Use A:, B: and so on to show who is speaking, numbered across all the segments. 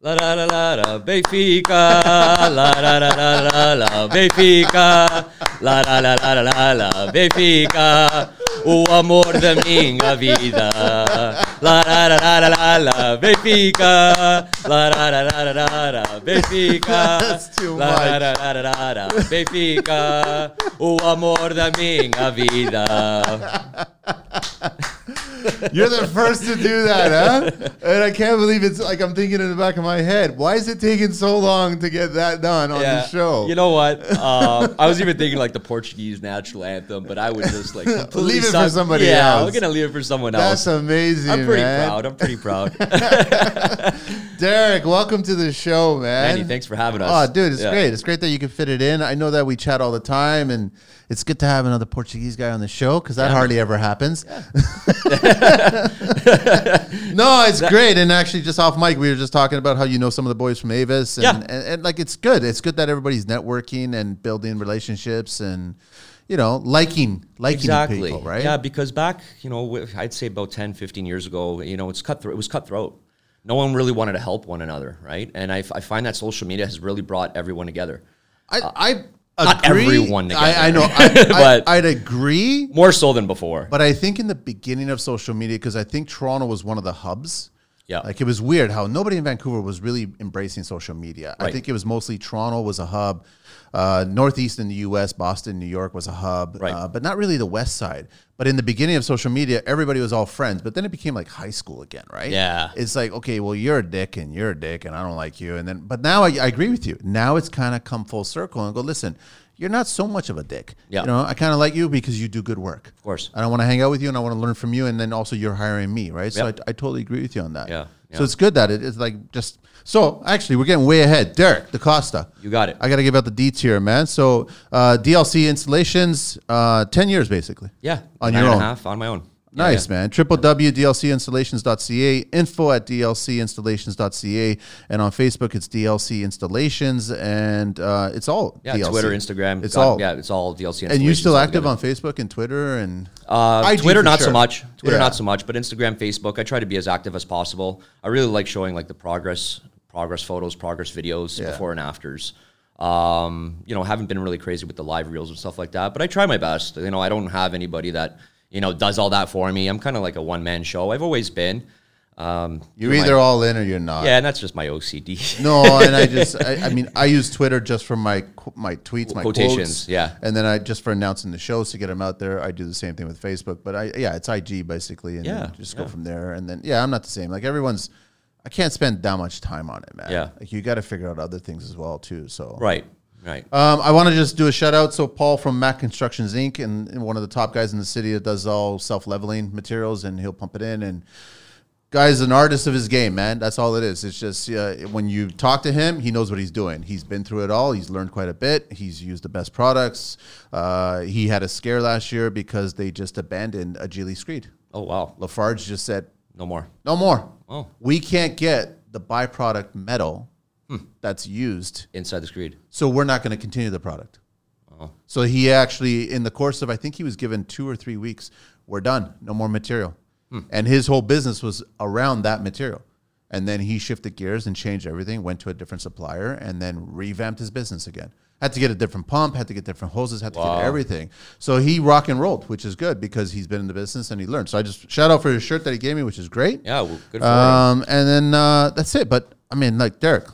A: La da da da da Benfica, la da da da da la Benfica, la da da da da la Benfica, o amor da minha vida. La da da da da la Benfica, la da da da da la Benfica,
B: That's too
A: la da
B: much.
A: da da da da Benfica, o amor da minha vida.
B: You're the first to do that, huh? And I can't believe it's like I'm thinking in the back of my head. Why is it taking so long to get that done on the show?
A: You know what? Um, I was even thinking like the Portuguese national anthem, but I was just like completely
B: Leave it for
A: suck-
B: somebody
A: yeah,
B: else.
A: I'm gonna leave it for someone
B: that's
A: else.
B: amazing.
A: I'm pretty
B: man.
A: proud. I'm pretty proud.
B: Derek, welcome to the show, man.
A: Manny, thanks for having us.
B: Oh, dude, it's
A: Yeah.
B: great. It's great that you can fit it in. I know that we chat all the time, and it's good to have another Portuguese guy on the show because that hardly ever happens. no, it's great. And actually, just off mic, we were just talking about how you know some of the boys from Avis, and,
A: Yeah.
B: and, and like it's good. It's good that everybody's networking and building relationships, and you know, liking liking
A: Exactly.
B: people, right?
A: Yeah, because back, you know, wi- I'd say about 10, 15 years ago, you know, it's cutthroat. It was cutthroat. No one really wanted to help one another, right? And I, f- I find that social media has really brought everyone together.
B: I, I
A: Not
B: agree.
A: everyone
B: I, I
A: together.
B: know, I,
A: But-
B: I, I'd agree.
A: More so than before.
B: But I think in the beginning of social media, because I think Toronto was one of the hubs.
A: Yeah.
B: Like it was weird how nobody in Vancouver was really embracing social media. I
A: Right.
B: think it was mostly Toronto was a hub. Uh, Northeast in the US, Boston, New York was a hub,
A: Right.
B: uh, but not really the West Side. But in the beginning of social media, everybody was all friends, but then it became like high school again, right?
A: Yeah.
B: It's like, okay, well, you're a dick and you're a dick and I don't like you. And then, but now I, I agree with you. Now it's kind of come full circle and go, listen, you're not so much of a dick.
A: Yeah.
B: You know, I kind of like you because you do good work.
A: Of course.
B: And I want to hang out with you and I want to learn from you. And then also you're hiring me, right? So
A: Yep.
B: I, I totally agree with you on that.
A: Yeah,
B: So
A: yeah.
B: it's good that it is like just. So actually, we're getting way ahead. Derek DaCosta.
A: You got it.
B: I got to give out the deets here, man. So uh, DLC installations, uh, 10 years basically.
A: yeah.
B: On
A: Nine
B: your
A: and
B: own.
A: a half on my own. Yeah,
B: Nice,
A: yeah.
B: man. www.dlcinstallations.ca, info at dlcinstallations.ca, and on Facebook, it's DLC Installations, and uh, it's all
A: Yeah,
B: DLC.
A: Twitter, Instagram.
B: It's
A: God,
B: all.
A: Yeah, it's all DLC.
B: And you
A: installations
B: still active
A: altogether.
B: on Facebook and Twitter and
A: Uh,
B: IG
A: Twitter,
B: for
A: not
B: sure.
A: so much. Twitter,
B: Yeah.
A: not so much. But Instagram, Facebook, I try to be as active as possible. I really like showing like the progress, progress photos, progress videos,
B: Yeah.
A: before and afters. Um, you know, haven't been really crazy with the live reels and stuff like that, but I try my best. You know, I don't have anybody that you know does all that for me. I'm kind of like a one man show. I've always been. Um,
B: You're either all in or you're not.
A: yeah, and that's just my OCD.
B: No, and I just, I, I mean, I use Twitter just for my qu- my tweets, my
A: Quotations,
B: quotes,
A: yeah.
B: and then I just for announcing the shows to get them out there. I do the same thing with Facebook, but I yeah, it's IG basically, and
A: Yeah,
B: just go
A: yeah.
B: from there. And then yeah, I'm not the same. Like everyone's, I can't spend that much time on it, man.
A: Yeah.
B: like you got to figure out other things as well too. So
A: right, right.
B: um, I want to just do a shout out. So Paul from Mac Constructions Inc. And, and one of the top guys in the city that does all self leveling materials, and he'll pump it in. And guy's an artist of his game, man. That's all it is. It's just uh, when you talk to him, he knows what he's doing. He's been through it all. He's learned quite a bit. He's used the best products. Uh, he had a scare last year because they just abandoned Agili Screed.
A: oh wow,
B: Lafarge just said,
A: no more.
B: "No more.
A: Oh.
B: We can't get the byproduct metal that's used."
A: Inside the screen.
B: so we're not going to continue the product.
A: Oh.
B: So he actually, in the course of, I think he was given two or three weeks, we're done, no more material. And his whole business was around that material. And then he shifted gears and changed everything, went to a different supplier, and then revamped his business again. Had to get a different pump, had to get different hoses, had to get everything. So he rock and rolled, which is good because he's been in the business and he learned. So I just shout out for his shirt that he gave me, which is great.
A: Yeah, well, good for him.
B: Um, and then uh, that's it. But I mean, like Derek,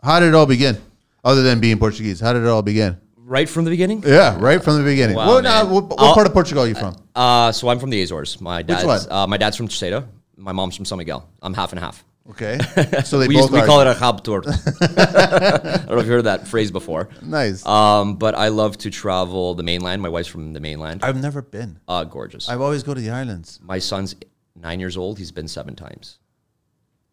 B: how did it all begin? Other than being Portuguese, how did it all begin?
A: Right from the beginning.
B: Yeah, right from the beginning.
A: Wow,
B: what
A: man.
B: uh, what, what
A: I'll-
B: part of Portugal are you from?
A: Uh, so I'm from the Azores. My dad's
B: one?
A: Uh, my dad's from Terceira. My mom's from San Miguel. I'm half and half.
B: Okay, so they
A: We,
B: both
A: used, we
B: are
A: call it a hab tour. I don't know if you heard that phrase before.
B: nice.
A: Um, but I love to travel the mainland. My wife's from the mainland.
B: I've never been.
A: Uh, gorgeous.
B: I've always go to the islands.
A: my son's nine years old. He's been seven times.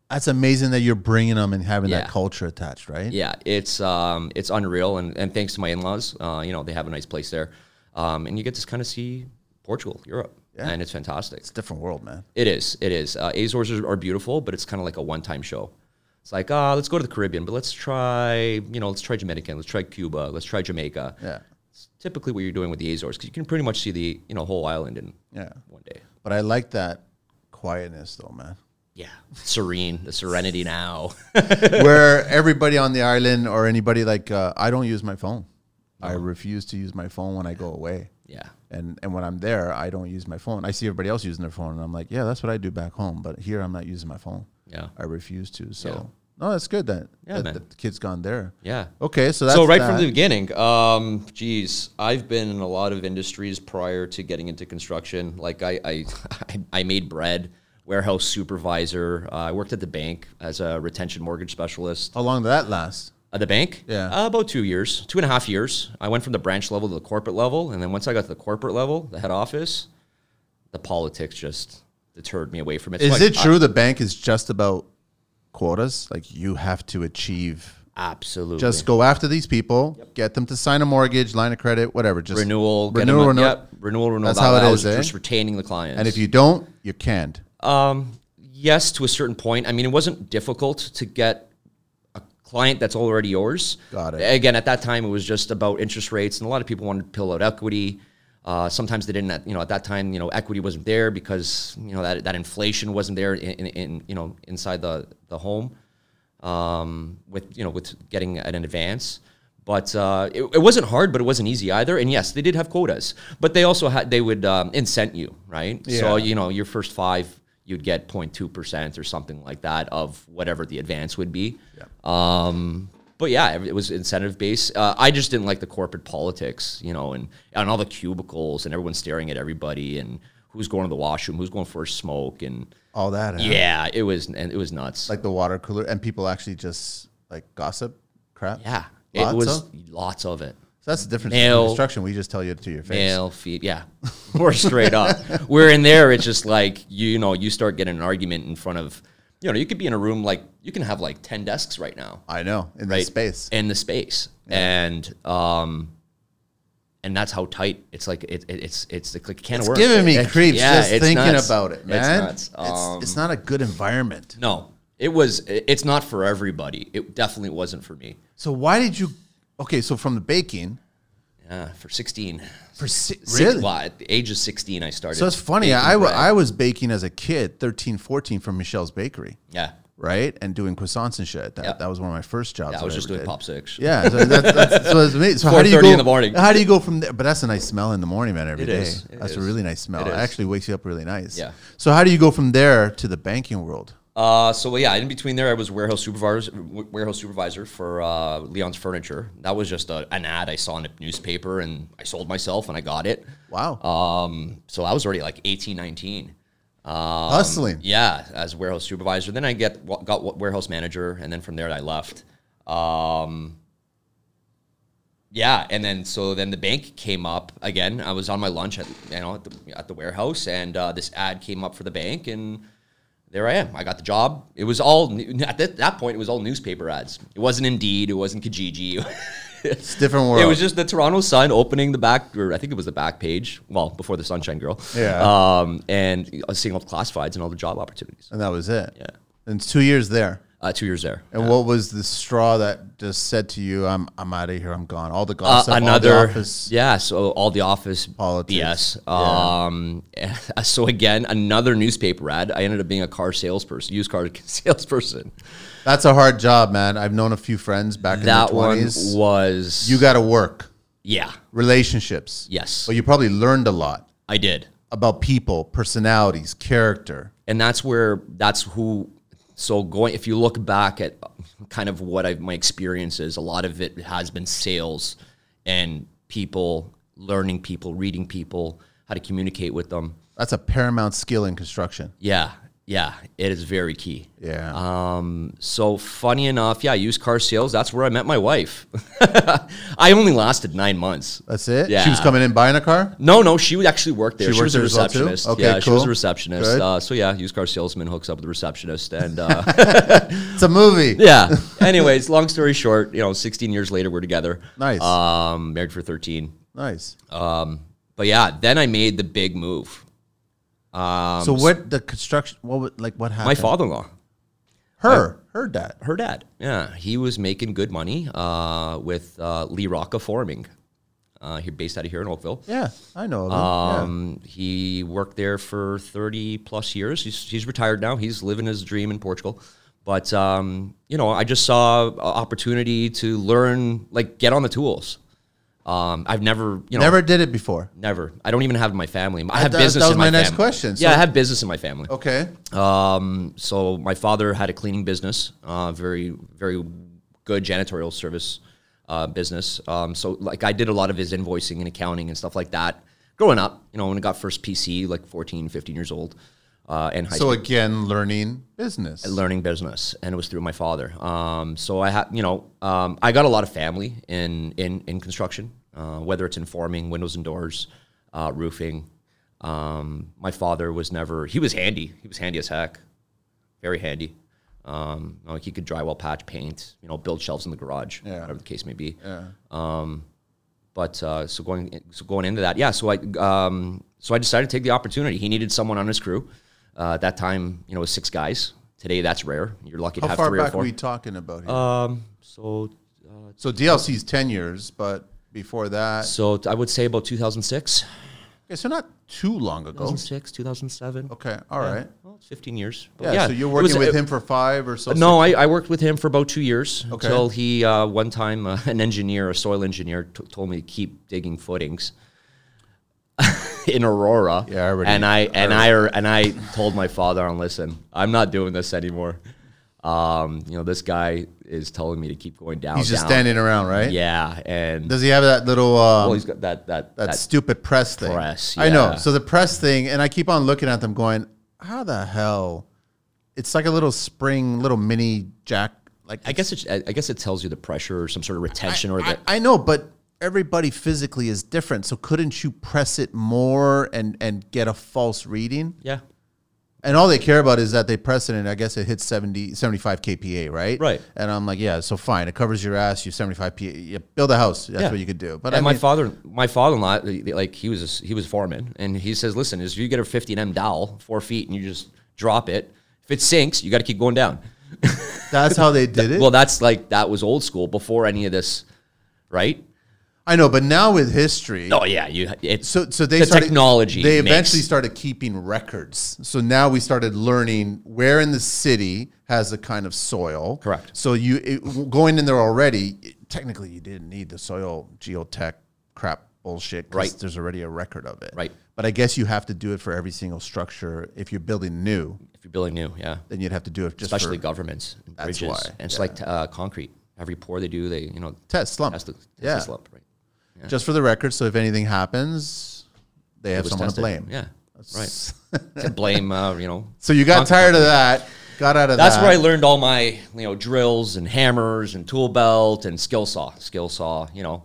B: That's amazing that you're bringing them and having that
A: Yeah.
B: culture attached, right?
A: Yeah, it's um, it's unreal. And, and thanks to my in-laws, uh, you know, they have a nice place there. Um, and you get to kind of see Portugal, Europe, and it's fantastic.
B: It's a different world, man.
A: It is. It is. Uh, Azores are, are beautiful, but it's kind of like a one-time show. It's like, ah, let's go to the Caribbean, but let's try, you know, let's try Dominican, let's try Cuba, let's try Jamaica.
B: Yeah,
A: It's typically what you're doing with the Azores, because you can pretty much see the, you know, whole island in
B: yeah.
A: one day.
B: But I like that quietness, though, man.
A: yeah, serene, the serenity now.
B: where everybody on the island or anybody like uh, I don't use my phone. I
A: Oh.
B: refuse to use my phone when I go away.
A: yeah.
B: And and when I'm there, I don't use my phone. I see everybody else using their phone, and I'm like, yeah, that's what I do back home. But here, I'm not using my phone.
A: Yeah.
B: I refuse to. So no, that's good that,
A: Yeah,
B: that,
A: man.
B: that the kid's gone there.
A: Yeah.
B: Okay, so Oh, that's
A: so right
B: that.
A: from the beginning, um, geez, I've been in a lot of industries prior to getting into construction. Like I, I, I, I made bread, warehouse supervisor. Uh, I worked at the bank as a retention mortgage specialist.
B: how long did that last?
A: Uh, the bank?
B: Yeah.
A: Uh, about two years, two and a half years. I went from the branch level to the corporate level. And then once I got to the corporate level, the head office, the politics just deterred me away from it. So
B: Is
A: I-
B: it
A: I-
B: true the bank is just about quotas? Like you have to achieve.
A: absolutely.
B: Just go after these people, get them to sign a mortgage, line of credit, whatever. Just
A: renewal, get 'em
B: renewal,
A: a-
B: renewal.
A: Yep, renewal, renewal.
B: That's
A: that-
B: how it
A: that
B: is,
A: was
B: eh?
A: Just retaining the clients.
B: And if you don't, you're canned.
A: Um, yes, to a certain point. I mean, it wasn't difficult to get a client that's already yours.
B: Got it.
A: Again, at that time, it was just about interest rates, and a lot of people wanted to pill out equity. Uh, sometimes they didn't. You know, at that time, you know, equity wasn't there because you know that, that inflation wasn't there in, in, in you know inside the the home. Um, with you know with getting at an advance. But uh, it, it wasn't hard, but it wasn't easy either. And yes, they did have quotas, but they also had they would um, incent you, right? So
B: Yeah.
A: you know your first five, you'd get 0.2 percent or something like that of whatever the advance would be. Um, but yeah, it was incentive based. Uh, I just didn't like the corporate politics, you know, and and all the cubicles and everyone staring at everybody and who's going to the washroom, who's going for a smoke, and
B: All that. huh?
A: yeah, it was and it was nuts.
B: Like the water cooler, and people actually just like gossip crap.
A: yeah, it
B: Lots
A: was
B: of?
A: lots of it.
B: So that's the difference
A: Nail.
B: between construction. We just tell you to your face.
A: Male feet, yeah, more straight up. Where in there, it's just like you know, you start getting an argument in front of, you know, you could be in a room like you can have like ten desks right now.
B: I know in
A: right
B: this space.
A: in the space and um and that's how tight it's like it, it, it's it's like a can of
B: It's
A: worms
B: giving me
A: It-
B: creeps
A: yeah,
B: just
A: it's
B: thinking
A: nuts.
B: about it, man.
A: it's nuts
B: It's-
A: um,
B: it's not a good environment.
A: no it was it- it's not for everybody it definitely wasn't for me
B: So why did you? Okay, so from the baking
A: yeah for 16
B: for si-
A: Six-
B: really.
A: well, at the age of 16 i started
B: So it's funny.
A: baking
B: I, w-
A: bread.
B: I was baking as a kid, 13, 14 from Michelle's Bakery,
A: yeah
B: right? And doing croissants and shit. That,
A: Yeah.
B: that was one of my first jobs.
A: yeah i
B: that
A: was just
B: ever
A: doing
B: did.
A: pop six
B: Yeah, so that's, that's, so it's amazing. So how do you
A: 4:30
B: go
A: in the morning.
B: How do you go from there? But that's a nice smell in the morning, man. Every
A: It
B: day,
A: is, it
B: that's a
A: is.
B: really nice smell. It,
A: It is.
B: actually wakes you up really nice.
A: Yeah.
B: So how do you go from there to the banking world?
A: Uh, so well, yeah, in between there, I was warehouse supervisor, w- warehouse supervisor for uh, Leon's Furniture. That was just a, an ad I saw in a newspaper, and I sold myself, and I got it.
B: Wow,
A: Um, so I was already like 18, 19. Um,
B: hustling.
A: yeah, as warehouse supervisor. Then I get wa- got wa- warehouse manager, and then from there I left. Um, yeah, and then so then the bank came up again. I was on my lunch at you know at the, at the warehouse, and uh, this ad came up for the bank, and there I am. I got the job. It was all new- at that, that point. It was all newspaper ads. It wasn't Indeed. It wasn't Kijiji.
B: It's a different world.
A: It was just the Toronto Sun opening the back, or I think it was the back page. Well, before the Sunshine Girl.
B: Yeah.
A: Um, and seeing all the classifieds and all the job opportunities.
B: and that was it.
A: Yeah.
B: And two years there.
A: Uh, two years there.
B: And what was the straw that just said to you, "I'm I'm out of here. I'm gone." All the
A: Uh,
B: gossip, another all the
A: another,
B: office.
A: yeah. So all the office BS.
B: Politics. Yeah.
A: Um, so again, another newspaper ad. I ended up being a car salesperson, used car salesperson.
B: That's a hard job, man. I've known a few friends back
A: That
B: in the
A: one
B: twenties.
A: was
B: You got to work
A: yeah,
B: relationships.
A: yes,
B: But you probably learned a lot.
A: I did.
B: about people, personalities, character.
A: and that's where that's who so going if you look back at kind of what I've, my experience is a lot of it has been sales and people learning people reading people how to communicate with them
B: That's a paramount skill in construction. Uh,
A: yeah yeah it is very key
B: Yeah.
A: um, so funny enough yeah used car sales that's where i met my wife i only lasted nine months
B: That's it. She
A: yeah.
B: was coming in buying a car.
A: no, no, she actually worked there.
B: She
A: She,
B: worked
A: was a
B: there as well too?
A: receptionist.
B: Okay,
A: yeah, she was
B: cool.
A: a receptionist.
B: Good.
A: Uh, so yeah, used car salesman hooks up with the receptionist, and uh,
B: It's a movie.
A: yeah. Anyways, long story short, you know, 16 years later, we're together.
B: Nice.
A: Um, married for 13.
B: Nice.
A: But yeah, then I made the big move.
B: so what the construction? What would- like what happened?
A: Um, My father-in-law,
B: Her. her dad.
A: her dad. Yeah, he was making good money uh, with uh, Lee Rocca Forming. Uh, here, based out of here in Oakville.
B: Yeah, I know. Of him.
A: Um, He worked there for 30 plus years. He's, he's retired now. He's living his dream in Portugal. But, um, you know, I just saw an opportunity to learn, like, get on the tools. Um, I've never, you know,
B: yeah. Never did it before.
A: never. I don't even have it in my family. I have
B: that-
A: business
B: that was
A: in my,
B: my next
A: family.
B: question.
A: yeah,
B: So-
A: I have business in my family.
B: Okay.
A: Um, so my father had a cleaning business, uh, very very good janitorial service uh, business. Um, so like I did a lot of his invoicing and accounting and stuff like that growing up. You know, when I got first PC, like 14, 15 years old, uh, and high
B: So
A: school
B: again, learning business.
A: learning business, and it was through my father. Um, so I had, you know, um, I got a lot of family in in in construction, uh, whether it's in forming, windows and doors, uh, roofing. Um, my father was never. He was handy. He was handy as heck, very handy. Um, like he could drywall, patch, paint, you know, build shelves in the garage,
B: Yeah.
A: whatever the case may be Um,
B: Yeah.
A: but uh, so going so going into that, yeah. So I um, so I decided to take the opportunity. He needed someone on his crew. Uh, at that time, you know, it was six guys. Today, that's rare. You're lucky to
B: How
A: have
B: far
A: three or
B: back
A: four.
B: are we talking about here?
A: um, so uh,
B: so DLC's ten years, but before that,
A: so I would say about 2006,
B: okay, so not too long ago.
A: 2006, 2007.
B: Okay, all right.
A: Well, it's 15 years. But
B: Oh. Yeah, so you're
A: it
B: working
A: was-
B: with
A: it-
B: him for five or so.
A: No, I, I worked with him for about two years
B: Okay.
A: until he uh, one time uh, an engineer, a soil engineer, t- told me to keep digging footings in Aurora.
B: Yeah, I already-
A: and I and I and I told my father, "On listen, I'm not doing this anymore. Um, you know, this guy is telling me to keep going down.
B: he's just
A: down.
B: standing around, right?
A: Yeah, and
B: Does he have that little? Um,
A: well, he's got that that
B: that,
A: that
B: stupid press thing.
A: press,
B: I know.
A: yeah.
B: So the press thing, and I keep on looking at them, going, "How the hell?" It's like a little spring, little mini jack. Like
A: I guess it, I guess it tells you the pressure or some sort of retention or
B: I,
A: that.
B: I know, but everybody physically is different. So couldn't you press it more and and get a false reading?
A: Yeah,
B: And all they care about is that they press it, and I guess it hits 70, 75 kPa, right?
A: Right.
B: And I'm like, yeah, so fine. It covers your ass. You 75 PA. You build a house. That's
A: Yeah.
B: what you could do. But I
A: and my
B: mean,
A: father, my father-in-law, like he was, a, he was a foreman, and he says, "Listen, is you get a 15 m dowel, four feet, and you just drop it. If it sinks, you got to keep going down."
B: that's how they did it.
A: Well, that's like that was old school before any of this, right?
B: I know, but now with history,
A: Oh yeah, you. It's
B: So, so they
A: The
B: started,
A: technology
B: They
A: makes-
B: eventually started keeping records. So now we started learning where in the city has a kind of soil.
A: Correct.
B: So you it, going in there already. it- technically, you didn't need the soil geotech crap bullshit. 'cause
A: Right.
B: There's already a record of it.
A: Right.
B: But I guess you have to do it for every single structure. If you're building new,
A: if you're building new, yeah,
B: then you'd have to do it just
A: especially
B: for
A: governments, and
B: That's
A: bridges,
B: why,
A: and it's like uh, concrete. Every pour they do, they you know
B: test slump.
A: test the, test the
B: yeah.
A: slump, right?
B: Just for the record. So if anything happens, they have
A: was
B: someone
A: tested.
B: to blame.
A: Yeah, right. to blame, uh, you know,
B: So you got tired of that. Got out of
A: That's
B: that.
A: where I learned all my you know drills and hammers and tool belt and skill saw, skill saw, you know,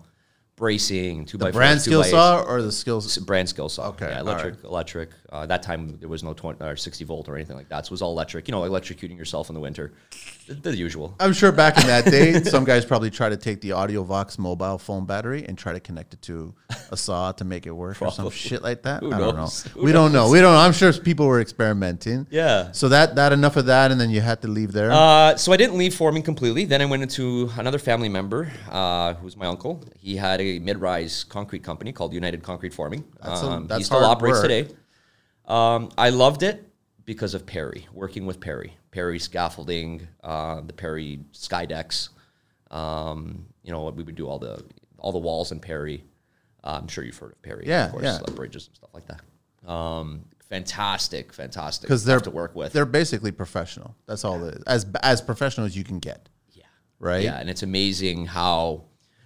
A: bracing and two by
B: Brand
A: fours, two
B: skill
A: by
B: saw or the skills?
A: eights. brand skill saw.
B: Okay,
A: yeah,
B: all
A: electric, electric. Uh, that time there was no 20 or 60 volt or anything like that, so it was all electric. You know, electrocuting yourself in the winter, the, the usual.
B: I'm sure back in that day, some guys probably try to take the AudioVox mobile phone battery and try to connect it to a saw to make it work or some
A: Probably.
B: shit like that.
A: Who
B: I don't know.
A: knows? Who
B: we don't know. We don't. I'm sure people were experimenting.
A: Yeah.
B: So that that enough of that, and then you had to leave there.
A: Uh, so I didn't leave forming completely. Then I went into another family member uh, who was my uncle. He had a mid-rise concrete company called United Concrete Forming.
B: That's a-
A: um, he
B: that's
A: still
B: hard
A: operates
B: work.
A: today. Um, I loved it because of Perry, working with Perry, Perry scaffolding, uh, the Perry sky decks. Um, you know, we would do all the all the walls in Perry. Uh, I'm sure you've heard of Perry,
B: Yeah,
A: of course,
B: yeah.
A: uh, bridges and stuff like that. Um, fantastic, fantastic.
B: because they're
A: tough to work with.
B: They're basically professional. That's all it is. As as professional as you can get,
A: Yeah.
B: right?
A: Yeah, and it's amazing how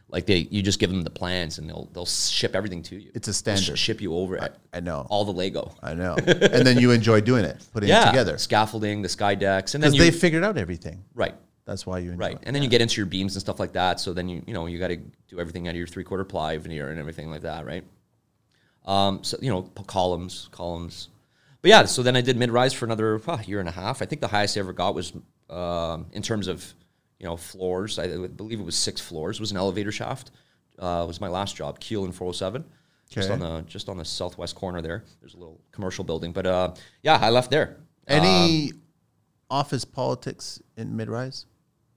A: like they you just give them the plans and they'll they'll ship everything to you.
B: It's a
A: They'll sh-
B: standard.
A: ship you over it.
B: I know.
A: all the Lego.
B: I know. and then you enjoy doing it, putting it together,
A: scaffolding, the sky decks, and then
B: because
A: you
B: they figured out everything.
A: right.
B: That's why you enjoy.
A: Right,
B: It.
A: and then you get into your beams and stuff like that. So then you you know you got to do everything out of your three quarter ply veneer and everything like that, right? Um, so you know p- columns, columns, but yeah. So then I did mid rise for another ah, year and a half. I think the highest I ever got was um, in terms of you know floors. I believe it was six floors. It was an elevator shaft. Uh, was my last job, Keel in four hundred seven. Just
B: Okay.
A: on the just on the southwest corner there. There's a little commercial building, but uh, yeah, I left there.
B: Any office politics in mid rise?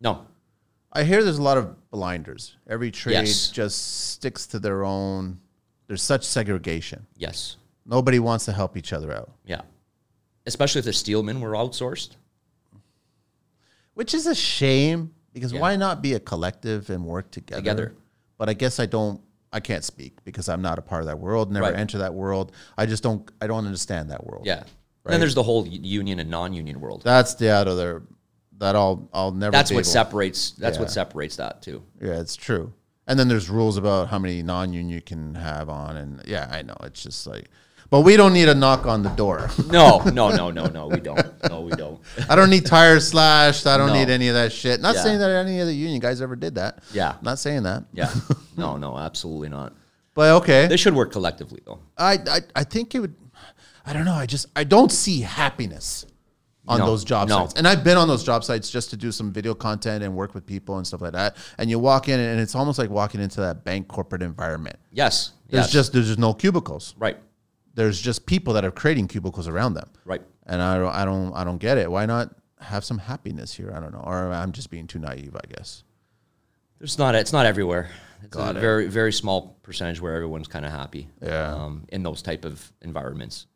A: No,
B: I hear there's a lot of blinders. Every trade
A: Yes.
B: just sticks to their own. There's such segregation.
A: Yes.
B: Nobody wants to help each other out,
A: Yeah. Especially if the steelmen were outsourced.
B: which is a shame because
A: Yeah.
B: why not be a collective and work together?
A: Together.
B: But I guess I don't. I can't speak because I'm not a part of that world. Never
A: Right.
B: enter that world. I just don't. I don't understand that world.
A: Yeah. And then there's the whole u- union and non-union world.
B: that's the out of there. That I'll. I'll never.
A: that's
B: be
A: what
B: able-
A: separates. That's what
B: Yeah.
A: separates that too.
B: Yeah, it's true. And then there's rules about how many non-union you can have on, and yeah, I know it's just like, but we don't need a knock on the door.
A: No, no, no, no, no. We don't. No, we don't.
B: I don't need tires slashed. I don't
A: No.
B: need any of that shit. Not
A: Yeah.
B: saying that any of the union guys ever did that.
A: Yeah.
B: not saying that.
A: Yeah. No, no, absolutely not.
B: but okay.
A: They should work collectively though.
B: I, I I think it would. I don't know. I just I don't see happiness on
A: No,
B: those job
A: no.
B: sites. And I've been on those job sites just to do some video content and work with people and stuff like that. And you walk in, and it's almost like walking into that bank corporate environment.
A: Yes.
B: There's
A: yes.
B: just there's just no cubicles.
A: right.
B: there's just people that are creating cubicles around them.
A: Right.
B: And I don't, I don't, I don't get it. Why not have some happiness here? I don't know. Or I'm just being too naive, I guess.
A: It's not. It's not everywhere. It's a very very small percentage where everyone's kind of happy.
B: Yeah.
A: Um, in those type of environments,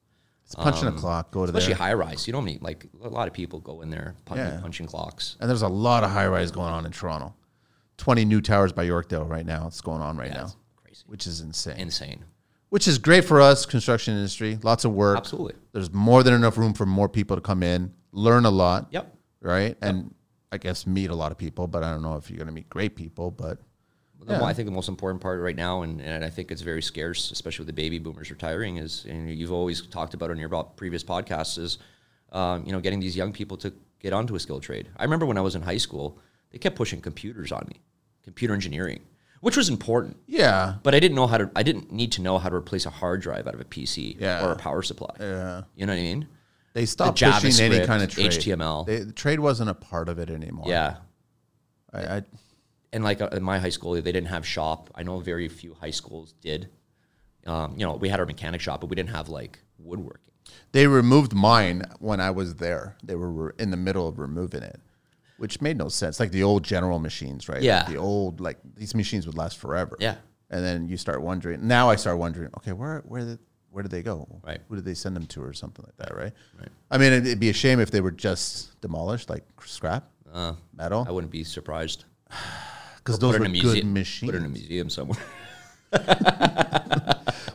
B: It's punching a clock. Go to
A: Um,
B: there.
A: especially high rise. You know how many like a lot of people go in there punch,
B: Yeah.
A: punching clocks.
B: and there's a lot of high rise going on in Toronto. 20 new towers by Yorkdale right now. It's going on right now,
A: That's crazy.
B: which is insane.
A: Insane.
B: which is great for us, construction industry. Lots of work.
A: Absolutely.
B: There's more than enough room for more people to come in, learn a lot.
A: Yep.
B: Right. And I guess meet a lot of people, but I don't know if you're going to meet great people, but
A: The mo- I think the most important part right now, and, and I think it's very scarce, especially with the baby boomers retiring, is and you've always talked about it in your bo- previous podcasts is, um, you know, getting these young people to get onto a skilled trade. I remember when I was in high school, they kept pushing computers on me, computer engineering, which was important,
B: yeah.
A: but I didn't know how to. I didn't need to know how to replace a hard drive out of a PC
B: Yeah.
A: or a power supply.
B: Yeah.
A: You know what I mean?
B: They stopped
A: The
B: pushing any
A: JavaScript,
B: kind of trade.
A: HTML.
B: They, the trade wasn't a part of it anymore.
A: Yeah.
B: I, I,
A: and like uh, in my high school, they didn't have shop. I know very few high schools did. Um, you know, we had our mechanic shop, but we didn't have like woodworking.
B: they removed mine when I was there. They were re- in the middle of removing it, which made no sense. Like the old general machines, right? Like
A: Yeah.
B: the old like these machines would last forever.
A: Yeah.
B: And then you start wondering. Now I start wondering. Okay, where where did where did they go?
A: Right.
B: Who did they send them to, or something like that? Right.
A: Right.
B: I mean, it'd, it'd be a shame if they were just demolished, like scrap
A: Uh,
B: metal,
A: I wouldn't be surprised.
B: because
A: Put
B: those
A: it
B: were
A: in a
B: good
A: museum.
B: machines.
A: Put it in a museum somewhere.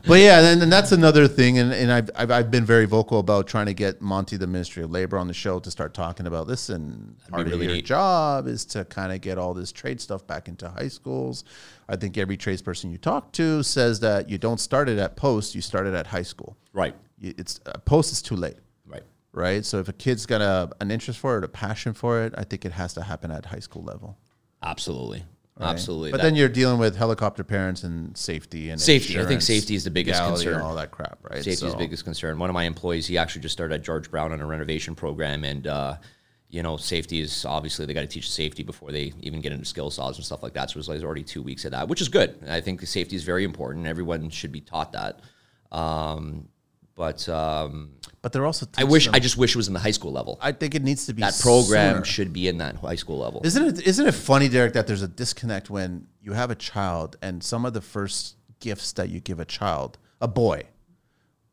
B: But yeah, and, and that's another thing, and, and I've, I've I've been very vocal about trying to get Monty, the Ministry of Labor, on the show to start talking about this. And part
A: really
B: of your
A: neat.
B: job is to kind of get all this trade stuff back into high schools. I think every tradesperson you talk to says that you don't start it at post, you start it at high school.
A: right.
B: You, it's uh, post is too late,
A: Right.
B: right? So if a kid's got a, an interest for it, a passion for it, I think it has to happen at high school level.
A: Absolutely.
B: right?
A: Absolutely.
B: But
A: That-
B: then you're dealing with helicopter parents and safety and
A: Safety. I think
B: insurance,
A: safety is the biggest
B: legality,
A: concern.
B: and all that crap, right?
A: Safety is
B: So-
A: the biggest concern. One of my employees, he actually just started at George Brown on a renovation program, and uh, you know, safety is obviously they got to teach safety before they even get into skill saws and stuff like that. So it was like already two weeks of that, which is good. And I think safety is very important. Everyone should be taught that. Um, but um,
B: But they're also.
A: I wish, I just wish it was in the high school level.
B: I think it needs to be
A: That program
B: sooner.
A: should be in that high school level.
B: Isn't it? Isn't it funny, Derek, that there's a disconnect when you have a child and some of the first gifts that you give a child, a boy,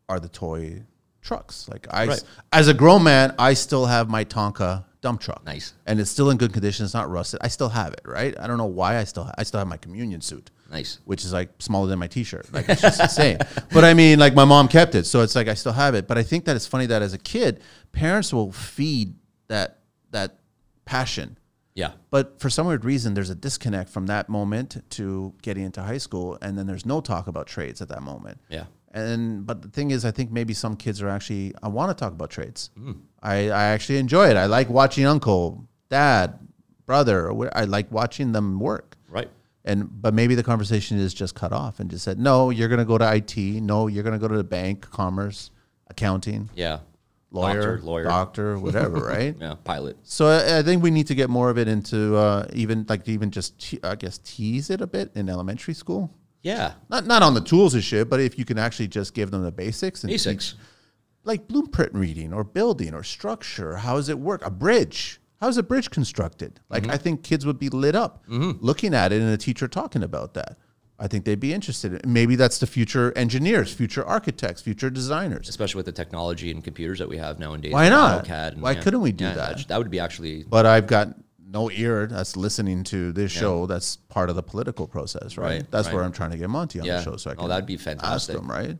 B: are the toy trucks. Like I,
A: Right.
B: as a grown man, I still have my Tonka dump truck.
A: Nice.
B: And it's still in good condition. It's not rusted. I still have it, right? I don't know why I still I still have my communion suit
A: Nice.
B: which is like smaller than my t-shirt like it's just insane but i mean like my mom kept it so it's like i still have it but i think that it's funny that as a kid parents will feed that that passion
A: Yeah.
B: but for some weird reason there's a disconnect from that moment to getting into high school and then there's no talk about trades at that moment
A: Yeah.
B: and but the thing is i think maybe some kids are actually i want to talk about trades I, I actually enjoy it i like watching uncle dad brother wh- i like watching them work
A: Right.
B: and but maybe the conversation is just cut off and just said, no, you're going to go to IT. No, you're going to go to the bank, commerce, accounting,
A: Yeah.
B: lawyer,
A: Doctor, lawyer.
B: doctor, whatever, right?
A: Yeah. Pilot.
B: So I, I think we need to get more of it into uh, even like even just te- I guess tease it a bit in elementary school.
A: Yeah.
B: Not not on the tools and shit, but if you can actually just give them the basics and
A: Basics.
B: teach- like blueprint reading or building or structure, how does it work? A bridge. How's a bridge constructed? Like,
A: Mm-hmm.
B: I think kids would be lit up looking at it and a teacher talking about that. I think they'd be interested. in- Maybe that's the future engineers, future architects, future designers.
A: especially with the technology and computers that we have nowadays.
B: Why
A: with
B: not?
A: AutoCAD and-
B: Why couldn't we do that?
A: j- That would be actually
B: but I've got no ear that's listening to this show. That's part of the political process, right?
A: Right,
B: that's where
A: right.
B: I'm trying to get Monty on
A: Yeah.
B: the show, so I
A: Oh,
B: can
A: that'd be
B: ask
A: fantastic.
B: them, right?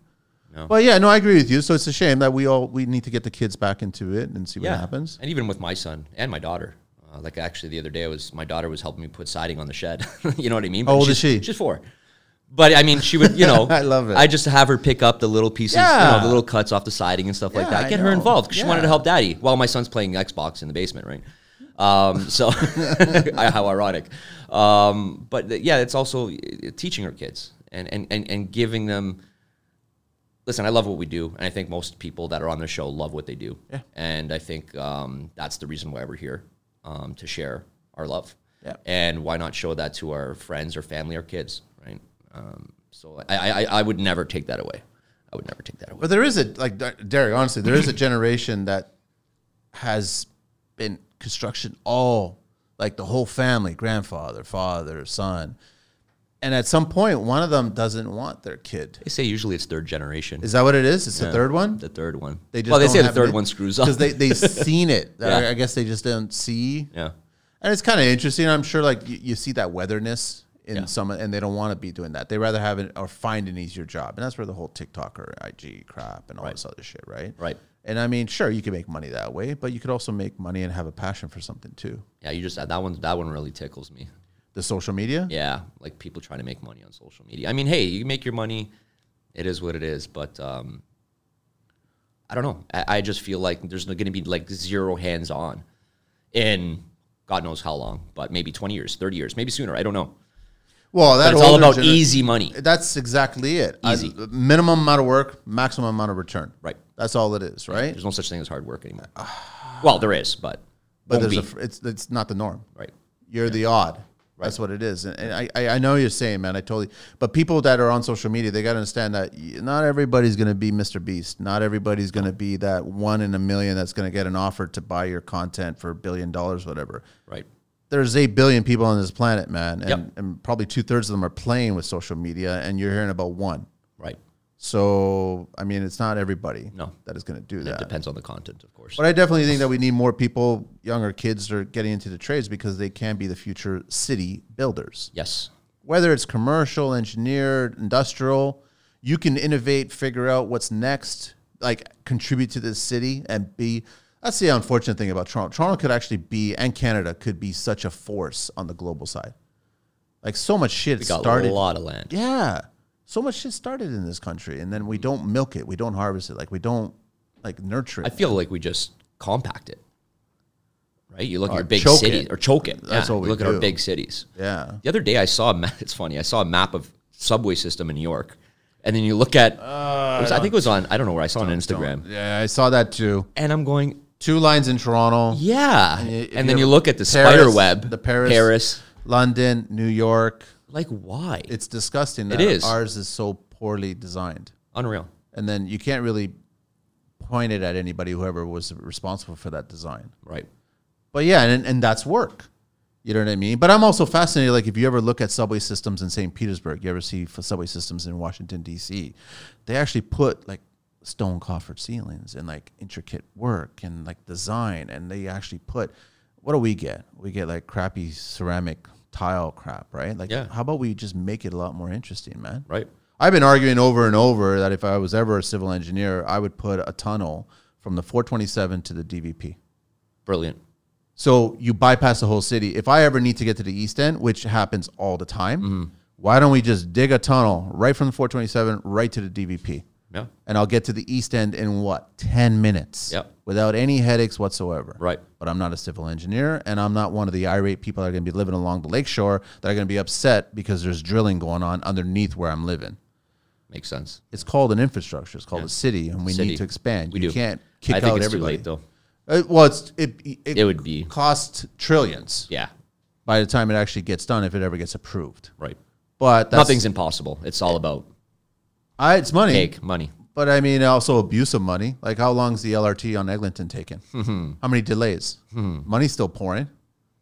B: Well, yeah, no, I agree with you. So it's a shame that we all we need to get the kids back into it and see what
A: yeah.
B: happens.
A: And even with my son and my daughter. Uh, like actually the other day I was my daughter was helping me put siding on the shed. you know what I mean? But
B: old is
A: she's,
B: she?
A: She's four. But I mean, she would, you know.
B: I love it.
A: I just have her pick up the little pieces, you
B: Yeah.
A: know, the little cuts off the siding and stuff like
B: Yeah,
A: that.
B: I
A: Get her
B: know.
A: involved. 'cause She wanted to
B: Yeah.
A: help daddy while my son's playing Xbox in the basement, right? Um, so, how ironic. Um, but th- yeah, it's also uh, teaching our kids and, and, and, and giving them listen, I love what we do, and I think most people that are on the show love what they do.
B: Yeah.
A: And I think um, that's the reason why we're here um, to share our love.
B: Yeah.
A: And why not show that to our friends or family or kids, right? Um, so I, I, I- I would never take that away. I would never take that away.
B: But there is a like Der- Derek. Honestly, there is a generation that has been construction all like the whole family, grandfather, father, son, and at some point, one of them doesn't want their kid.
A: They say usually it's third generation.
B: Is that what it is? It's the third one.
A: the third one.
B: They just
A: well, they
B: don't
A: say the
B: have
A: third
B: it-
A: one screws up.
B: because they they've seen it.
A: Yeah.
B: I, I guess they just don't see.
A: yeah.
B: And it's kind of interesting. I'm sure like you, you see that weatherness in some, and they don't want to be doing that. They rather have an, or find an easier job, and that's where the whole TikTok or IG crap and all this other shit, right?
A: Right.
B: And I mean, sure, you can make money that way, but you could also make money and have a passion for something too.
A: Yeah, you just that one that one really tickles me.
B: The social media.
A: Yeah, like people trying to make money on social media. I mean, hey, you make your money. It is what it is, but um, I don't know. I, I just feel like there's going to be like zero hands on in God knows how long, but maybe 20 years, 30 years, maybe sooner. I don't know.
B: Well,
A: But
B: that's
A: it's all about easy money.
B: That's exactly it. I-
A: Easy.
B: minimum amount of work, maximum amount of return.
A: Right.
B: That's all it is, right?
A: There's no such thing as hard work anymore. well, there is, but
B: But
A: won't
B: there's a,
A: be.
B: fr- it's it's not the norm.
A: right.
B: You're the odd. That's what it is. And, and I, I I know you're saying, man, I totally. But people that are on social media, they got to understand that y- not everybody's going to be Mr. Beast. Not everybody's going to be that one in a million that's going to get an offer to buy your content for a billion dollars, whatever.
A: Right.
B: There's 8 billion people on this planet, man. And,
A: Yep.
B: and probably two thirds of them are playing with social media, and you're hearing about one.
A: Right.
B: So, I mean, it's not everybody
A: No.
B: that is going to do
A: It
B: that.
A: depends on the content, of course.
B: But I definitely think that we need more people, younger kids, that are getting into the trades because they can be the future city builders.
A: yes.
B: Whether it's commercial, engineered, industrial, you can innovate, figure out what's next, like contribute to this city and be. That's the unfortunate thing about Toronto. Toronto could actually be, and Canada could be such a force on the global side. Like so much shit
A: We got
B: started.
A: a lot of land.
B: Yeah. So much shit started in this country, and then we don't milk it. We don't harvest it. Like we don't like nurture it.
A: I feel like we just compact it. Right? You look at
B: Or
A: your big
B: choke
A: city
B: it.
A: or choke it.
B: That's
A: Yeah,
B: what we
A: you look at our
B: do.
A: big cities.
B: yeah.
A: The other day I saw a map, it's funny, I saw a map of subway system in New York. And then you look at
B: Uh,
A: it was- I think it was on I don't know where I saw it on Instagram.
B: Yeah, I saw that too.
A: And I'm going,
B: Two lines in Toronto,
A: yeah.
B: if
A: And then
B: you-
A: you look at the
B: Paris,
A: spider web.
B: the Paris-
A: Paris.
B: London, New York.
A: Like why? It's
B: It's disgusting.
A: It
B: That
A: is.
B: Ours is so poorly designed,
A: unreal.
B: and then you can't really point it at anybody whoever was responsible for that design.
A: Right.
B: But yeah, and and that's work. You know what I mean? But I'm also fascinated. Like, if you ever look at subway systems in St. Petersburg, you ever see f- subway systems in Washington D.C. They actually put like stone coffered ceilings and like intricate work and like design, and they actually put. What do we get? We get like crappy ceramic tile crap, right? Like,
A: Yeah.
B: how about we just make it a lot more interesting, man?
A: Right.
B: I've been arguing over and over that if I was ever a civil engineer, I would put a tunnel from the 427 to the DVP.
A: Brilliant.
B: So you bypass the whole city. If I ever need to get to the East End, which happens all the time,
A: Mm-hmm.
B: why don't we just dig a tunnel right from the 427 right to the DVP?
A: Yeah.
B: And I'll get to the East End in what, 10 minutes?
A: Yep.
B: Without any headaches whatsoever.
A: Right.
B: But I'm not a civil engineer and I'm not one of the irate people that are going to be living along the lakeshore that are going to be upset because there's drilling going on underneath where I'm living.
A: Makes sense.
B: It's called an infrastructure, it's called a city, and we
A: City.
B: need to expand.
A: We
B: you
A: do.
B: can't kick
A: I think
B: out
A: it's
B: everybody.
A: too late though.
B: Uh, well, it's, it, it,
A: It would be
B: cost trillions
A: yeah.
B: by the time it actually gets done, if it ever gets approved.
A: Right.
B: But that's,
A: Nothing's impossible. It's all about
B: I, it's money.
A: cake, money.
B: But I mean, also abuse of money. Like, how long's the LRT on Eglinton taking?
A: Mm-hmm.
B: How many delays? Money's still pouring.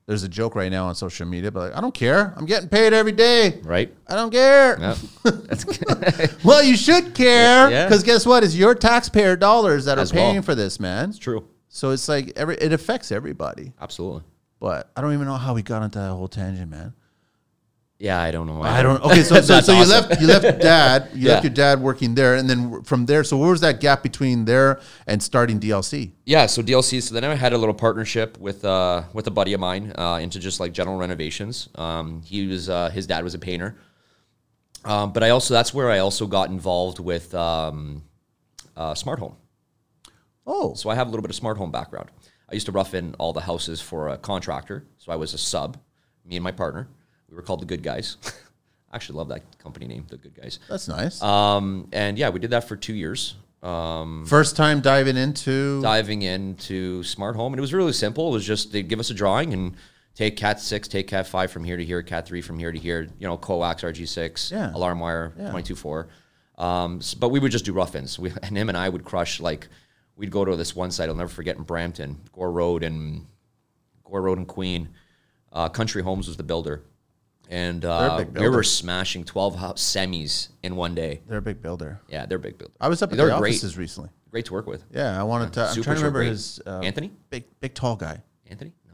B: There's a joke right now on social media, but like, I don't care. I'm getting paid every day.
A: Right?
B: I don't care.
A: Yeah. That's
B: Well, you should care
A: Yeah.
B: because guess what? It's your taxpayer dollars that
A: As
B: are paying
A: well.
B: for this, man.
A: true.
B: So it's like every it affects everybody.
A: Absolutely.
B: But I don't even know how we got into that whole tangent, man.
A: Yeah, I don't know. why.
B: I don't. Okay, so so,
A: That's
B: so you
A: awesome.
B: left you left dad. You left
A: Yeah.
B: your dad working there, and then from there. So where was that gap between there and starting DLC?
A: Yeah, so DLC. So then I had a little partnership with uh, with a buddy of mine uh, into just like general renovations. Um, he was uh, his dad was a painter, um, but I also that's where I also got involved with um, uh, smart home.
B: Oh,
A: So I have a little bit of smart home background. I used to rough in all the houses for a contractor. So I was a sub. Me and my partner, we were called the Good Guys. I actually love that company name, the Good Guys.
B: that's nice.
A: Um, and yeah, we did that for two years. Um,
B: First time diving into.
A: diving into smart home and it was really simple it was just they give us a drawing and take cat 6 take cat 5 from here to here cat 3 from here to here you know coax rg6
B: Yeah.
A: alarm wire 22.4 um, s- but we would just do rough ins we, and him and i would crush like we'd go to this one site i'll never forget in brampton gore road and gore road and queen uh, country homes was the builder and
B: a
A: uh,
B: big
A: we
B: builder.
A: were smashing 12 house semis in one day
B: they're a big builder.
A: yeah they're a big builder
B: I was up at
A: they're
B: their
A: great
B: offices recently.
A: great to work with
B: Yeah, I wanted to. I'm
A: Super
B: trying to
A: short
B: remember
A: rate.
B: his uh,
A: anthony
B: big big tall guy.
A: anthony no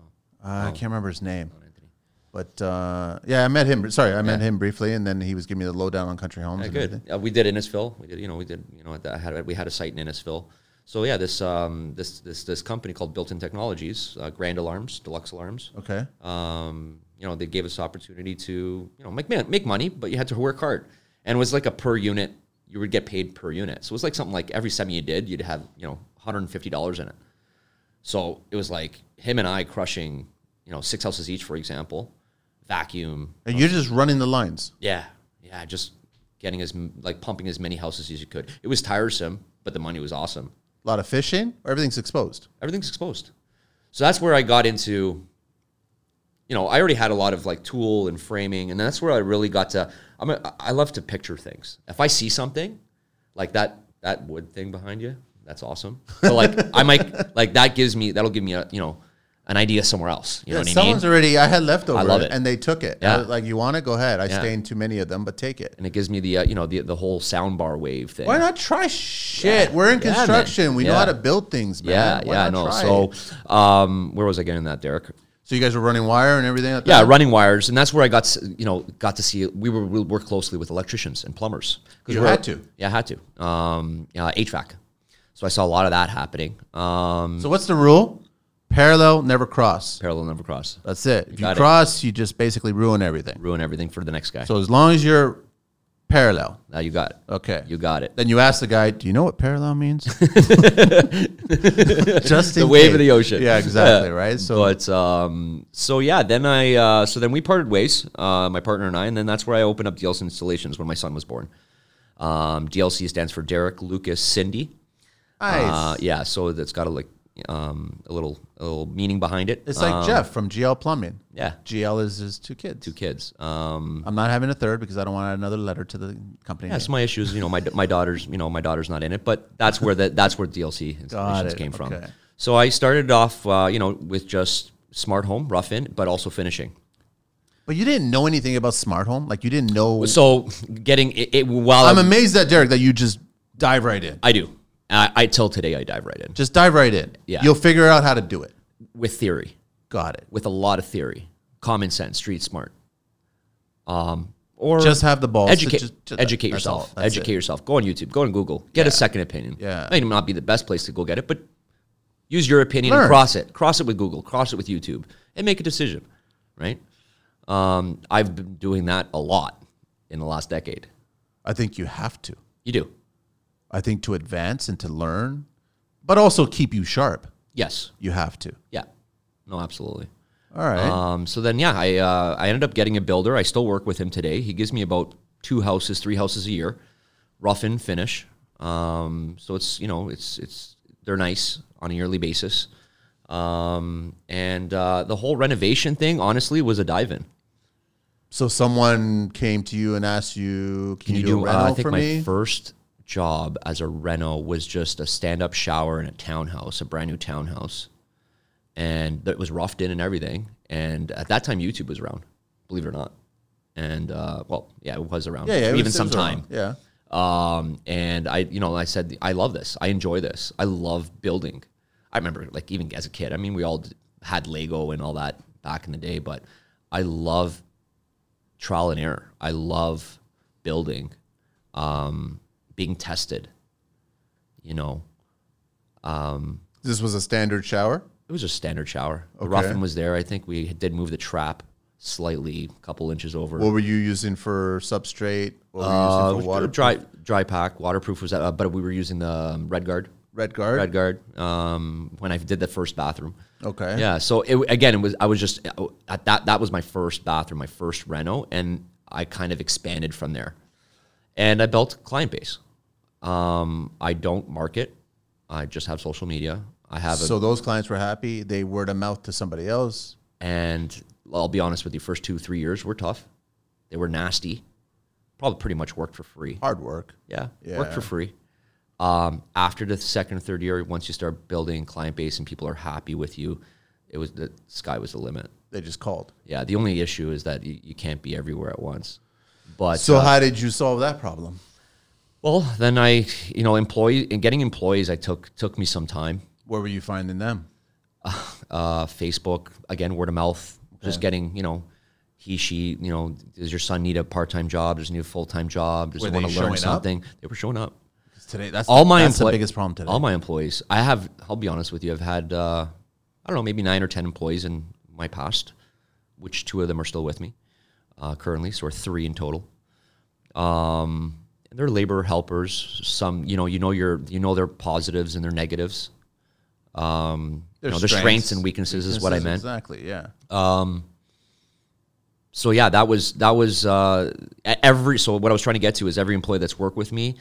B: Uh, I can't remember his name.
A: Oh, Anthony.
B: But uh, yeah, I met him. Sorry, I met him briefly, and then he was giving me the lowdown on country homes.
A: Yeah,
B: and
A: good.
B: everything.
A: Uh, we did Innisfil. We did, you know, we did, you know, I had we had a site in Innisfil. So yeah, this um, this this this company called Built In Technologies, uh, Grand Alarms, Deluxe Alarms.
B: Okay.
A: Um, you know, they gave us opportunity to you know make man- make money, but you had to work hard, and it was like a per unit. You would get paid per unit, so it was like something like every semi you did, you'd have you know one hundred and fifty dollars in it. So it was like him and I crushing, you know, six houses each, for example, vacuum,
B: And you're just running the lines.
A: yeah, yeah, just getting as m- like pumping as many houses as you could. It was tiresome, but the money was awesome.
B: A lot of fishing. Or everything's exposed.
A: Everything's exposed, so that's where I got into. You know, I already had a lot of like tool and framing, and that's where I really got to. I'm a, I love to picture things. If I see something, like that that wood thing behind you, that's awesome. But like I might like that gives me that'll give me a you know an idea somewhere else. You know
B: Yeah,
A: what I mean?
B: someone's already. I had leftovers,
A: I love it.
B: and they took it.
A: Yeah.
B: I was like you want it, go ahead. I
A: Yeah.
B: stained too many of them, but take it.
A: and it gives me the uh, you know the the whole soundbar wave thing.
B: Why not try shit?
A: Yeah.
B: We're in
A: Yeah, man.
B: construction. we know
A: Yeah.
B: how to build things, man.
A: Yeah,
B: Why
A: yeah, I
B: not
A: know.
B: try it?
A: So, um, where was I getting that, Derek?
B: so you guys were running wire and everything. At
A: Yeah,
B: that?
A: running wires, and that's where I got s- you know got to see. We were we worked closely with electricians and plumbers because
B: You had to.
A: Yeah, I had to. Um, yeah, HVAC. So I saw a lot of that happening. Um,
B: So what's the rule? Parallel, never cross.
A: parallel never cross,
B: That's it. If you,
A: got it.
B: cross, you just basically ruin everything.
A: ruin everything for the next guy.
B: So Uh, as long as you're parallel,
A: now you got it.
B: okay.
A: You got it.
B: then you ask the guy, "Do you know what parallel means?" just
A: The
B: in
A: wave of
B: case.
A: the ocean.
B: Yeah, exactly. Right. So
A: but um, so yeah, then I uh, so then we parted ways, uh, my partner and I, and then that's where I opened up DLC Installations when my son was born. Um, DLC stands for Derek, Lucas, Cindy. Uh,
B: nice.
A: yeah, so that's got a like um, a little a little meaning behind it. Uh,
B: it's like Jeff from GL Plumbing.
A: Um, yeah,
B: GL is his two kids.
A: two kids. Um,
B: I'm not having a third because I don't want to add another letter to the company.
A: yeah,
B: name.
A: so my issue is you know my my daughter's you know my daughter's not in it, but that's where that that's where DLC installations
B: it,
A: came from.
B: okay.
A: So I started off uh, you know with just smart home rough in, but also finishing.
B: But you didn't know anything about smart home. Like you didn't know.
A: So getting it, it while
B: I'm
A: I'm-
B: amazed at Derek that you just dive right in.
A: I do. I, I till today I dive right in
B: Just dive right in.
A: Yeah.
B: You'll figure out how to do it.
A: with theory,
B: Got it.
A: with a lot of theory, common sense, street smart. Um, or
B: Just have the balls. to
A: educate
B: just- just-
A: educate
B: that's
A: yourself.
B: all. That's
A: educate
B: it.
A: yourself. Go on YouTube. Go on Google. Get a second opinion.
B: Yeah.
A: may not be the best place to go get it, but use your opinion
B: Learn.
A: and cross it. Cross it with Google. Cross it with YouTube, and make a decision. Right. Um, I've been doing that a lot in the last decade.
B: I think you have to.
A: You do.
B: I think to advance and to learn, but also keep you sharp.
A: Yes.
B: You have to.
A: Yeah. No. Absolutely.
B: All right.
A: Um, so then, yeah, I uh, I ended up getting a builder. I still work with him today. He gives me about two houses, three houses a year, rough and finish. Um, so it's you know it's it's they're nice on a yearly basis. Um, and uh, the whole renovation thing, honestly, was a dive in.
B: so someone came to you and asked you, "Can, you, do, a
A: uh,
B: rental
A: I think
B: for
A: my
B: me?"
A: first job as a reno was just a stand-up shower in a townhouse, a brand new townhouse, and it was roughed in and everything. And at that time, YouTube was around, believe it or not. And uh, well, yeah, it was around.
B: Yeah, yeah. it
A: even
B: was- it
A: some
B: was
A: time.
B: around. Yeah.
A: Um, and I, you know, I said, I love this. I enjoy this. I love building. I remember, like, even as a kid, I mean, we all d- had Lego and all that back in the day, but I love trial and error. I love building, um, being tested, you know.
B: This was a standard shower.
A: It was just standard shower. The Ruffin was there. I think we did move the trap slightly, a couple inches over.
B: What were you using for substrate? What were you
A: Uh,
B: using for water?
A: dry, dry pack, waterproof was that, uh, but we were using the um, Red Guard.
B: Red guard.
A: Red Guard. Um, when I did the first bathroom.
B: Okay.
A: Yeah. So it, again, it was I was just at that. That was my first bathroom, my first reno, and I kind of expanded from there. And I built client base. Um, I don't market. I just have social media. I have, a,
B: So those clients were happy. They word of mouth to somebody else.
A: and I'll be honest with you. First two, three years were tough. They were nasty. Probably pretty much worked for free.
B: Hard work.
A: Yeah,
B: Yeah.
A: work for free. Um, after the second or third year, once you start building client base and people are happy with you, it was the sky was the limit.
B: They just called.
A: Yeah, the only issue is that you, you can't be everywhere at once. But
B: So
A: uh,
B: how did you solve that problem?
A: well, then I, you know, employee and getting employees, I took took me some time.
B: Where were you finding them?
A: uh, Facebook, again, word of mouth, just getting, you know, he, she, you know, does your son need a part time job? Does he need a full time job? Does
B: Were
A: he want
B: they
A: to learn
B: showing up?
A: something? They were showing up.
B: 'Cause Today, that's
A: all my
B: that's the
A: employ-
B: biggest problem today.
A: All my employees. I have. I'll be honest with you. I've had. Uh, I don't know, maybe nine or ten employees in my past, which two of them are still with me uh, currently. So we're three in total. Um, and they're labor helpers. Some, you know, you know your, you know their positives and their negatives. Um, you know, their strengths and weaknesses is what I
B: Weaknesses,
A: meant.
B: Exactly. Yeah.
A: so yeah, that was that was uh, e- every. So what I was trying to get to is every employee that's worked with me,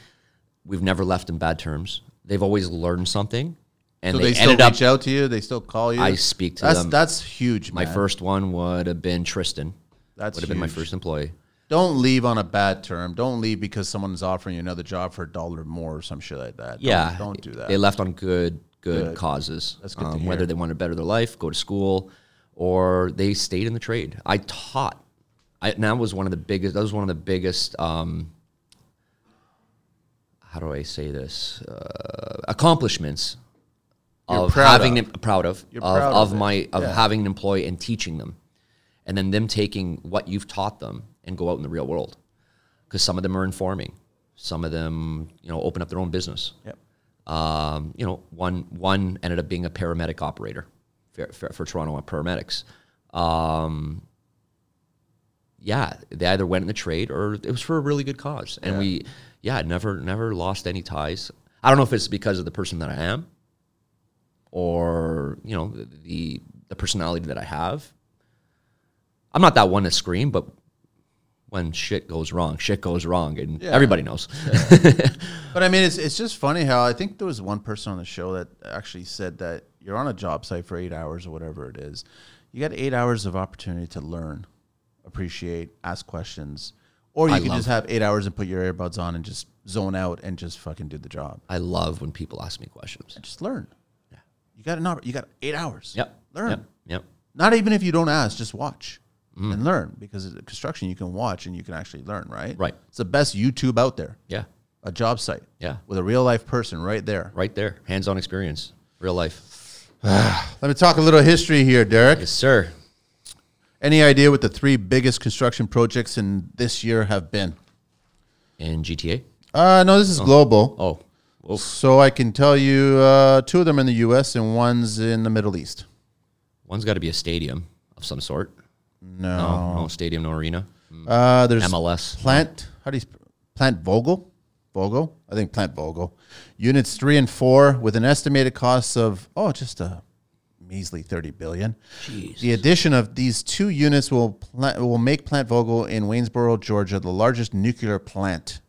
A: we've never left in bad terms. They've always learned something, and
B: So
A: they,
B: they, still
A: ended up.
B: reach out to you. They still call you.
A: I speak to
B: that's
A: them.
B: that's huge.
A: my
B: man.
A: first one would have been Tristan.
B: That's
A: would have been my
B: huge.
A: first employee.
B: Don't leave on a bad term. Don't leave because someone's offering you another job for a dollar more or some shit like that. Don't-
A: Yeah,
B: Don't, do that.
A: They left on good good, causes.
B: That's good to
A: um,
B: hear.
A: Whether they wanted to better their life, go to school, or they stayed in the trade. I taught. I, and that was one of the biggest. That was one of the biggest. Um, how do I say this? Uh, accomplishments
B: You're
A: of
B: proud
A: having
B: of.
A: them- proud of
B: You're
A: of,
B: proud
A: of
B: of it.
A: my of
B: Yeah.
A: having an employee and teaching them, and then them taking what you've taught them and go out in the real world, because some of them are informing, some of them you know open up their own business.
B: Yep.
A: Um, you know, one one ended up being a paramedic operator for, for, for Toronto paramedics. Um, yeah, they either went in the trade or it was for a really good cause, and we, yeah, never never lost any ties. I don't know if it's because of the person that I am, or you know the the, the personality that I have. I'm not that one to scream, but when shit goes wrong, shit goes wrong, and everybody knows.
B: But I mean, it's it's just funny how I think there was one person on the show that actually said that you're on a job site for eight hours or whatever it is, you got eight hours of opportunity to learn, appreciate, ask questions, or you
A: I
B: can
A: love-
B: just have eight hours and put your earbuds on and just zone out and just fucking do the job.
A: I love when people ask me questions.
B: And just learn. Yeah. You got an opp- you got eight hours.
A: Yep.
B: Learn.
A: Yep. Mm. yep.
B: Not even if you don't ask, just watch and learn because in construction you can watch and you can actually learn. Right.
A: Right.
B: It's the best YouTube out there.
A: Yeah.
B: A job site.
A: Yeah.
B: With a real life person right there.
A: Right there. Hands on experience. Real life.
B: Let me talk a little history here, Derek.
A: Yes, sir.
B: Any idea what the three biggest construction projects in this year have been?
A: In GTA.
B: Uh, no, this is global.
A: Oh. Whoa.
B: So I can tell you uh, two of them in the U.S. and one's in the Middle East.
A: One's got to be a stadium of some sort.
B: No.
A: No, no stadium, no arena.
B: Uh, there's
A: MLS.
B: Plant. How do you sp- Plant Vogel? Vogel? I think Plant Vogel. Units three and four with an estimated cost of oh, just a measly thirty billion.
A: Jeez.
B: The addition of these two units will pla- will make Plant Vogel in Waynesboro, Georgia, the largest nuclear plant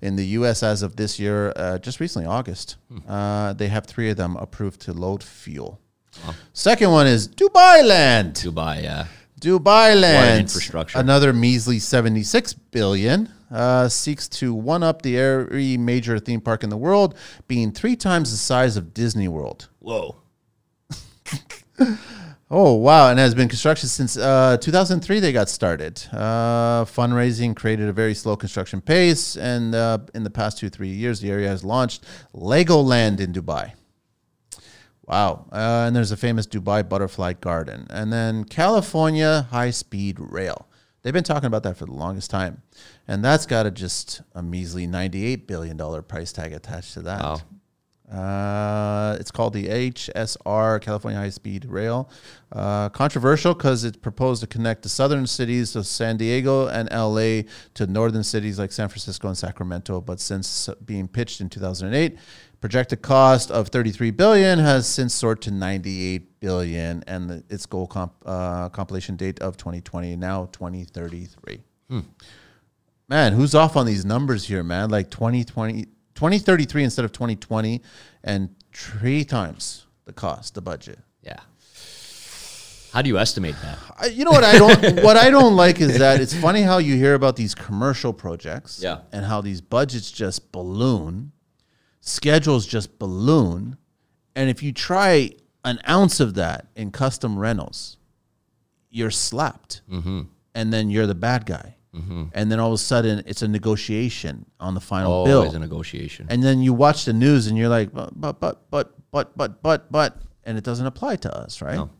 B: in the U.S. as of this year. Uh, just recently, August, uh, they have three of them approved to load fuel. Second one is Dubai Land.
A: Dubai. Yeah.
B: Dubai Land
A: infrastructure.
B: another measly seventy six billion. uh, seeks to one up the every major theme park in the world, being three times the size of Disney World.
A: Whoa.
B: Oh wow! And has been construction since uh, 2003. They got started. Uh, fundraising created a very slow construction pace, and uh, in the past two three years, the area has launched Legoland in Dubai. Wow! Uh, and there's a famous Dubai Butterfly Garden, and then California High Speed Rail. They've been talking about that for the longest time, and that's got a just a measly 98 billion dollar price tag attached to that.
A: Wow.
B: Uh, it's called the HSR California High Speed Rail. Uh, controversial because it's proposed to connect the southern cities of San Diego and LA to northern cities like San Francisco and Sacramento. But since being pitched in 2008, projected cost of 33 billion has since soared to 98 billion, and the, its goal comp, uh, compilation date of 2020 now 2033 man, who's off on these numbers here, man? Like 2020, 2033 instead of 2020, and three times the cost, the budget.
A: Yeah. How do you estimate that?
B: I, you know what I don't what I don't like is that it's funny how you hear about these commercial projects
A: Yeah.
B: and how these budgets just balloon, schedules just balloon, and if you try an ounce of that in custom rentals, you're slapped,
A: Mm-hmm.
B: and then you're the bad guy, and then all of a sudden it's a negotiation on the final bill,
A: Always a negotiation.
B: and then you watch the news and you're like, but, but, but, but, but, but, but, but, and it doesn't apply to us, right?
A: No.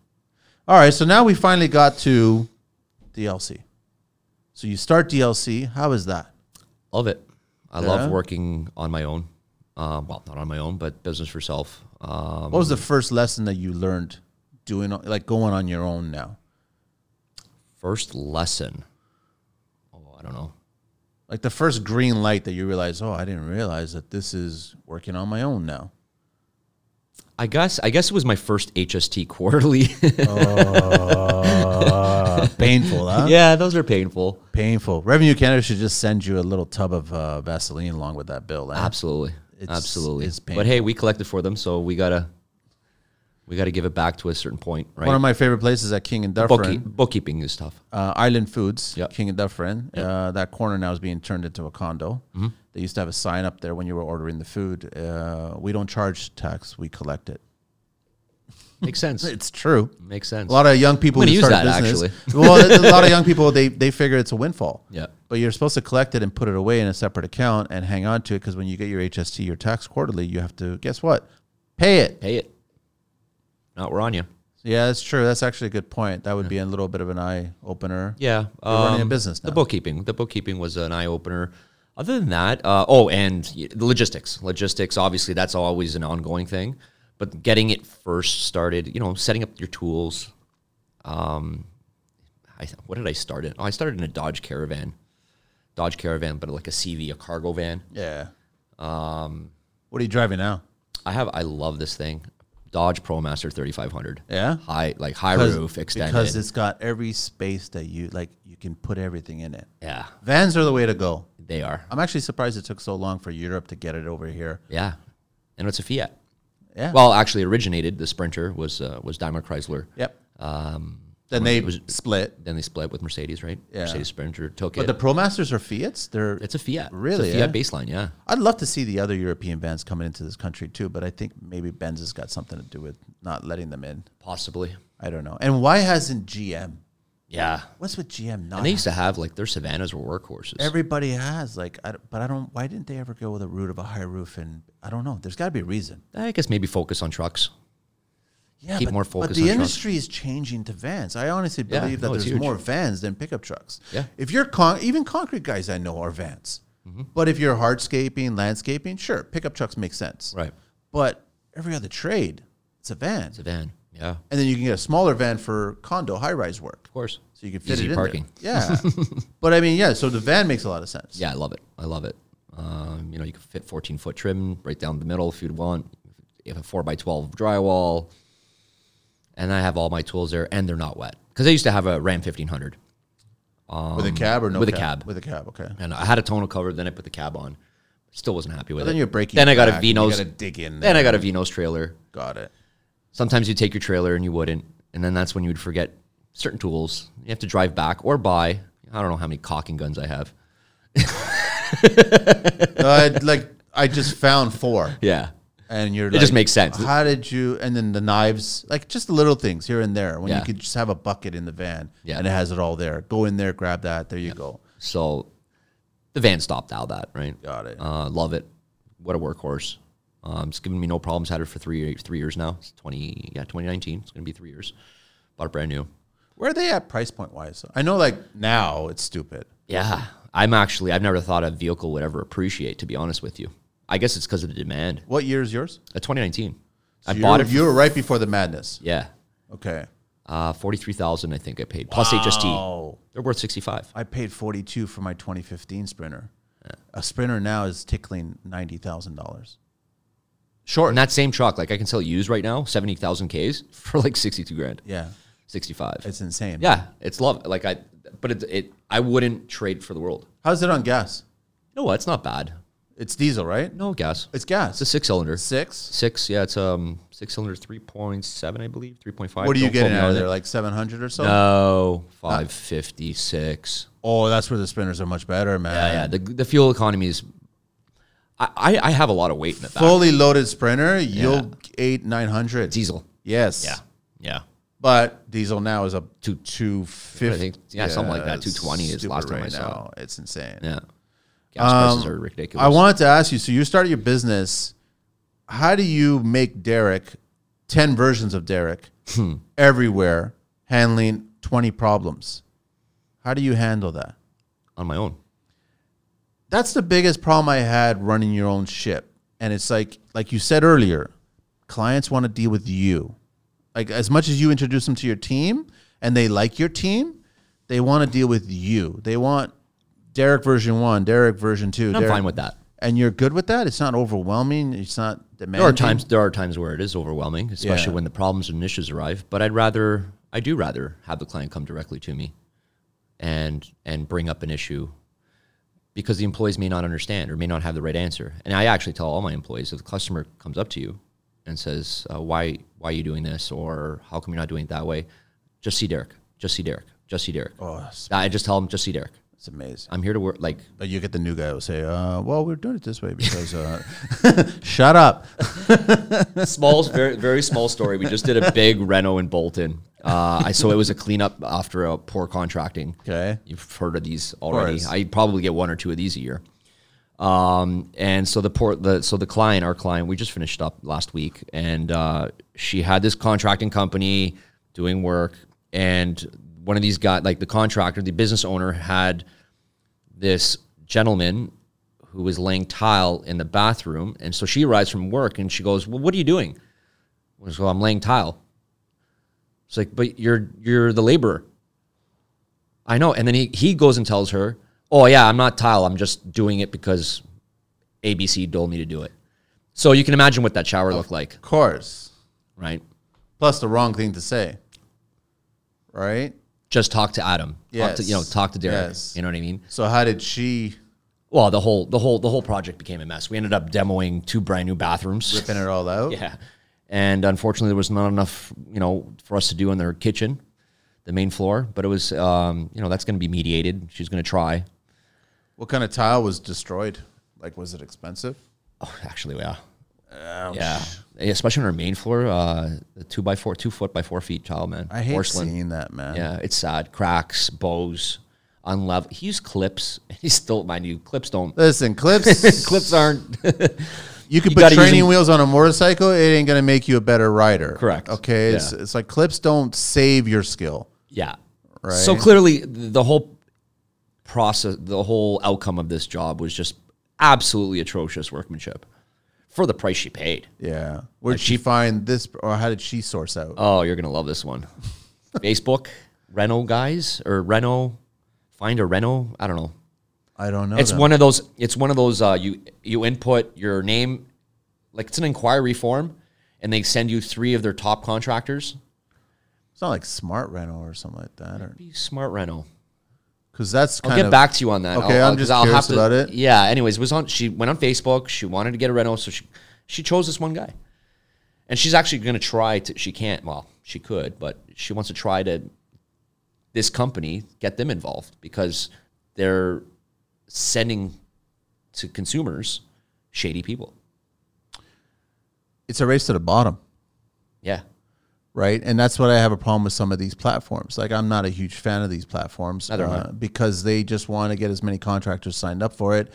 B: All right, so now we finally got to DLC. So you start DLC. How is that?
A: Love it. I love
B: Yeah.
A: working on my own. Um, well, not on my own, but business for self. Um,
B: What was the first lesson that you learned doing, like going on your own now?
A: first lesson. Oh, I don't know.
B: Like the first green light that you realize, oh, I didn't realize that this is working on my own now.
A: I guess I guess it was my first HST quarterly.
B: Uh, Painful, huh?
A: yeah, those are painful.
B: Painful. Revenue Canada should just send you a little tub of uh, Vaseline along with that bill. eh?
A: Absolutely,
B: It's-
A: absolutely.
B: it's
A: but hey, we collected for them, so we gotta we gotta give it back to a certain point,
B: One
A: right?
B: of my favorite places at King and Dufferin.
A: Bookkeep, bookkeeping is tough.
B: uh, Island Foods,
A: Yep. Mm-hmm.
B: King of Dufferin. Uh, that corner now is being turned into a condo. They used to have a sign up there when you were ordering the food. Uh, we don't charge tax; we collect it.
A: Makes sense.
B: It's true.
A: Makes sense.
B: A lot of young people
A: I'm
B: who
A: gonna use
B: start
A: that,
B: business. well, a lot of young people they they figure it's a windfall.
A: Yeah.
B: But you're supposed to collect it and put it away in a separate account and hang on to it because when you get your HST, your tax quarterly, you have to guess what? Pay it.
A: Pay it. Not we're on you.
B: Yeah, that's true. That's actually a good point. That would be a little bit of an eye opener.
A: Yeah,
B: You're running a
A: um,
B: business now.
A: The bookkeeping, the bookkeeping was an eye opener. Other than that, uh, oh, and y- the logistics, logistics. Obviously, that's always an ongoing thing. But getting it first started, you know, setting up your tools. Um, I, what did I start in? Oh, I started in a Dodge Caravan, Dodge Caravan, but like a CV, a cargo van.
B: Yeah. Um, what are you driving now?
A: I have, I love this thing, Dodge ProMaster 3500.
B: Yeah?
A: high, like high
B: Because-
A: roof extended.
B: because it's got every space that you like you can put everything in it
A: yeah,
B: vans are the way to go
A: they are.
B: i'm actually surprised it took so long for europe to get it over here
A: Yeah, and it's a Fiat.
B: yeah
A: Well, actually, originated the Sprinter was uh, was Daimler Chrysler.
B: yep
A: Um,
B: then they split
A: then they split with Mercedes, right?
B: Yeah.
A: Mercedes Sprinter took
B: but
A: it.
B: the ProMasters are Fiats. They're
A: it's a Fiat. It's a
B: Really,
A: Fiat
B: eh?
A: baseline. Yeah.
B: I'd love to see the other European vans coming into this country too, but I think maybe Benz has got something to do with not letting them in.
A: Possibly.
B: I don't know. And why hasn't GM?
A: Yeah.
B: What's with GM not?
A: And they used to have like their Savannas were workhorses.
B: Everybody has like, I, don't- but I don't. Why didn't they ever go with a route of a high roof? And I don't know. There's got to be a reason.
A: I guess maybe focus on trucks.
B: Yeah,
A: keep
B: but,
A: more
B: but
A: focus
B: the
A: on trucks.
B: industry is changing to vans. I honestly
A: Yeah,
B: believe that
A: no, it's
B: there's
A: huge.
B: more vans than pickup trucks.
A: Yeah. Mm-hmm.
B: If you're con- even concrete guys I know are vans, but if you're hardscaping, landscaping, sure, pickup trucks make sense.
A: Right.
B: But every other trade, it's a van,
A: It's a van. Yeah. Of
B: and then you can get a smaller van for condo high-rise work,
A: course.
B: so you can fit
A: Easy
B: it in
A: parking.
B: There. Yeah. but I mean, yeah. So the van makes a lot of sense.
A: Yeah, I love it. I love it. Um, you know, you can fit 14 foot trim right down the middle if you'd want. You have a 4 by 12 drywall. And I have all my tools there, and they're not wet. Because I used to have a Ram 1500.
B: with a cab or no?
A: with a cab.
B: With a cab. Okay.
A: and I had a tonal cover. Then I put the cab on. Still wasn't happy with
B: But then
A: it.
B: you're breaking.
A: Then I got a
B: back, you
A: Vino's.
B: gotta dig in.
A: Then
B: There.
A: I got a Vino's trailer.
B: Got it.
A: Sometimes you take your trailer and you wouldn't, and then that's when you would forget certain tools. You have to drive back or buy. I don't know how many caulking guns I have.
B: No, I like I just found four,
A: yeah.
B: and you're.
A: It just makes sense.
B: How did you? And then the knives, like just the little things here and there. When
A: Yeah.
B: you could just have a bucket in the van,
A: Yeah.
B: and it has it all there. Go in there, grab that. There you go.
A: So the van stopped all that, right?
B: Got it.
A: Uh, love it. What a workhorse. Um, it's given me no problems. Had it for three three years now. It's twenty yeah twenty nineteen. It's gonna be three years. Bought it brand new.
B: Where are they at price point wise? I know like now it's stupid.
A: Yeah, I'm actually I've never thought a vehicle would ever appreciate. To be honest with you, I guess it's because of the demand.
B: What year is yours?
A: Uh, 2019. I
B: So
A: bought
B: you-
A: it. For,
B: You were right before the madness.
A: yeah,
B: Okay.
A: uh, forty three thousand I think I paid plus HST.
B: Oh,
A: They're worth sixty five.
B: I paid forty two for my 2015 Sprinter. A Sprinter now is tickling ninety thousand dollars. Short.
A: And that same truck, like I can sell it used right now, seventy thousand Ks for like sixty two grand,
B: yeah,
A: sixty five.
B: it's insane.
A: Yeah, it's love. Like I, but it, it I wouldn't trade for the world.
B: How's it on gas?
A: You know what? It's not bad.
B: It's diesel, right?
A: No gas.
B: It's gas.
A: It's a six cylinder.
B: six.
A: Six. Yeah, it's um six cylinder, three point seven, I believe, three point five.
B: What are you getting out of there? Like seven hundred or so?
A: No, five fifty six.
B: Oh, that's where the Sprinters are much better, man.
A: Yeah, yeah. The, the fuel economy is. I, I I have a lot of weight in the back.
B: Fully loaded Sprinter, you'll eight nine hundred
A: Diesel.
B: Yes.
A: Yeah. Yeah.
B: But diesel now is up to two
A: I
B: fifty.
A: think- yeah, something like that. 220 is last time I saw
B: It's insane.
A: Yeah. Gas prices are ridiculous.
B: I wanted to ask you. So you started your business. How do you make Derek, ten versions of Derek, everywhere, handling twenty problems? How do you handle that?
A: on my own.
B: That's the biggest problem I had running your own ship. And it's like, like you said earlier, clients want to deal with you. Like as much as you introduce them to your team and they like your team, they want to deal with you. They want Derek version one, Derek version two.
A: I'm
B: Derek-
A: fine with that.
B: and you're good with that. It's not overwhelming. It's not demanding.
A: There are times there are times where it is overwhelming, especially
B: Yeah.
A: when the problems and issues arrive. But I'd rather I do rather have the client come directly to me and and bring up an issue because the employees may not understand or may not have the right answer. And I actually tell all my employees if the customer comes up to you and says, uh, "Why why are you doing this?" or "How come you're not doing it that way?" Just see Derek. Just see Derek. Just see Derek.
B: Oh, it's,
A: I just tell them, "Just see Derek.
B: it's amazing.
A: I'm here to work." Like
B: But you get the new guy who will say, uh, "Well, we're doing it this way because." Uh, shut up.
A: small, very, very small story. We just did a big reno in Bolton. Uh, I so it was a cleanup after a poor contracting.
B: Okay.
A: you've heard of these already.
B: course.
A: I probably get one or two of these a year. Um, and so the poor, the so the client, our client, we just finished up last week, and uh, she had this contracting company doing work, and one of these guys, like the contractor, the business owner, had this gentleman who was laying tile in the bathroom. And so she arrives from work and she goes, Well, what are you doing? I was, well, I'm laying tile. It's like, but you're you're the laborer. I know. And then he, he goes and tells her, Oh yeah, I'm not tile. I'm just doing it because ABC told me to do it. So you can imagine what that shower looked like,
B: Of course.
A: right?
B: Plus, the wrong thing to say. Right.
A: Just talk to Adam. Talk to, you know,
B: Yes.
A: talk to Derek.
B: Yes.
A: You know what I mean?
B: So how did she
A: Well, the whole the whole the whole project became a mess. We ended up demoing two brand new bathrooms.
B: spin it all out?
A: Yeah. And unfortunately, there was not enough, you know, for us to do in their kitchen, the main floor. But it was, um, you know, that's going to be mediated. She's going to try.
B: What kind of tile was destroyed? Like, was it expensive?
A: Oh, actually, yeah. Yeah. Especially on our main floor, uh, the two by four, two foot by four feet tile, man.
B: I hate seeing that, man.
A: Yeah, it's sad. Cracks, bows, unlevel. He used clips. He's still, mind you, clips don't.
B: Listen, clips.
A: clips aren't.
B: You could
A: You
B: put
A: gotta use
B: training
A: them-
B: wheels on a motorcycle. It ain't gonna make you a better rider.
A: Correct.
B: Okay. It's, it's like clips don't save your skill.
A: Yeah.
B: Right.
A: So clearly, the whole process, the whole outcome of this job was just absolutely atrocious workmanship for the price she paid.
B: Yeah. Where did she find this, or how did she source out?
A: Oh, you're gonna love this one. Facebook, Reno guys or Reno, find a Reno. I don't know.
B: I don't know.
A: It's
B: them.
A: one of those. It's one of those. Uh, you you input your name, like it's an inquiry form, and they send you three of their top contractors.
B: It's not like Smart Rental or something like that,
A: Be smart, Reno.
B: because that's
A: I'll
B: kind
A: get
B: of
A: back to you on that.
B: Okay,
A: I'll, I'll-
B: I'm
A: 'cause
B: just
A: I'll
B: curious
A: have to,
B: about it.
A: Yeah. Anyways, it was on. She went on Facebook. She wanted to get a rental, so she she chose this one guy, and she's actually going to try to. She can't. Well, she could, but she wants to try to this company get them involved because they're sending to consumers shady people.
B: It's a race to the bottom,
A: Yeah.
B: right? And that's what I have a problem with some of these platforms. Like I'm not a huge fan of these platforms uh,
A: Neither am I.
B: because they just want to get as many contractors signed up for it.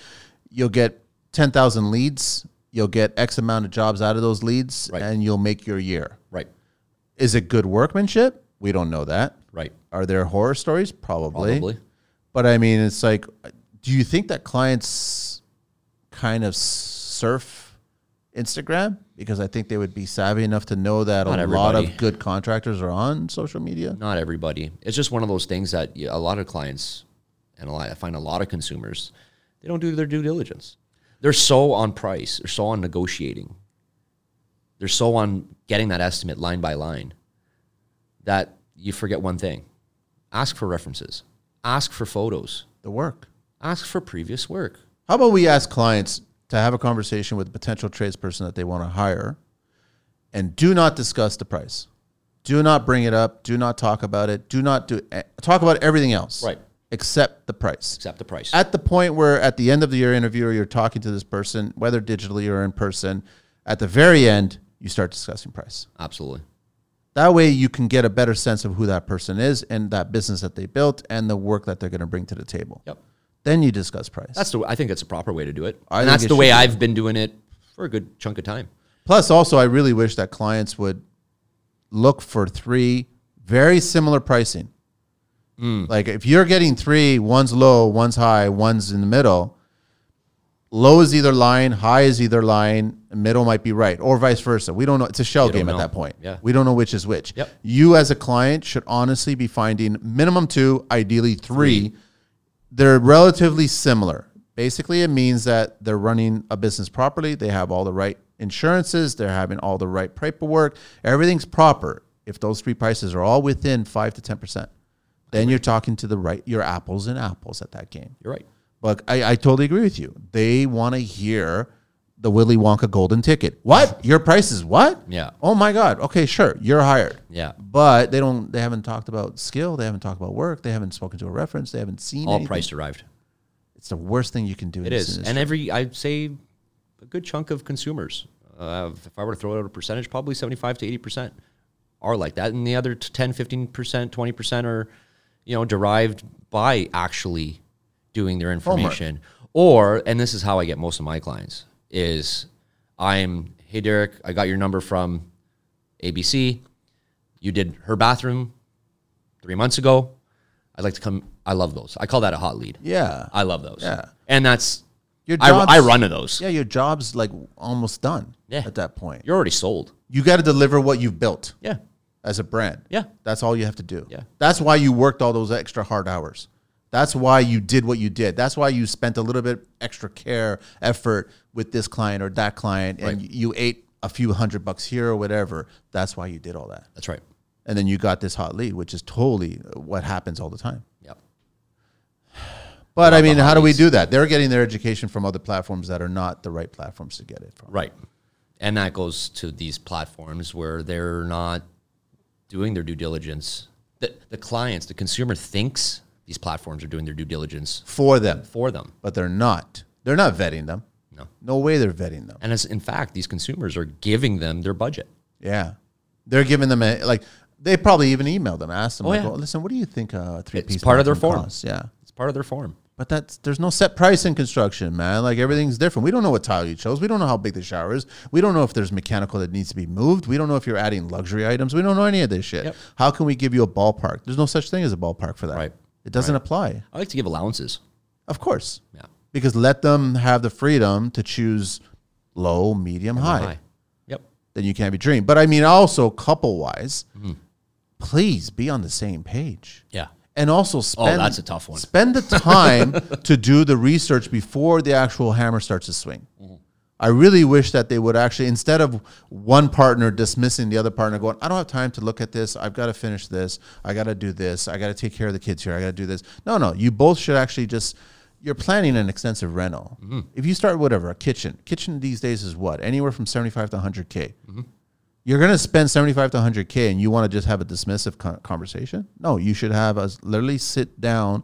B: You'll get 10,000 leads, you'll get X amount of jobs out of those leads
A: Right.
B: and you'll make your year.
A: Right.
B: Is it good workmanship? We don't know that.
A: Right.
B: Are there horror stories?
A: Probably.
B: But I mean, it's like, do you think that clients kind of surf Instagram? Because I think they would be savvy enough to know that
A: Not
B: a lot of
A: everybody.
B: good contractors are on social media.
A: Not everybody. It's just one of those things that yeah, a lot of clients and a lot, I find a lot of consumers, they don't do their due diligence. They're so on price. They're so on negotiating. They're so on getting that estimate line by line that you forget one thing. Ask for references. Ask for photos.
B: The work.
A: Ask for previous work.
B: How about we ask clients to have a conversation with a potential tradesperson that they want to hire and do not discuss the price. Do not bring it up. Do not talk about it. Do not do eh, talk about everything else.
A: Right.
B: Except the price.
A: Accept the price.
B: at the point where at the end of your interview or you're talking to this person, whether digitally or in person, at the very end, you start discussing price.
A: Absolutely.
B: That way you can get a better sense of who that person is and that business that they built and the work that they're going to bring to the table.
A: Yep.
B: Then you discuss price.
A: That's the. I think that's a proper way to do it,
B: I
A: and
B: think
A: that's
B: it
A: the way
B: should be.
A: I've been doing it for a good chunk of time.
B: Plus, also, I really wish that clients would look for three very similar pricing.
A: Hmm.
B: Like if you're getting three, one's low, one's high, one's in the middle. Low is either line, high is either line, middle might be right, or vice versa. We don't know. It's a shell
A: don't
B: game at
A: know.
B: that point.
A: Yeah.
B: We don't know which is which.
A: Yep.
B: You as a client should honestly be finding minimum two, ideally three. They're relatively similar. Basically, it means that they're running a business properly. They have all the right insurances. They're having all the right paperwork. Everything's proper. If those three prices are all within five to ten percent, then you're talking to the right. You're apples and apples at that game.
A: You're right.
B: But I, I totally agree with you. They want to hear the Willy Wonka golden ticket. What your price is what?
A: Yeah.
B: Oh my God. Okay, sure. You're hired.
A: Yeah.
B: But they don't. They haven't talked about skill. They haven't talked about work. They haven't spoken to a reference. They haven't seen
A: All
B: anything.
A: price derived.
B: It's the worst thing you can do. in
A: It
B: this
A: is,
B: industry.
A: and every I'd say a good chunk of consumers. Uh, if I were to throw out a percentage, probably seventy-five to eighty percent are like that, and the other t- 10, 15 percent, twenty percent are, you know, derived by actually doing their information. Or, and this is how I get most of my clients is, I'm, hey Derek, I got your number from ABC. You did her bathroom three months ago. I'd like to come. I love those. I call that a hot lead.
B: yeah.
A: I love those.
B: Yeah.
A: And that's
B: Your
A: I,
B: job's-
A: I run to those.
B: Yeah, your job's like almost done.
A: Yeah.
B: At that point,
A: You're already sold.
B: you got to deliver what you've built
A: Yeah.
B: as a brand.
A: Yeah.
B: That's all you have to do.
A: Yeah.
B: That's why you worked all those extra hard hours. That's why you did what you did. That's why you spent a little bit extra care, effort with this client or that client, and you ate a few hundred bucks here or whatever. That's why you did all that.
A: That's right.
B: And then you got this hot lead, which is totally what happens all the time.
A: Yeah.
B: But I mean, how do we do that? They're getting their education from other platforms that are not the right platforms to get it from.
A: Right. And that goes to these platforms where they're not doing their due diligence. The, the clients, the consumer thinks these platforms are doing their due diligence
B: For them,
A: for them.
B: but they're not. They're not vetting them.
A: No.
B: No way they're vetting them.
A: And as in fact, these consumers are giving them their budget.
B: Yeah, they're giving them a like. They probably even emailed them, asked them, like,
A: Oh, yeah.
B: "Well, listen, what do you think a three piece
A: part of their form.
B: Yeah,
A: It's part of their form.
B: but that's there's no set price in construction, man. Like everything's different. We don't know what tile you chose. We don't know how big the shower is. We don't know if there's mechanical that needs to be moved. We don't know if you're adding luxury items. We don't know any of this shit.
A: Yep.
B: How can we give you a ballpark? There's no such thing as a ballpark for that.
A: Right.
B: It doesn't apply.
A: I like to give allowances.
B: Of course.
A: Yeah.
B: Because let them have the freedom to choose low, medium, high
A: High. Yep.
B: then you can't be dreamed. But I mean, also couple wise,
A: Mm-hmm.
B: please be on the same page.
A: Yeah.
B: And also spend
A: Oh, that's a tough one.
B: Spend the time to do the research before the actual hammer starts to swing.
A: Mm-hmm.
B: I really wish that they would actually instead of one partner dismissing the other partner going, I don't have time to look at this. I've got to finish this. I got to do this. I got to take care of the kids here. I got to do this. No, no, you both should actually just you're planning an extensive rental.
A: Mm-hmm.
B: If you start whatever, a kitchen. Kitchen these days is what? Anywhere from 75 to 100k you're going to spend 75 to 100k and you want to just have a dismissive con- conversation no you should have us literally sit down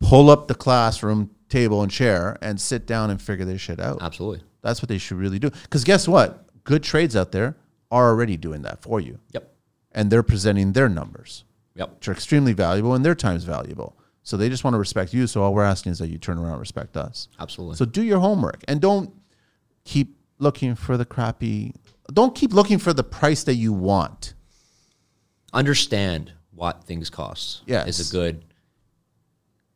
B: pull up the classroom table and chair and sit down and figure this shit out.
A: Absolutely.
B: That's what they should really do. Because guess what? Good trades out there are already doing that for you.
A: Yep.
B: And they're presenting their numbers,
A: Yep.
B: which are extremely valuable and their time's valuable. So they just want to respect you. So all we're asking is that you turn around and respect us.
A: Absolutely.
B: So do your homework and don't keep looking for the crappy. Don't keep looking for the price that you want.
A: understand what things cost
B: Yes.
A: is a good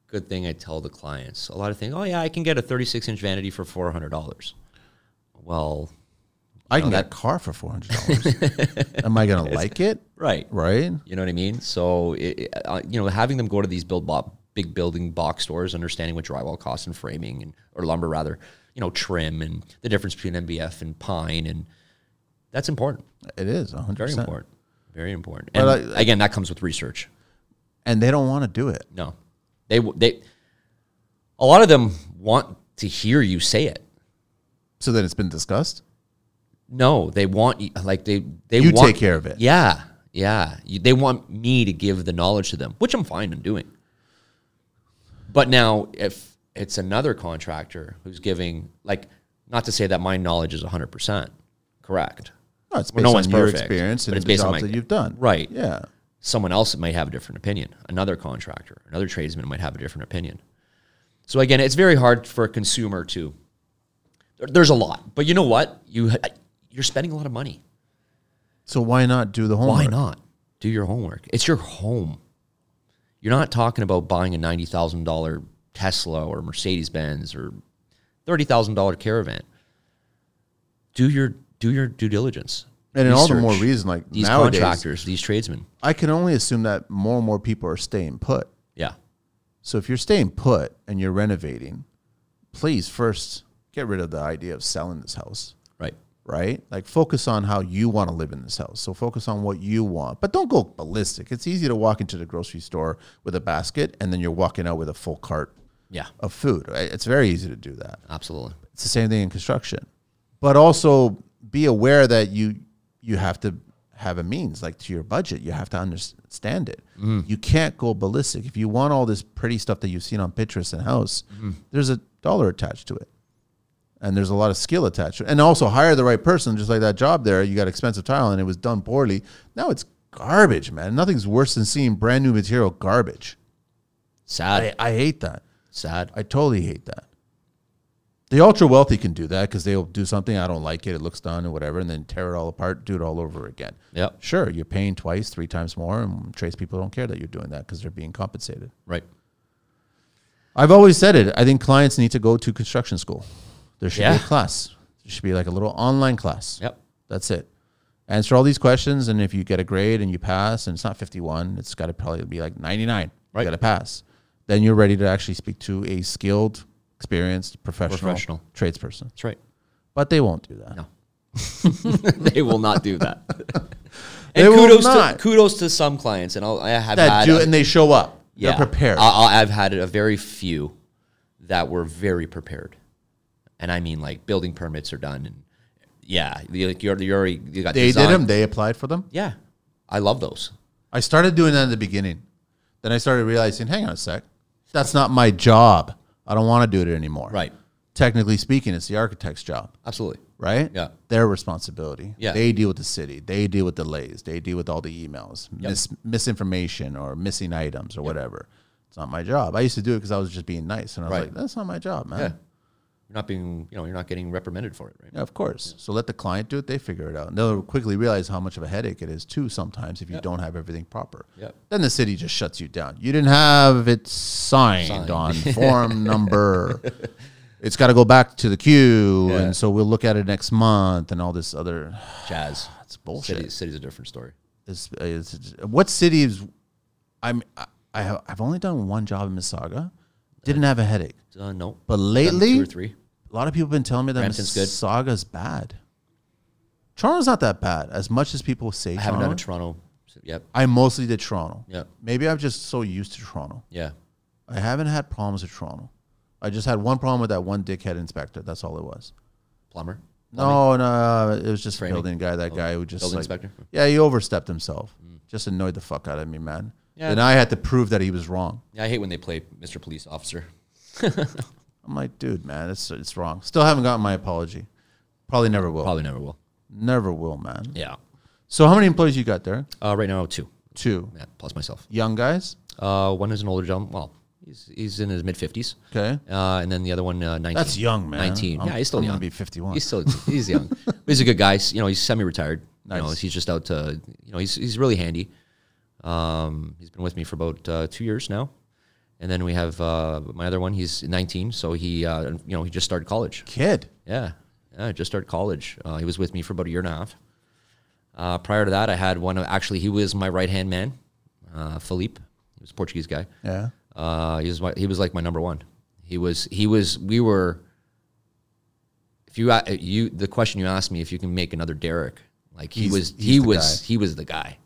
A: good thing I tell the clients. A lot of things, oh yeah, I can get a 36 inch vanity for $400. Well,
B: I can get a car for four hundred dollars. Am I gonna like it?
A: right.
B: Right?
A: You know what I mean? So, it, it- uh, you know, having them go to these build bo- big building box stores, understanding what drywall costs and framing and or lumber rather, you know, trim and the difference between MBF and pine and that's important.
B: It is hundred
A: Very
B: percent.
A: important. Very important. And
B: But I-
A: again, that comes with research.
B: And they don't want to do it.
A: No, they they. A lot of them want to hear you say it.
B: So then it's been discussed.
A: No, they want y- like they they
B: You
A: want,
B: take care of it.
A: Yeah, yeah. You, they want me to give the knowledge to them, which I'm fine. I'm doing. But now, if it's another contractor who's giving, like, not to say that my knowledge is 100 percent correct.
B: No, it's
A: Well,
B: based
A: no
B: on
A: one's
B: your
A: perfect,
B: experience
A: but
B: and
A: it's
B: the
A: based on
B: job
A: my-
B: that you've done.
A: Right.
B: Yeah.
A: someone else might have a different opinion. Another contractor, another tradesman might have a different opinion. So again, it's very hard for a consumer to. there- There's a lot, but you know what? You you're spending a lot of money.
B: So why not do the homework?
A: Why not do your homework? It's your home. You're not talking about buying a ninety thousand dollar Tesla or Mercedes Benz or thirty thousand dollar caravan. Do your do your due diligence.
B: And all the
A: Research
B: more reason, like
A: these
B: nowadays,
A: contractors, these tradesmen.
B: I can only assume that more and more people are staying put.
A: Yeah,
B: So if you're staying put and you're renovating, please first get rid of the idea of selling this house.
A: right.
B: right? Like focus on how you want to live in this house. So focus on what you want, but don't go ballistic. It's easy to walk into the grocery store with a basket and then you're walking out with a full cart
A: Yeah,
B: of food. Right? It's very easy to do that.
A: absolutely.
B: It's the same thing in construction. But also be aware that you you have to have a means like to your budget. You have to understand it. You can't go ballistic. If you want all this pretty stuff that you've seen on Pinterest and house, there's a dollar attached to it. And there's a lot of skill attached. And also hire the right person, just like that job there. You got expensive tile and it was done poorly. Now it's garbage, man. Nothing's worse than seeing brand new material garbage.
A: Sad.
B: I, I hate that.
A: Sad.
B: I totally hate that. The ultra wealthy can do that because they'll do something I don't like it, it looks done or whatever, and then tear it all apart, do it all over again.
A: Yep.
B: Sure, you're paying twice, three times more, and trades people don't care that you're doing that because they're being compensated.
A: Right.
B: I've always said it. I think clients need to go to construction school. There should be
A: Yeah.
B: a class. There should be like a little online class.
A: Yep.
B: That's it. Answer all these questions, and if you get a grade and you pass, and it's not 51, it's got to probably be like 99.
A: Right.
B: You got to pass. Then you're ready to actually speak to a skilled, experienced, professional,
A: Professional.
B: tradesperson.
A: That's right.
B: but they won't do that.
A: No. they will not do that.
B: They
A: and
B: will
A: kudos
B: not.
A: to kudos to some clients, and I'll, I have
B: That
A: had
B: do,
A: a-
B: and they show up.
A: Uh, yeah, Uh,
B: They're prepared.
A: I, I- I've had a very few that were very prepared, and I mean like building permits are done, and yeah, you like you're, you already you got
B: they
A: design.
B: did them. They applied for them.
A: Yeah, I love those.
B: I started doing that in the beginning. Then I started realizing, hang on a sec, that's not my job. I don't want to do it anymore.
A: Right.
B: Technically speaking, it's the architect's job.
A: Absolutely.
B: Right.
A: Yeah.
B: Their responsibility.
A: Yeah.
B: They deal with the city. They deal with delays. They deal with all the emails, mis- misinformation or missing items or whatever. It's not my job. I used to do it because I was just being nice, and I was
A: Right.
B: like, that's not my job, man.
A: Yeah, you're not being you know you're not getting reprimanded for it, right?
B: Yeah, of course. So let the client do it; they figure it out, and they'll quickly realize how much of a headache it is too. Sometimes, if you don't have everything proper,
A: Yep.
B: then the city just shuts you down. You didn't have it signed,
A: Signed.
B: on form number. It's got to go back to the queue,
A: Yeah.
B: and so we'll look at it next month, and all this other.
A: Jazz.
B: It's bullshit.
A: City, city's a different story.
B: It's, it's, what cities? I'm. I, I have, I've only done one job in Mississauga. Didn't have a headache,
A: Uh, no,
B: but
A: Done
B: lately,
A: two or three.
B: a lot of people have been telling me that
A: Brampton's good.
B: Mississauga's bad. Toronto's not that bad as much as people say.
A: I haven't
B: Toronto,
A: done a Toronto. so- Yep.
B: I mostly did Toronto.
A: Yeah.
B: Maybe I'm just so used to Toronto.
A: Yeah.
B: I haven't had problems with Toronto. I just had one problem with that one dickhead inspector. That's all it was.
A: Plumber.
B: No, no, it was just a
A: Framing.
B: building guy. That guy who just
A: Oh, Building
B: like,
A: inspector? Mm.
B: yeah, he overstepped himself. Just annoyed the fuck out of me, man.
A: Yeah.
B: Then I had to prove that he was wrong.
A: Yeah, I hate when they play Mr. Police Officer.
B: I'm like, dude, man, it's it's wrong. Still haven't gotten my apology. Probably never will.
A: Probably never will.
B: Never will, man.
A: Yeah.
B: So how many employees you got there?
A: Uh, right now, two.
B: Two.
A: Yeah, plus myself.
B: Young guys.
A: Uh, one is an older gentleman. Well, he's, he's in his mid fifties.
B: Okay.
A: Uh, and then the other one, uh, nineteen.
B: That's young, man.
A: 19
B: I'm-
A: yeah, he's still
B: I'm
A: young.
B: gonna be 51.
A: He's still he's young. but he's a good guy. S- You know, he's semi-retired. You know,
B: Nice.
A: he's just out to you know he's he's really handy. Um, he's been with me for about uh, two years now. And then we have uh, my other one. He's 19, so he uh, you know he just started college.
B: Kid.
A: Yeah, yeah, just started college. Uh, he was with me for about a year and a half. Uh, prior to that, I had one. Actually, he was my right hand man, uh, Philippe. He was a Portuguese guy.
B: Yeah.
A: Uh, he was my, he was like my number one. He was he was we were. If you a- you the question you asked me if you can make another Derek like he
B: He's-
A: was
B: he's
A: he
B: the
A: was he was the guy,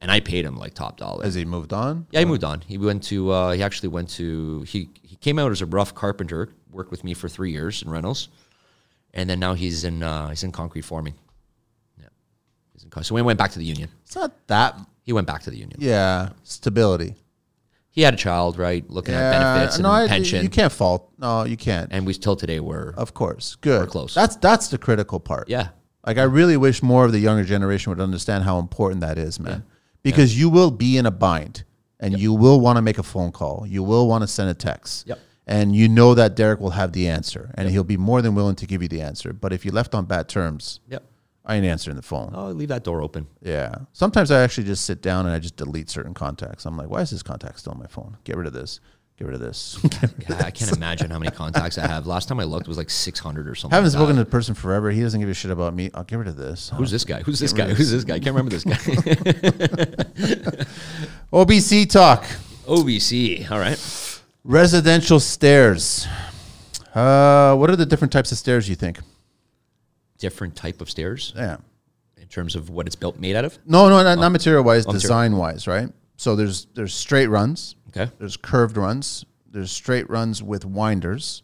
A: and I paid him like top dollar.
B: Has he moved on?
A: Yeah, he moved on. He went to. Uh, he actually went to. He he came out as a rough carpenter. Worked with me for three years in Reynolds, and then now he's in uh, he's in concrete forming. Yeah, he's in. con- So we went back to the union.
B: It's not that.
A: He went back to the union.
B: Yeah. Stability.
A: He had a child, right? Looking at
B: Yeah.
A: benefits and
B: no, I-
A: pension,
B: You can't fault. No, you can't.
A: and we till today were.
B: Of course. Good.
A: We're close.
B: That's that's the critical part.
A: yeah,
B: Like I really wish more of the younger generation would understand how important that is, man. Because you will be in a bind and you will want to make a phone call. You will want to send a text.
A: Yep.
B: And you know that Derek will have the answer and he'll be more than willing to give you the answer. But if you left on bad terms,
A: yep.
B: I ain't answering the phone.
A: Oh, leave that door open.
B: Yeah. Sometimes I actually just sit down and I just delete certain contacts. I'm like, why is this contact still on my phone? Get rid of this. Get rid of this.
A: Yeah, I can't imagine how many contacts I have. Last time I looked, it was like six hundred or something.
B: I haven't
A: like that.
B: spoken to the person forever. He doesn't give a shit about me. I'll get rid of this.
A: Who's this guy? Who's this guy? Who's this guy? I can't remember this guy.
B: OBC talk.
A: OBC. All right.
B: Residential stairs. Uh, what are the different types of stairs you think?
A: Different type of stairs
B: Yeah.
A: in terms of what it's built, made out of.
B: No, no,
A: Oh.
B: not, not material wise, design wise, right? So there's there's straight runs,
A: Okay.
B: there's curved runs, there's straight runs with winders.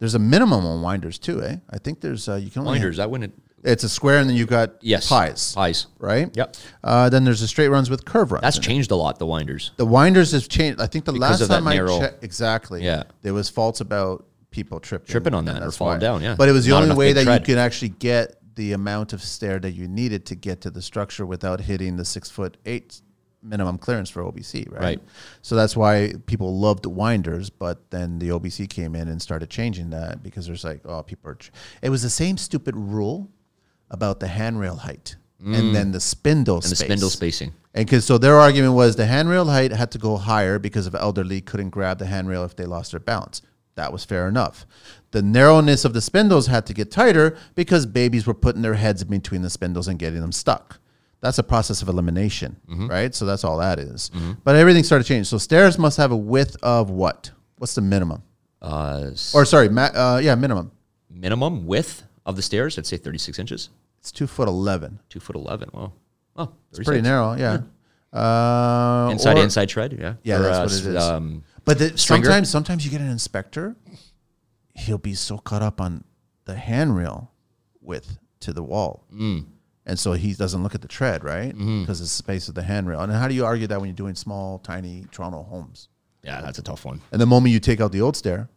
B: There's a minimum on winders too, eh? I think there's uh, you can only have-
A: Blinders. I wouldn't.
B: it's a square and then you got
A: Yes.
B: pies,
A: Pies.
B: right?
A: Yep.
B: Uh, then there's the straight runs with curve runs.
A: That's changed a lot. The winders.
B: the winders have changed. I think the last
A: of that
B: time I
A: narrow-
B: checked, exactly,
A: Yeah.
B: there was faults about people tripping,
A: Tripping on that
B: and
A: or
B: that's
A: falling
B: why.
A: down, yeah.
B: but it was the
A: Not
B: only
A: enough
B: way
A: big
B: that
A: tread.
B: you could actually get the amount of stair that you needed to get to the structure without hitting the six foot eight minimum clearance for OBC, right?
A: Right.
B: So that's why people loved winders, but then the OBC came in and started changing that because there's like, oh, people are. Ch-. It was the same stupid rule about the handrail height. And then the spindle
A: Mm. And the spindle spacing.
B: and because so their argument was the handrail height had to go higher because of elderly couldn't grab the handrail if they lost their balance. That was fair enough. The narrowness of the spindles had to get tighter because babies were putting their heads in between the spindles and getting them stuck. That's a process of elimination, right? So that's all that is. But everything started changing. So stairs must have a width of what? What's the minimum?
A: Uh, s-
B: Or sorry, ma- uh, yeah, minimum.
A: minimum width of the stairs. I'd say thirty-six inches.
B: It's two foot eleven.
A: Two foot eleven. Wow. Wow.
B: It's pretty narrow, yeah. Uh,
A: Inside
B: or-
A: inside tread. Yeah.
B: Yeah, that's what it
A: s-
B: is.
A: Um,
B: But the,
A: Stringer?
B: sometimes, sometimes you get an inspector. He'll be so caught up on the handrail width to the wall,
A: Mm.
B: and so he doesn't look at the tread, right? Because
A: Mm-hmm.
B: it's the space of the handrail. And how do you argue that when you're doing small, tiny Toronto homes?
A: yeah, that's a tough one.
B: And the moment you take out the old stair,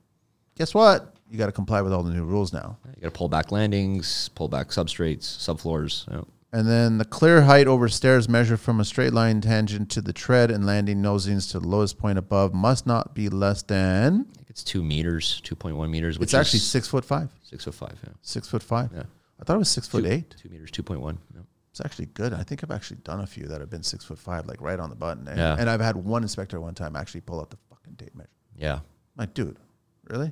B: guess what? You got to comply with all the new rules now.
A: You got to pull back landings, pull back substrates, subfloors. Yeah.
B: And then the clear height over stairs measured from a straight line tangent to the tread and landing nosings to the lowest point above must not be less than.
A: I think it's two meters, two point one meters, which
B: It's actually
A: is
B: six foot five.
A: six oh five. Yeah.
B: Six foot five.
A: Yeah.
B: I thought it was six foot
A: Two-
B: eight.
A: Two meters, two point one. Yeah.
B: It's actually good. I think I've actually done a few that have been six foot five, like right on the button. And,
A: Yeah.
B: and I've had one inspector one time actually pull out the fucking tape measure.
A: yeah.
B: I'm like, dude, really?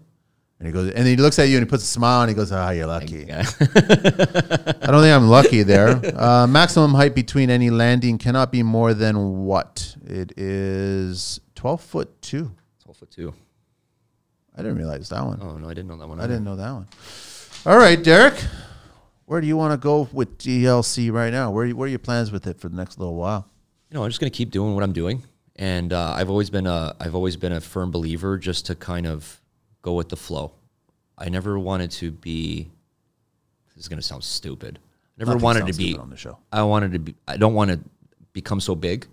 B: And he goes, and he looks at you and he puts a smile and he goes, ah, you're lucky.
A: Yeah.
B: I don't think I'm lucky there. Uh, maximum height between any landing cannot be more than what? It is 12 foot two.
A: Twelve foot two.
B: I didn't realize that one.
A: Oh no, I didn't know that one.
B: I
A: either.
B: didn't know that one. All right, Derek, where do you want to go with DLC right now? Where, where are your plans with it for the next little while?
A: you know, I'm just going to keep doing what I'm doing. And uh, I've always been a I've always been a firm believer just to kind of go with the flow. I never wanted to be. This is going to sound stupid. I never
B: Nothing
A: wanted to
B: sounds
A: be.
B: stupid on the show.
A: I wanted to be. I don't want to become so big,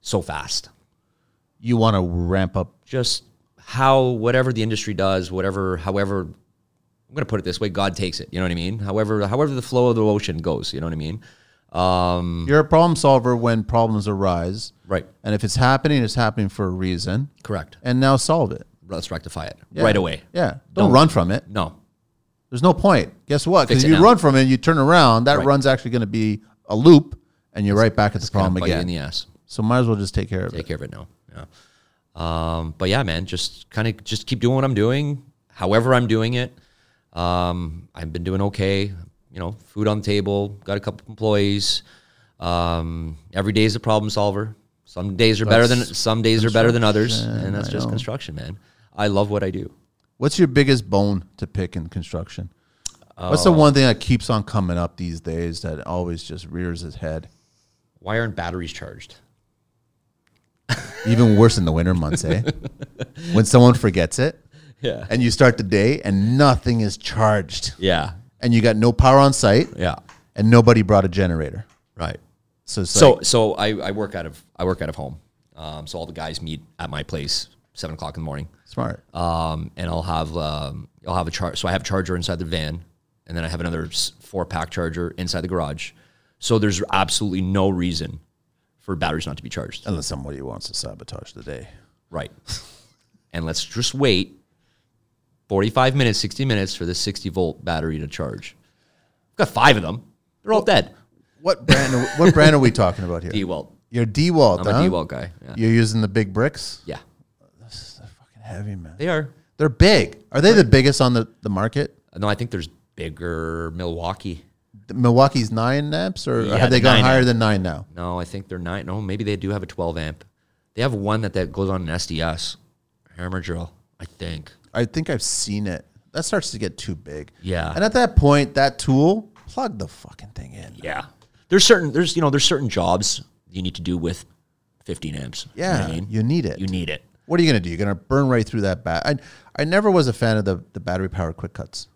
A: so fast.
B: You want to ramp up
A: Just how whatever the industry does, whatever, however, I'm going to put it this way: God takes it. You know what I mean? However, however the flow of the ocean goes. You know what I mean? Um,
B: You're a problem solver when problems arise.
A: Right.
B: And if it's happening, it's happening for a reason.
A: correct.
B: And now solve it.
A: Let's rectify it
B: Yeah.
A: right away.
B: Yeah. Don't, run from it.
A: No,
B: There's no point. Guess what?
A: Fix
B: Because
A: it
B: you
A: now.
B: run from it, you turn around, that
A: Right.
B: run's actually going to be a loop and you're right back at the problem
A: Bite you in
B: again.
A: the ass.
B: So might as well just take care of it.
A: take care of it now. Yeah. Um, but yeah, man, just kind of just keep doing what I'm doing, however I'm doing it. Um, I've been doing okay. You know, food on the table, got a couple employees. Um, every day is a problem solver. Some days are better than
B: That's
A: some days are better than others,
B: construction,
A: and that's
B: I
A: just
B: know.
A: construction, man. I love what I do.
B: What's your biggest bone to pick in construction? What's the one thing that keeps on coming up these days that always just rears its head?
A: Why aren't batteries charged?
B: Even worse in the winter months, eh? when someone forgets it
A: Yeah.
B: and you start the day and nothing is charged
A: Yeah.
B: and you got no power on site
A: Yeah.
B: and nobody brought a generator.
A: Right.
B: So it's
A: So
B: like,
A: so I, I work out of I work out of home. Um, so all the guys meet at my place seven o'clock in the morning.
B: smart.
A: um, and I'll have um, I'll have a char- so I have a charger inside the van, and then I have another four pack charger inside the garage. So there's absolutely no reason for batteries not to be charged.
B: Unless somebody wants to sabotage the day.
A: Right. and let's just wait 45 minutes, 60 minutes for this 60 volt battery to charge. I've got five of them. They're all dead.
B: What brand? Are, what brand are we talking about here?
A: D Walt.
B: You're DeWalt.
A: I'm
B: huh?
A: a D Walt guy. Yeah.
B: You're using the big bricks.
A: yeah.
B: Fucking heavy man.
A: They are.
B: They're big. Are they the biggest on the, the market?
A: No, I think there's bigger Milwaukee.
B: The Milwaukee's nine amps, or
A: Yeah,
B: have
A: the
B: they gone
A: nine
B: higher
A: amp.
B: than nine now?
A: No, I think they're nine. No, maybe they do have a 12 amp. They have one that, that goes on an SDS hammer drill, I think.
B: I think I've seen it. That starts to get too big.
A: Yeah.
B: And at that point, that tool plug the fucking thing in.
A: Yeah, there's certain there's you know there's certain jobs you need to do with 15 amps. You know
B: Yeah,
A: what I mean?
B: you need it.
A: You need it.
B: What are you gonna do? You're gonna burn right through that bat. I I never was a fan of the the battery powered quick cuts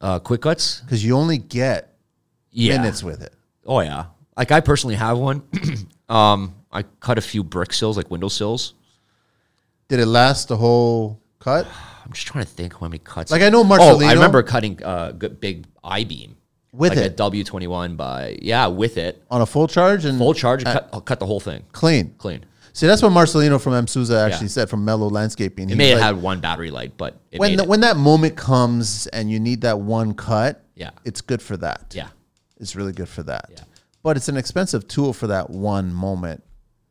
A: Uh, quick cuts.
B: because you only get
A: Yeah.
B: minutes with it.
A: Oh yeah. Like I personally have one. um, I cut a few brick sills, like window sills.
B: Did it last the whole cut?
A: I'm just trying to think how many cuts.
B: Like, I know
A: Oh,
B: Marcelino-
A: I remember cutting uh, g- big I beam
B: With
A: like
B: it.
A: a W21 by yeah with it
B: on a full charge and
A: full charge. cut, I'll cut the whole thing
B: clean.
A: clean.
B: See, that's what Marcelino from M. Souza actually
A: Yeah.
B: said from Mellow Landscaping.
A: It may have had one battery light, but it
B: when
A: made
B: the,
A: it.
B: when that moment comes and you need that one cut,
A: Yeah.
B: it's good for that.
A: yeah,
B: it's really good for that.
A: Yeah.
B: But it's an expensive tool for that one moment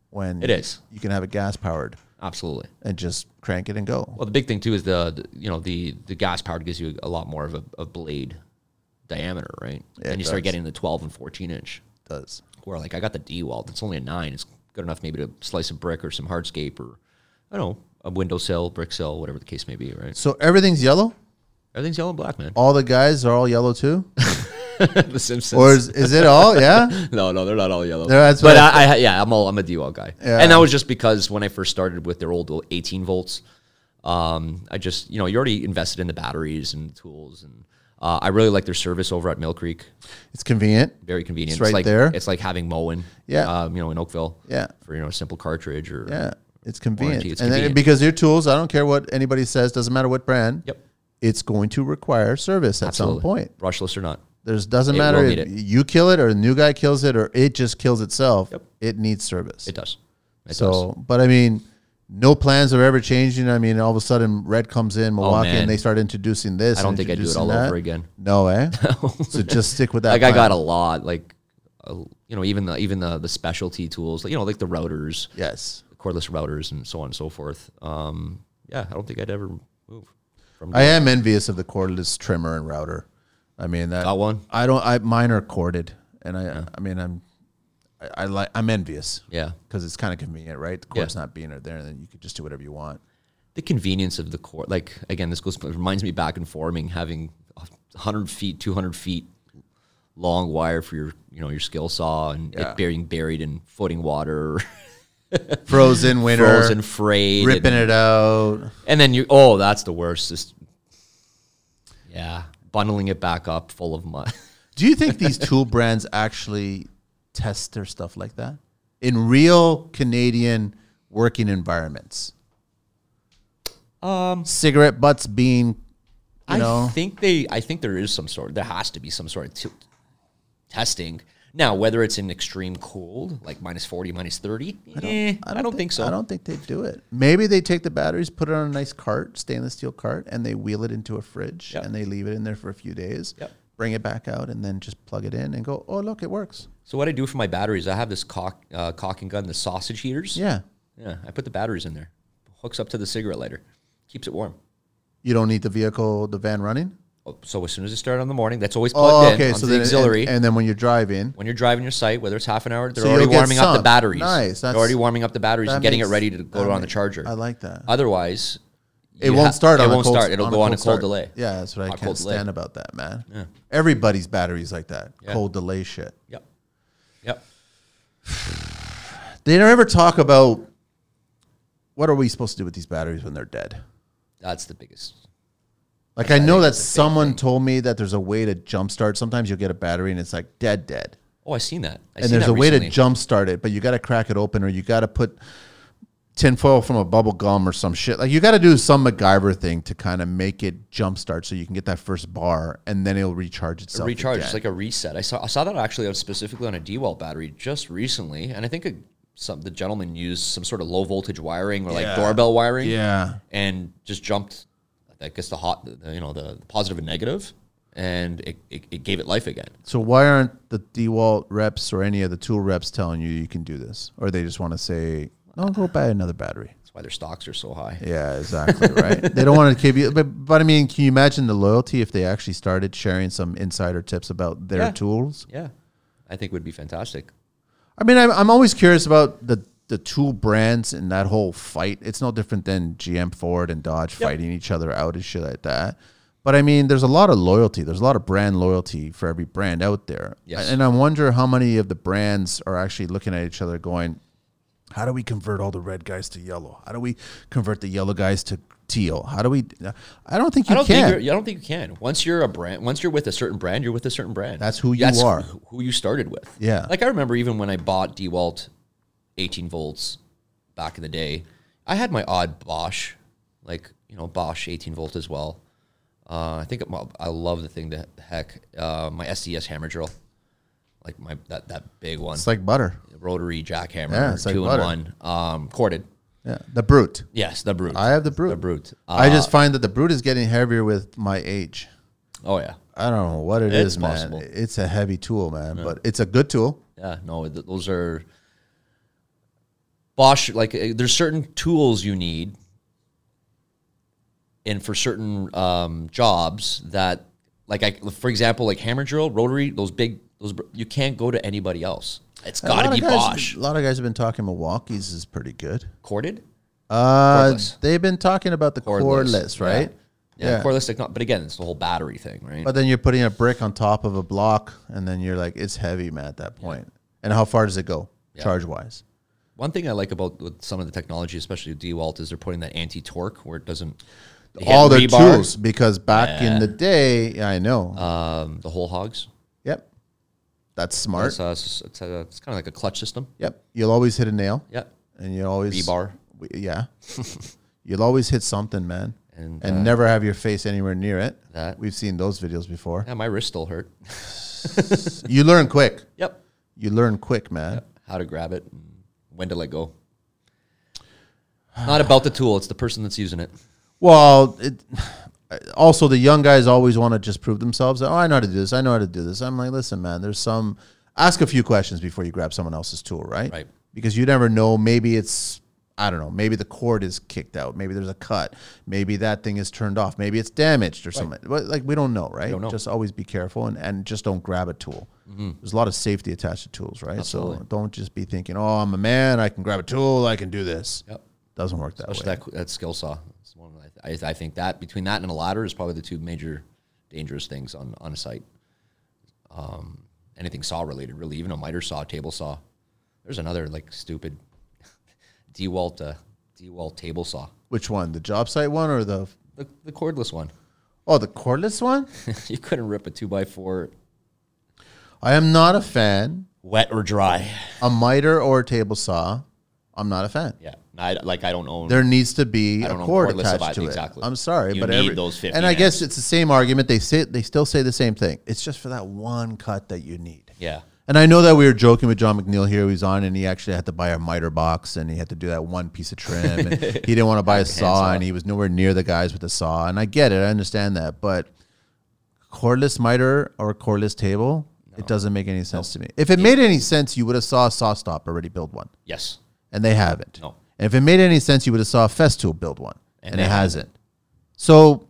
B: when
A: It is.
B: You can have it gas powered
A: absolutely.
B: and just crank it and go.
A: Well, the big thing too is the, the- you know the the gas powered gives you a lot more of a, a blade diameter, right?
B: Yeah,
A: and
B: it
A: you start
B: does.
A: getting the twelve and fourteen inch.
B: It does.
A: Where like I got the D wall, it's only a nine. It's good enough maybe to slice a brick or some hardscape or I don't know a window sill, brick sill, whatever the case may be, right?
B: So everything's yellow?
A: Everything's yellow and black, man.
B: All the guys are all yellow too?
A: the Simpsons.
B: Or is, is it all? Yeah?
A: no, no, they're not all yellow.
B: No, that's
A: but
B: what
A: I, I, yeah, I'm all I'm a DWall guy,
B: Yeah.
A: and that was just because when I first started with their old 18 volts, um, I just you know you already invested in the batteries and the tools, and uh, I really like their service over at Mill Creek.
B: It's convenient.
A: Very convenient.
B: right
A: like
B: there.
A: It's like having Moen,
B: Yeah.
A: um, you know, in Oakville,
B: Yeah.
A: for you know a simple cartridge or
B: Yeah. It's convenient.
A: Warranty, it's
B: and then-
A: convenient.
B: because your tools, I don't care what anybody says, doesn't matter what brand.
A: Yep.
B: It's going to require service at
A: Absolutely.
B: some point.
A: brushless or not.
B: There's doesn't
A: It
B: matter
A: will
B: if
A: need it.
B: you kill it or the new guy kills it or it just kills itself.
A: Yep.
B: It needs service.
A: It does. It does.
B: so, but I mean, no plans are ever changing. I mean, all of a sudden, red comes in Milwaukee
A: Oh, man.
B: and they start introducing this.
A: I don't
B: and
A: think I'd do it
B: introducing
A: all
B: that.
A: over again.
B: No, eh? so just stick with that.
A: like I
B: plan.
A: got a lot, like uh, you know, even the even the the specialty tools, like you know, like the routers.
B: yes.
A: cordless routers and so on and so forth. Um, yeah, I don't think I'd ever move from.
B: I am envious of the cordless trimmer and router. I mean that
A: Got one?
B: I don't. I mine are corded, and I. I mean, I'm. I, I like. I'm envious.
A: yeah,
B: Because it's kind of convenient, right? The cord's not being or there, and then you could just do whatever you want.
A: the convenience of the cord. Like again, this goes reminds me back in farming, having hundred feet, two hundred feet long wire for your you know your skill saw and
B: Yeah.
A: it being buried in footing water,
B: Frozen winter,
A: frozen frayed,
B: ripping
A: and,
B: it out.
A: and then you oh that's the worst. Just yeah, bundling it back up full of mud.
B: Do you think these tool brands actually test their stuff like that in real Canadian working environments? cigarette butts being, you
A: I
B: know,
A: think they. I think there is some sort. There has to be some sort of t- testing. Now, whether it's in extreme cold, like minus forty, minus thirty, eh, I don't, think so.
B: I don't think they do it. Maybe they take the batteries, put it on a nice cart, stainless steel cart, and they wheel it into a fridge
A: Yep.
B: and they leave it in there for a few days.
A: Yep.
B: Bring it back out and then just plug it in and go. Oh, look, it works.
A: so what I do for my batteries, I have this cock, uh, cock and gun, the sausage heaters.
B: Yeah,
A: yeah. I put the batteries in there. Hooks up to the cigarette lighter, keeps it warm.
B: you don't need the vehicle, the van running.
A: Oh, So as soon as it started on the morning, that's always plugged
B: Oh, okay.
A: in
B: So
A: onto
B: then,
A: the auxiliary.
B: And, and then when you're driving,
A: when you're driving your site, whether it's half an hour, they're
B: So
A: already
B: you'll get
A: warming up the
B: some.
A: batteries.
B: Nice,
A: They're
B: that's-
A: already warming up the batteries
B: that
A: and getting
B: makes-
A: it ready to go
B: that
A: on the
B: makes-
A: charger.
B: I like that.
A: Otherwise,
B: It
A: you ha-
B: won't start.
A: It
B: on a
A: won't
B: cold,
A: start. It'll go on a cold
B: start.
A: delay.
B: Yeah, that's what
A: On
B: I
A: a
B: can't
A: cold delay.
B: stand about that, man. Everybody's batteries like that.
A: Yeah.
B: Cold delay shit.
A: Yep. Yep.
B: They don't ever talk about what are we supposed to do with these batteries when they're dead.
A: That's the biggest.
B: Like I know that someone told me that there's a way to jumpstart. Sometimes you'll get a battery and it's like dead, dead.
A: Oh, I seen that. I
B: and
A: seen
B: there's
A: that
B: a way
A: recently.
B: to jumpstart it, but you got to crack it open or you got to put tinfoil from a bubble gum or some shit. Like you got to do some MacGyver thing to kind of make it jumpstart so you can get that first bar and then it'll recharge itself.
A: recharge.
B: again.
A: It's like a reset. I saw I saw that actually on- specifically on a D-Wall battery just recently, and I think a, some the gentleman used some sort of low voltage wiring or like
B: Yeah.
A: doorbell wiring.
B: yeah.
A: and just jumped. I guess the hot, the, you know, the positive and negative, and it, it, it gave it life again.
B: So why aren't the DeWalt reps or any of the tool reps telling you you can do this, or they just want to say, "No, go buy another battery."
A: That's why their stocks are so high.
B: Yeah, exactly right. they don't want to give you, but, but I mean, can you imagine the loyalty if they actually started sharing some insider tips about their
A: Yeah.
B: tools?
A: Yeah, I think would be fantastic.
B: I mean, I'm, I'm always curious about the the tool brands and that whole fight. It's no different than GM, Ford, and Dodge fighting each other out and shit like that. But I mean, there's a lot of loyalty. There's a lot of brand loyalty for every brand out there.
A: Yes.
B: And I wonder how many of the brands are actually looking at each other going, how do we convert all the red guys to yellow? How do we convert the yellow guys to teal? How do we? I don't think you
A: I don't
B: can.
A: think you're, I don't think you can. Once you're a brand, once you're with a certain brand, you're with a certain brand.
B: That's who you
A: who-
B: are.
A: Who you started with.
B: Yeah.
A: Like I remember even when I bought Dewalt, 18 volts, back in the day, I had my odd Bosch, like you know Bosch 18 volt as well. Uh, I think it, well, I love the thing to heck. Uh, my SDS hammer drill, like my that that big one,
B: it's like butter.
A: rotary jackhammer,
B: Yeah, it's like
A: two
B: butter.
A: in one, um, corded.
B: Yeah. The brute.
A: Yes, the brute.
B: I have the brute.
A: The brute. Uh,
B: I just find that the brute is getting heavier with my age.
A: oh yeah.
B: I don't know what it
A: It's
B: is, man.
A: possible.
B: It's a heavy tool, man, but it's a good tool.
A: Yeah, no, th- those are Bosch. Like, uh, there's certain tools you need, and for certain um, jobs that, like, I for example, like hammer drill, rotary, those big, those br- you can't go to anybody else. It's
B: A
A: got to
B: lot
A: be
B: of guys-
A: Bosch
B: A lot of guys have been talking Milwaukee's is pretty good.
A: corded,
B: Uh,
A: Cordless.
B: they've been talking about the cordless,
A: Cordless, yeah.
B: right?
A: yeah, cordless technology. But again, it's the whole battery thing, right?
B: But then you're putting a brick on top of a block, and then you're like, it's heavy, man, at that point. And how far does it go, charge wise?
A: One thing I like about with some of the technology, especially with Dewalt, is they're putting that anti-torque where it doesn't. they hit
B: All their
A: rebar,
B: tools, because back in the day, yeah, I know.
A: um, the whole hogs.
B: yep, that's smart.
A: It's, uh, it's, it's, uh, it's kind of like a clutch system.
B: yep, you'll always hit a nail.
A: Yeah.
B: and you always
A: B-bar.
B: w- Yeah, you'll always hit something, man,
A: And, uh,
B: and, never have your face anywhere near it.
A: that-
B: We've seen those videos before.
A: Yeah, my wrist still hurt.
B: you learn quick.
A: Yep.
B: You learn quick, man.
A: How to grab it and when to let go. Not about the tool, it's the person that's using it.
B: Well, it, also the young guys always want to just prove themselves. Oh, I know how to do this. I know how to do this. I'm like, listen, man. There's some ask a few questions before you grab someone else's tool, right?
A: Right.
B: Because you never know. Maybe it's I don't know. Maybe the cord is kicked out. Maybe there's a cut. Maybe that thing is turned off. Maybe it's damaged or something. But, Like we don't know, right?
A: don't know. Mm-hmm.
B: Just always be careful and, and just don't grab a tool. There's a lot of safety attached to tools, right? So don't just be thinking, oh, I'm a man. I can grab a tool. I can do this.
A: Yep.
B: Doesn't work that way.
A: Especially that, that skill saw. It's one of the- I, I think that between that and a ladder is probably the two major dangerous things on, on a site. Um, anything saw related, really, even a miter saw, table saw. There's another like stupid Dewalt, uh, Dewalt table saw,
B: Which one? The job site one or the
A: the, the cordless one.
B: Oh, the cordless one?
A: you couldn't rip a two by four
B: I am not a fan.
A: wet or dry.
B: A miter or a table saw, I'm not a fan.
A: Yeah, I, like I don't own.
B: There needs to be a
A: don't own
B: cord
A: cordless
B: attached
A: device,
B: to it.
A: exactly.
B: I'm sorry,
A: You
B: but
A: need
B: every,
A: those 50
B: and I
A: amps.
B: guess it's the same argument. They say they still say the same thing. It's just for that one cut that you need.
A: yeah.
B: And I know that we were joking with John McNeil here. He was on, and he actually had to buy a miter box, and he had to do that one piece of trim. And he didn't want to buy a saw, and he was nowhere near the guys with the saw. And I get it, I understand that, but cordless miter or cordless table, it doesn't make any sense to me. If it made any sense, you would have saw Saw Stop already build one,
A: Yes.
B: and they haven't.
A: No.
B: And if it made any sense, you would have saw Festool build one, and,
A: And
B: it
A: they
B: hasn't. So,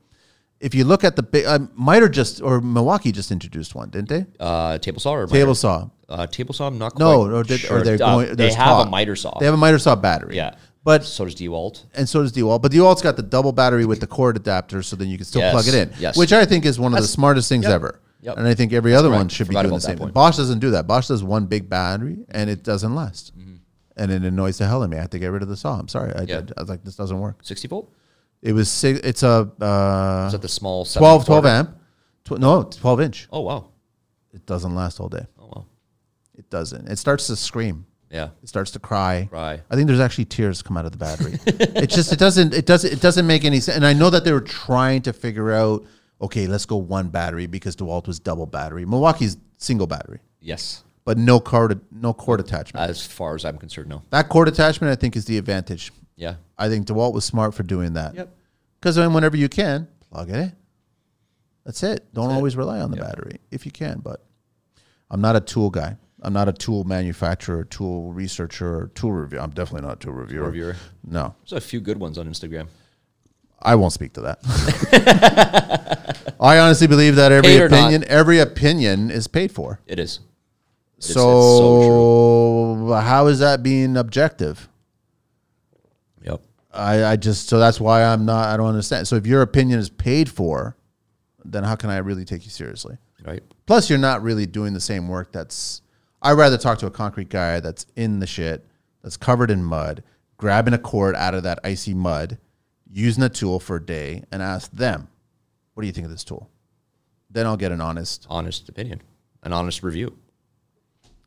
B: if you look at the big, uh, miter just or Milwaukee just introduced one, didn't they?
A: Uh, table saw or
B: Table
A: miter?
B: saw.
A: Uh, table saw. I'm not quite
B: No, or, did,
A: sure.
B: or they're
A: Uh,
B: going.
A: They
B: there's
A: have
B: talk.
A: a miter saw.
B: They have a miter saw battery.
A: Yeah.
B: but
A: so does Dewalt.
B: and so does Dewalt. But Dewalt's got the double battery with the cord adapter, so then you can still
A: Yes,
B: plug it in.
A: yes.
B: Which I think is one of the smartest things ever.
A: yep.
B: And I think every other one should be
A: Forgot
B: doing
A: about
B: the
A: that
B: same. thing.
A: point.
B: Bosch doesn't do that. Bosch does one big battery, and it doesn't last. And it annoys the hell out of me. I have to get rid of the saw. I'm sorry. I,
A: Mm-hmm. Yeah.
B: I, I was like, this doesn't work.
A: 60 volt.
B: It was six, it's a uh,
A: Is that the small? seven
B: 12, 12
A: quarter?
B: amp. Tw- no, 12 inch.
A: Oh wow.
B: It doesn't last all day.
A: Oh wow.
B: It doesn't. It starts to scream.
A: Yeah.
B: It starts to cry.
A: Cry.
B: I think there's actually tears come out of the battery. it just it doesn't it doesn't it doesn't make any sense. And I know that they were trying to figure out okay, let's go one battery because Dewalt was double battery. Milwaukee's single battery,
A: Yes.
B: but no cord no cord attachment.
A: As far as I'm concerned, no.
B: that cord attachment I think is the advantage.
A: Yeah.
B: I think Dewalt was smart for doing that.
A: Yep.
B: Because then whenever you can, plug it in. That's it. Don't always rely on the battery if you can. But I'm not a tool guy. I'm not a tool manufacturer, tool researcher, or tool reviewer. I'm definitely not a tool reviewer.
A: reviewer.
B: No,
A: There's a few good ones on Instagram.
B: I won't speak to that. I honestly believe that every
A: Paid or not.
B: opinion, every opinion is paid for.
A: It is.
B: So,
A: it's so
B: how is that being objective?
A: Yep.
B: I, I just so that's why I'm not. I don't understand. So if your opinion is paid for, then how can I really take you seriously?
A: Right.
B: Plus, you're not really doing the same work. That's I'd rather talk to a concrete guy that's in the shit, that's covered in mud, grabbing a cord out of that icy mud, using a tool for a day, and ask them, "What do you think of this tool?" Then I'll get an honest,
A: Honest opinion. An honest review.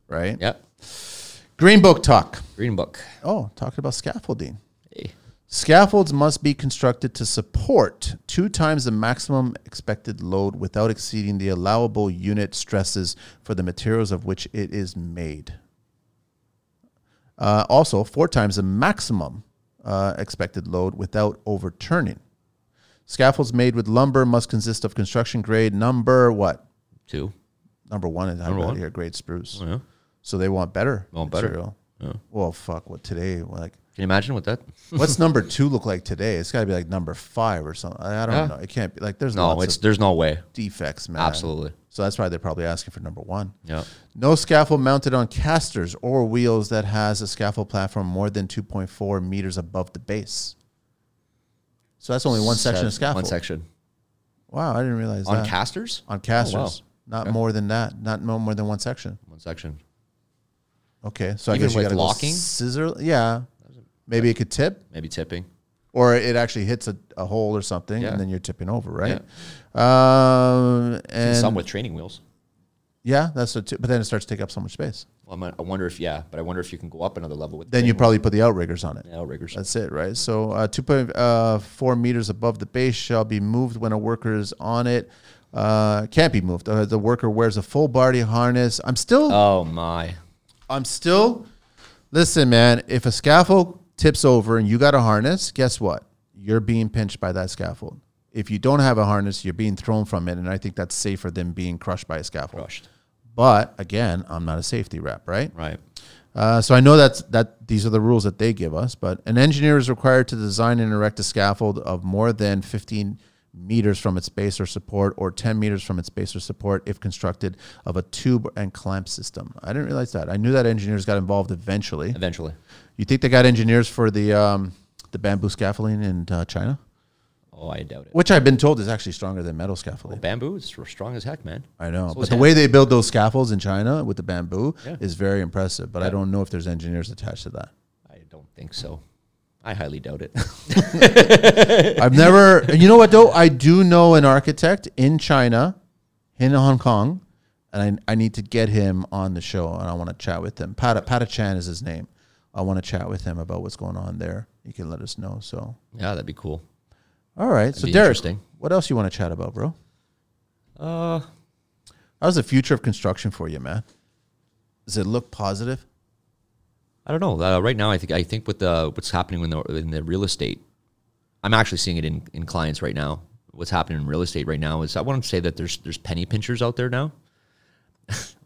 B: right?
A: Yep.
B: Green book talk.
A: Reading book.
B: Oh, talking about scaffolding.
A: Hey.
B: Scaffolds must be constructed to support two times the maximum expected load without exceeding the allowable unit stresses for the materials of which it is made. Uh, also, four times the maximum uh, expected load without overturning. Scaffolds made with lumber must consist of construction grade number what?
A: Two.
B: Number one is
A: Number
B: out
A: one. Oh,
B: here, grade spruce.
A: Yeah.
B: So they want better
A: Want better. Yeah.
B: Well, fuck. What today? Like
A: Can you imagine what that?
B: What's number two look like today? It's got to be like number five or something. I I don't know. It can't be like there's
A: No,
B: lots
A: it's
B: of
A: there's no way.
B: defects, man.
A: Absolutely.
B: So that's why they're probably asking for number one.
A: Yeah.
B: No scaffold mounted on casters or wheels that has a scaffold platform more than 2.4 meters above the base. So that's only one section of
A: One
B: scaffold.
A: section
B: Wow, I didn't realize
A: on
B: that.
A: casters.
B: on casters,
A: wow.
B: not more than that. Not no more than one section.
A: One section.
B: Okay, so I
A: Even
B: guess you
A: with
B: got to
A: locking?
B: scissor. Yeah, maybe it could tip.
A: Maybe tipping.
B: or it actually hits a, a hole or something,
A: Yeah.
B: and then you're tipping over, right? Um, and
A: Some with training wheels.
B: yeah, that's what. But then it starts to take up so much space.
A: Well, I'm- I wonder if yeah, but I wonder if you can go up another level with
B: Then you probably put the outriggers on it.
A: nail riggers.
B: That's it, right? So uh, 2.4 meters above the base shall be moved when a worker is on it. Uh, can't be moved. Uh, the worker wears a full body harness. I'm still,
A: Oh my.
B: I'm still. Listen, man. If a scaffold tips over and you got a harness, guess what? You're being pinched by that scaffold. If you don't have a harness, you're being thrown from it, and I think that's safer than being crushed by a scaffold.
A: Crushed.
B: But again, I'm not a safety rep, right?
A: Right.
B: Uh, so I know that's that these are the rules that they give us, but an engineer is required to design and erect a scaffold of more than 15 meters from its base or support or 10 meters from its base or support if constructed of a tube and clamp system. I didn't realize that. I knew that engineers got involved eventually.
A: Eventually.
B: You think they got engineers for the um, the bamboo scaffolding in uh, China,
A: Oh, I doubt it.
B: which I've been told is actually stronger than metal scaffolding.
A: Bamboo is strong as heck, man.
B: I know,
A: So
B: but
A: is
B: the
A: hemp.
B: way they build those scaffolds in China with the bamboo
A: Yeah.
B: is very impressive. But I don't know if there's engineers attached to that.
A: I don't think so. I highly doubt it.
B: I've never. and You know what though? I do know an architect in China, in Hong Kong, and I, I need to get him on the show, and I want to chat with him. Pata Pata Chan is his name. I want to chat with him about what's going on there. You can let us know. So,
A: Yeah, that'd be cool.
B: all right. so,
A: be
B: Derek,
A: interesting.
B: what else you want to chat about, bro?
A: Uh,
B: How's the future of construction for you, man? Does it look positive?
A: I don't know. Uh, right now, I think I think with the what's happening in the in the real estate, I'm actually seeing it in, in clients right now. What's happening in real estate right now is I want to say that there's there's penny pinchers out there now.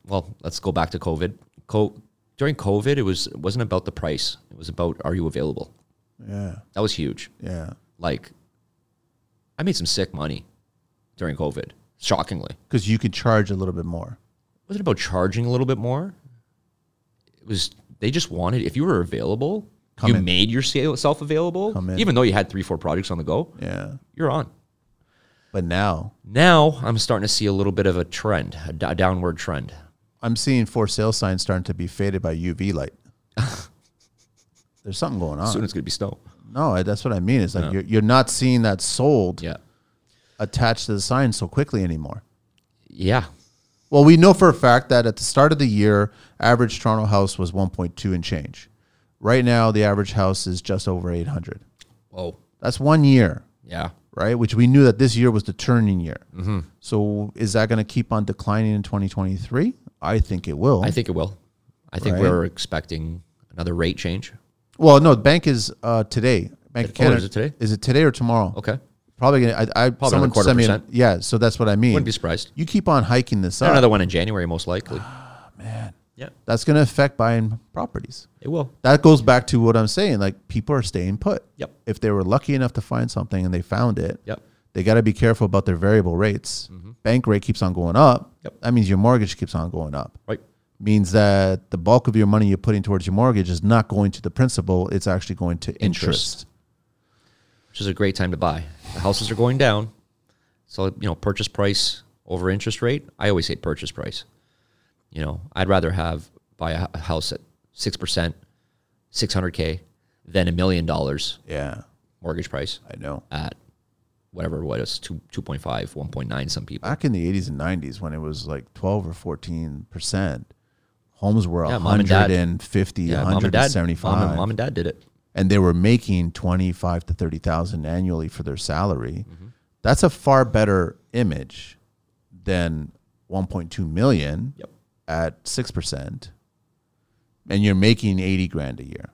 A: well, let's go back to COVID. Co- during COVID, it was it wasn't about the price. It was about are you available.
B: Yeah,
A: That was huge.
B: yeah,
A: Like, I made some sick money during COVID. Shockingly,
B: because you could charge a little bit more.
A: was it about charging a little bit more? It was they just wanted if you were available,
B: Come
A: you
B: in.
A: made yourself available,
B: Come in.
A: even though you had three four projects on the go,
B: Yeah,
A: you're on.
B: but now
A: Now I'm starting to see a little bit of a trend, a d- downward trend.
B: I'm seeing for sale signs starting to be faded by UV light. There's something going on.
A: Soon it's gonna be snow.
B: No, I- that's what I mean. It's like you're, you're not seeing that sold
A: Yeah,
B: attached to the sign so quickly anymore.
A: yeah,
B: Well, we know for a fact that at the start of the year, average Toronto house was 1.2 and change. Right now, the average house is just over 800.
A: whoa,
B: That's one year,
A: Oh, yeah.
B: right? Which we knew that this year was the turning year.
A: Mm-hmm.
B: So is that going to keep on declining in 2023? I think it will.
A: I think it will. I think
B: Right.
A: we're expecting another rate change.
B: well, no, the bank is uh, today. Bank of
A: Oh, is
B: Canada.
A: it today?
B: Is it today or tomorrow?
A: Okay,
B: Probably gonna. I, I
A: another
B: someone
A: quarter
B: sent me. an-
A: percent.
B: yeah, so that's what I mean.
A: wouldn't be surprised.
B: you keep on hiking this up.
A: Another one in January, most likely.
B: Ah,
A: Yeah,
B: that's going to affect buying properties.
A: it will.
B: That goes back to what I'm saying. Like people are staying put.
A: Yep.
B: If they were lucky enough to find something and they found it,
A: Yep. Mm-hmm.
B: they got to be careful about their variable rates. Bank rate keeps on going up.
A: Yep.
B: That means your mortgage keeps on going up.
A: Right.
B: Means that the bulk of your money you're putting towards your mortgage is not going to the principal. It's actually going to
A: Interest.
B: interest.
A: which is a great time to buy. The houses are going down. So, you know, purchase price over interest rate. I always say purchase price. You know, I'd rather have buy a h- a house at 6%, 600K, than a million dollars
B: Yeah,
A: mortgage price
B: I know.
A: at whatever what is two, 2.5, 1.9, some people.
B: Back in the 80s and 90s, when it was like 12 or 14 percent, homes were
A: Yeah, mom and dad.
B: 150,
A: Yeah, mom and dad.
B: 175.
A: Mom and, mom and dad did it.
B: and they were making 25 to 30,000 annually for their salary.
A: Mm-hmm.
B: That's a far better image than 1.2 million
A: Yep.
B: at 6% and you're making 80 grand a year.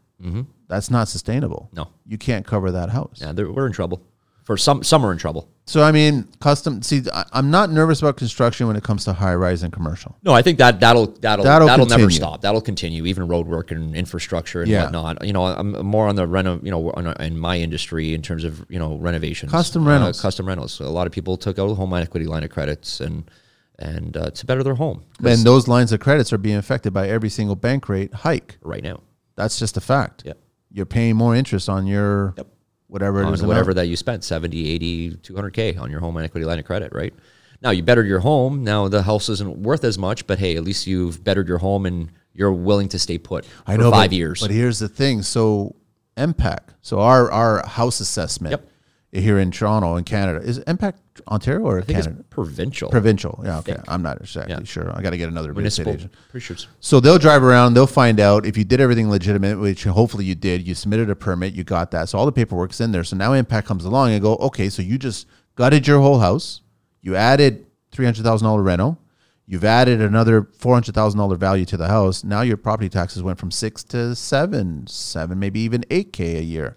B: That's not sustainable.
A: Mm-hmm. No.
B: You can't cover that house.
A: Yeah, they're- we're in trouble. For some, some are in trouble.
B: So I mean, custom see I- I'm not nervous about construction when it comes to high rise and commercial.
A: No, I think that that'll that'll
B: That'll
A: that'll, never
B: continue.
A: stop. That'll continue, even road work and infrastructure and
B: Yeah.
A: whatnot. You know, I'm more on the reno, you know, on a, in my industry in terms of you know renovations,
B: Custom
A: Uh,
B: rentals.
A: custom rentals. a lot of people took out home equity line of credits and and uh, to better their home 'Cause
B: And those lines of credits are being affected by every single bank rate hike.
A: right now.
B: That's just a fact.
A: Yeah.
B: You're paying more interest on your
A: Yep.
B: whatever it
A: on
B: is amount.
A: whatever that you spent 70 80 200k on your home equity line of credit right now you bettered your home now the house isn't worth as much but hey at least you've bettered your home and you're willing to stay put
B: I
A: for
B: know
A: five
B: but,
A: years
B: But here's the thing: so MPAC, so our our house assessment
A: Yep.
B: here in Toronto in Canada is it MPAC Ontario or
A: i think
B: Canada
A: it's provincial
B: provincial? Yeah, okay. I'm not exactly sure. I got to get another real estate
A: municipal
B: agent.
A: pretty sure it's-
B: So they'll drive around, they'll find out if you did everything legitimate, which hopefully you did. You submitted a permit, you got that. So all the paperwork's in there. So now Impact comes along and go, okay, so you just gutted your whole house, you added three hundred thousand dollar reno, you've added another four hundred thousand dollar value to the house. Now your property taxes went from six to seven, seven, maybe even eight k a year.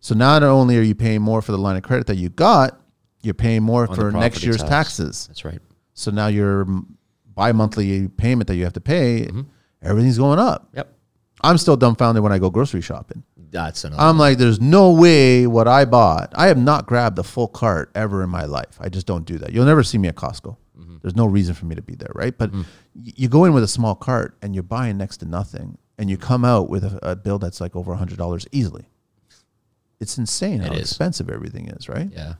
B: So not only are you paying more for the line of credit that you got, you're paying more
A: the
B: for next
A: property
B: year's
A: tax.
B: taxes.
A: That's right.
B: So now your m- bi-monthly payment that you have to pay, everything's going up.
A: Yep.
B: I'm still dumbfounded when I go grocery shopping.
A: That's another.
B: I'm like, there's no way what I bought. I have not grabbed a full cart ever in my life. I just don't do that. You'll never see me at Costco. There's no reason for me to be there, right? But y- you go in with a small cart and you're buying next to nothing, and you come out with a, a bill that's like over hundred dollars easily. It's insane how
A: is.
B: expensive everything is, right?
A: yeah.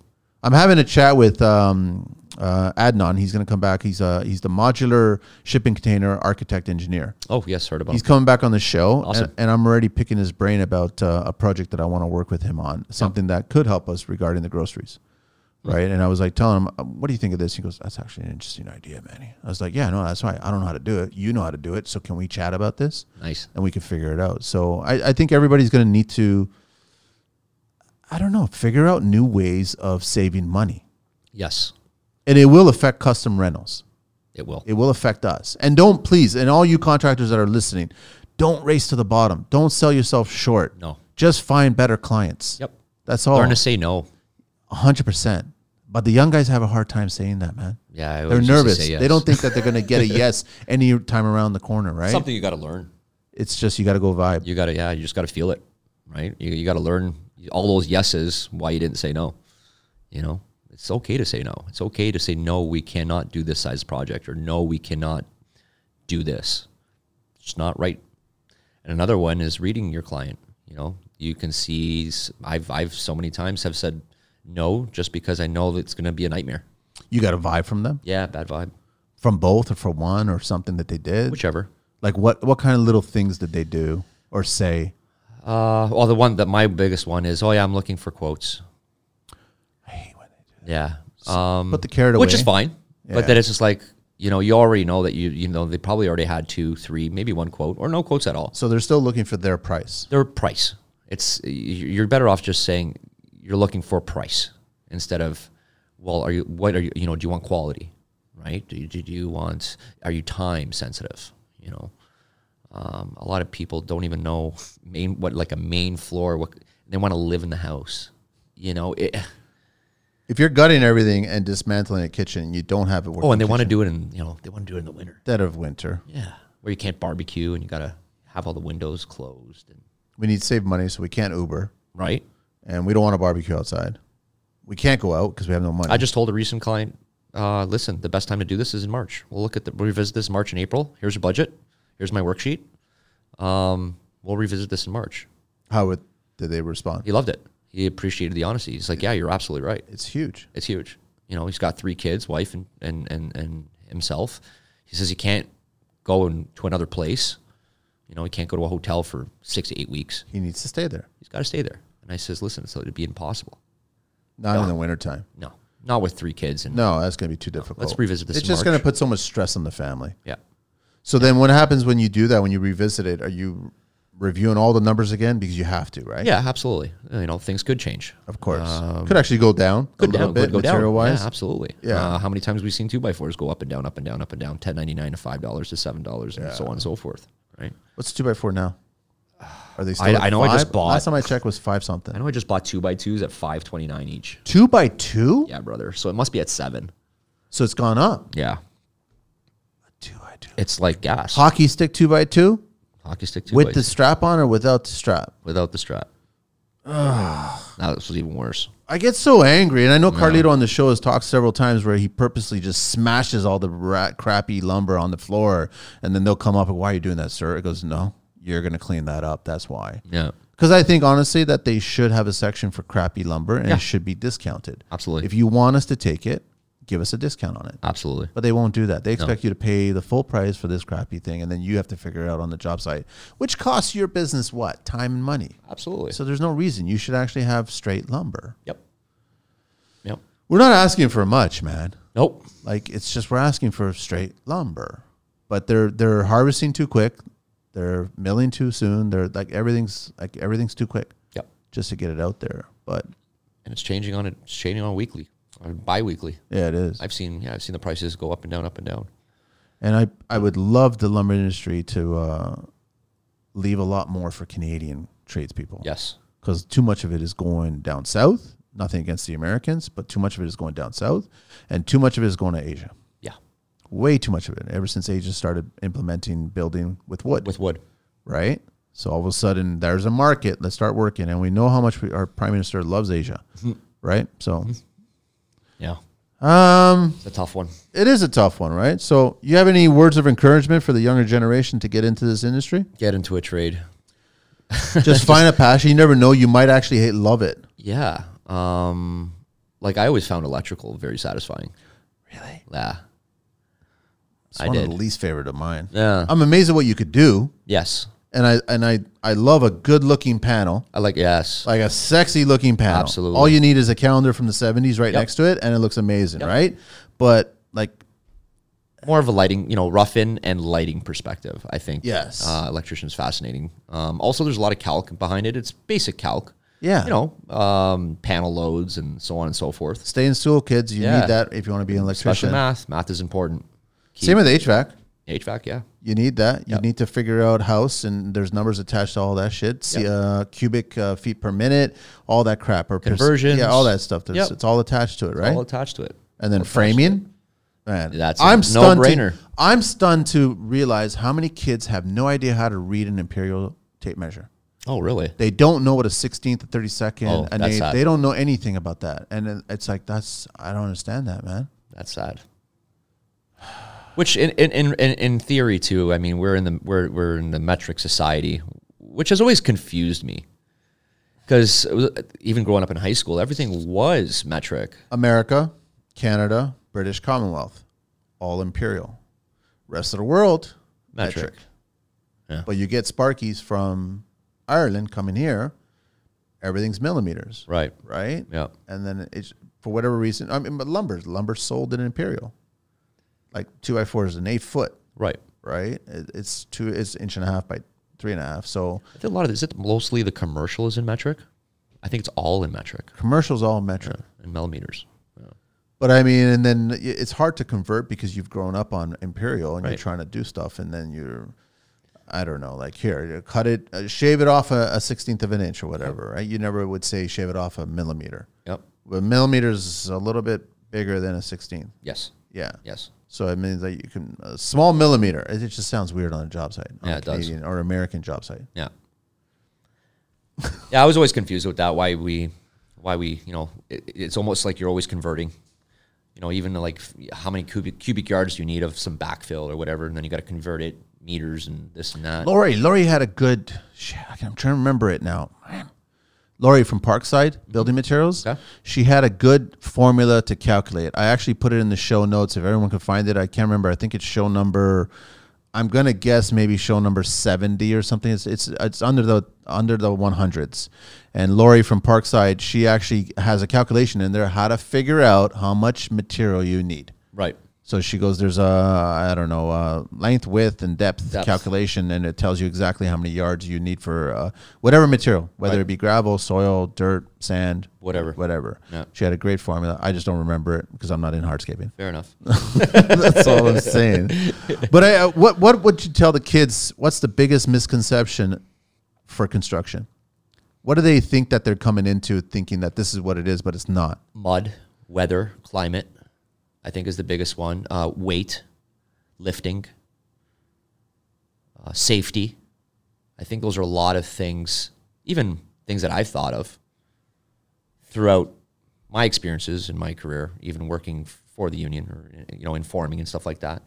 B: I'm having a chat with um, uh, Adnan. He's going to come back. He's uh, he's the modular shipping container architect engineer.
A: Oh yes, heard about.
B: He's
A: it.
B: coming back on the show,
A: Awesome.
B: and, and I'm already picking his brain about uh, a project that I want to work with him on, something that could help us regarding the groceries. right? And I was like telling him, "Um, "What do you think of this?" He goes, "That's actually an interesting idea, Manny." I was like, "Yeah, no, that's right. I don't know how to do it. You know how to do it, so can we chat about this?"
A: Nice.
B: and we can figure it out. So I, I think everybody's going to need to, I don't know, figure out new ways of saving money.
A: Yes,
B: And it will affect custom rentals.
A: it will.
B: It will affect us. And don't please, and all you contractors that are listening, don't race to the bottom. Don't sell yourself short.
A: No.
B: Just find better clients.
A: Yep.
B: That's all.
A: Learn to say no.
B: 100%. But the young guys have a hard time saying that, man.
A: Yeah, I
B: They're
A: always used to
B: nervous.
A: say
B: They
A: yes.
B: don't think that they're going to get a yes any time around the corner, right?
A: Something you got to learn.
B: It's just you got to go vibe.
A: You got to yeah. You just got to feel it, right? You you got to learn all those yeses why you didn't say no. You know, it's okay to say no. It's okay to say no. We cannot do this size project, or no, we cannot do this. It's not right. And another one is reading your client. You know, you can see. s- I've I've so many times have said no just because I know that it's going to be a nightmare.
B: You got to vibe from them.
A: Yeah, bad vibe.
B: from both or from one or something that they did?
A: Whichever.
B: like what what kind of little things did they do or say?
A: Uh, well, the one that my biggest one is, oh yeah, I'm looking for quotes.
B: I hate when they do.
A: Yeah. Um,
B: Put the carrot
A: which
B: away.
A: is fine.
B: Yeah.
A: But then it's just like you know, you already know that you you know they probably already had two, three, maybe one quote or no quotes at all.
B: So they're still looking for their price.
A: Their price. It's y- you're better off just saying you're looking for price instead of well, are you what are you you know do you want quality, right? Do you, do you want are you time sensitive? You know, um, a lot of people don't even know main what like a main floor. What they want to live in the house. You know, it,
B: If you're gutting everything and dismantling a kitchen, you don't have it.
A: oh, and they want to do it in you know they want to do it in the winter.
B: dead of winter.
A: Yeah, where you can't barbecue and you gotta have all the windows closed and
B: We need to save money, so we can't Uber,
A: right.
B: and we don't want to barbecue outside. We can't go out because we have no money.
A: I just told a recent client, uh, listen, the best time to do this is in March. We'll look at the we'll revisit this March and April. Here's your budget. Here's my worksheet. Um, we'll revisit this in March.
B: How would, did they respond?
A: He loved it. He appreciated the honesty. He's like, yeah, you're absolutely right.
B: It's huge.
A: It's huge. You know, he's got three kids, wife and and and, and himself. He says he can't go in, to another place. You know, he can't go to a hotel for six to eight weeks.
B: He needs to stay there,
A: He's got to stay there. And I says, listen, so it'd be impossible.
B: not in the wintertime.
A: No, not with three kids. And
B: No, that's going to be too difficult.
A: let's revisit this
B: It's
A: in
B: just going to
A: March.
B: put so much stress on the family.
A: yeah,
B: So then, what happens when you do that? When you revisit it, are you reviewing all the numbers again because you have to, right?
A: yeah, absolutely. You know, things could change.
B: of course. could actually go down a
A: Could
B: little
A: down,
B: bit
A: could go down.
B: material wise.
A: Yeah, absolutely.
B: Yeah.
A: Uh, how many times we've seen two by fours go up and down, up and down, up and down, ten ninety nine to five dollars to seven dollars, and so on and so forth. Right.
B: What's two by four now? Are they? Still
A: I-
B: at
A: I know I just
B: five?
A: bought-
B: Last time I checked was five something.
A: I know I just bought two by twos at five twenty nine each.
B: Two by two,
A: Yeah, brother. So it must be at seven.
B: so it's gone up.
A: Yeah.
B: Two by two.
A: It's like gas.
B: Hockey stick two by two
A: Hockey stick two
B: with
A: by
B: the strap on or without the strap.
A: without the strap. now this was even worse.
B: I get so angry, and I know Carlito on the show has talked several times where he purposely just smashes all the rat, crappy lumber on the floor, and then they'll come up and why are you doing that, sir? It goes, no, you're gonna clean that up. That's why.
A: Yeah.
B: Because I think honestly that they should have a section for crappy lumber and
A: Yeah.
B: it should be discounted.
A: Absolutely.
B: If you want us to take it, give us a discount on it.
A: Absolutely.
B: But they won't do that. They expect you to pay the full price for this crappy thing, and then you have to figure it out on the job site, which costs your business what time and money.
A: Absolutely.
B: So there's no reason you should actually have straight lumber.
A: yep. Yep.
B: We're not asking for much, man.
A: Nope.
B: Like it's just we're asking for straight lumber, but they're they're harvesting too quick, they're milling too soon. They're like everything's like everything's too quick
A: Yep.
B: just to get it out there. But
A: and it's changing on it's changing on weekly or bi-weekly.
B: yeah, it is.
A: I've seen yeah, I've seen the prices go up and down, up and down.
B: And I I would love the lumber industry to uh, leave a lot more for Canadian tradespeople.
A: Yes,
B: because too much of it is going down south. Nothing against the Americans, but too much of it is going down south, and too much of it is going to Asia.
A: yeah,
B: Way too much of it. Ever since Asia started implementing building with wood,
A: with wood.
B: right? So all of a sudden, there's a market. Let's start working, and we know how much we, our prime minister loves Asia,
A: Mm-hmm.
B: right? So,
A: Yeah,
B: um,
A: it's a tough one.
B: it is a tough one, right? So, you have any words of encouragement for the younger generation to get into this industry?
A: Get into a trade.
B: Just find a passion. You never know; you might actually hate, love it.
A: Yeah, um, like I always found electrical very satisfying.
B: Really?
A: Yeah,
B: It's
A: I
B: one of
A: did.
B: the least favorite of mine.
A: yeah,
B: I'm amazed at what you could do.
A: yes,
B: and I and I I love a good looking panel,
A: I like yes.
B: like a sexy looking panel.
A: Absolutely.
B: All you need is a calendar from the '70s right next to it, and it looks amazing, right? But like,
A: More of a lighting, you know, rough in and lighting perspective. I think.
B: Yes.
A: Uh, electrician's fascinating. Um, also, there's a lot of calc behind it. It's basic calc.
B: Yeah.
A: You know, um, panel loads and so on and so forth.
B: stay in school, kids. You
A: Yeah.
B: need that if you want to be an
A: Especially
B: electrician.
A: math. Math is important. Key.
B: Same with HVAC.
A: HVAC, yeah.
B: You need that. You need to figure out house, and there's numbers attached to all that shit. See, uh, cubic uh, feet per minute, all that crap, or perc-
A: Conversions.
B: yeah, all that stuff. There's,
A: Yep.
B: It's all attached to it, right?
A: All attached to it.
B: and then framing. Man,
A: That's a
B: I'm stunned.
A: no-brainer.
B: To, I'm stunned to realize how many kids have no idea how to read an imperial tape measure.
A: Oh, really?
B: They don't know what a 16th to 32nd,
A: Oh,
B: and
A: that's
B: they,
A: sad.
B: they don't know anything about that. And it- it's like that's I don't understand that, man.
A: That's sad. Which in in, in, in in theory too, I mean, we're in the we're we're in the metric society, which has always confused me. Because even growing up in high school, everything was metric.
B: America, Canada, British Commonwealth, all imperial. Rest of the world,
A: Metric. Yeah.
B: But you get Sparkies from Ireland coming here, everything's millimeters,
A: Right.
B: right?
A: Yeah.
B: And then it's for whatever reason, I mean, but lumber, lumber sold in imperial, like two by four is an eight foot,
A: Right.
B: right? It, it's two, it's inch and a half by three and a half. So
A: I think a lot of is it mostly the commercial is in metric? I think it's all in metric
B: commercials all metric.
A: in millimeters.
B: But I mean, and then y- it's hard to convert because you've grown up on imperial and you're
A: Right.
B: trying to do stuff, and then you're, I don't know, like here, you cut it, uh, shave it off a sixteenth of an inch or whatever, right? You never would say shave it off a millimeter.
A: Yep.
B: But millimeters is a little bit bigger than a sixteenth.
A: Yes.
B: Yeah.
A: Yes.
B: So it means that you can a small millimeter. It it just sounds weird on a job site, on
A: Yeah,
B: a
A: it does.
B: Canadian or American job site.
A: Yeah. yeah, I was always confused with that. Why we, why we, you know, it, it's almost like you're always converting. You know, even like f- how many cubic cubic yards do you need of some backfill or whatever, and then you got to convert it meters and this and that.
B: Lori, Lori had a good. Shit, I can- I'm trying to remember it now. Lori from Parkside Building Materials.
A: Mm-hmm. Okay.
B: She had a good formula to calculate. I actually put it in the show notes. If everyone can find it, I can't remember. I think it's show number. I'm gonna guess maybe show number seventy or something. It's it's it's under the under the one hundreds. And Lori from Parkside, she actually has a calculation in there how to figure out how much material you need.
A: Right.
B: So she goes, there's a, I don't know, uh, length, width, and depth,
A: Depth.
B: calculation, and it tells you exactly how many yards you need for uh, whatever material, whether it be gravel, soil, dirt, sand,
A: Whatever.
B: whatever.
A: Yeah.
B: She had a great formula. I just don't remember it because I'm not in hardscaping.
A: Fair enough.
B: That's all I'm saying. But I, uh, what what would you tell the kids? What's the biggest misconception for construction? What do they think that they're coming into thinking that this is what it is, but it's not?
A: Mud, weather, climate, I think is the biggest one. Uh, weight, lifting, uh, safety. I think those are a lot of things, even things that I've thought of throughout my experiences in my career, even working for the union or you know informing and stuff like that.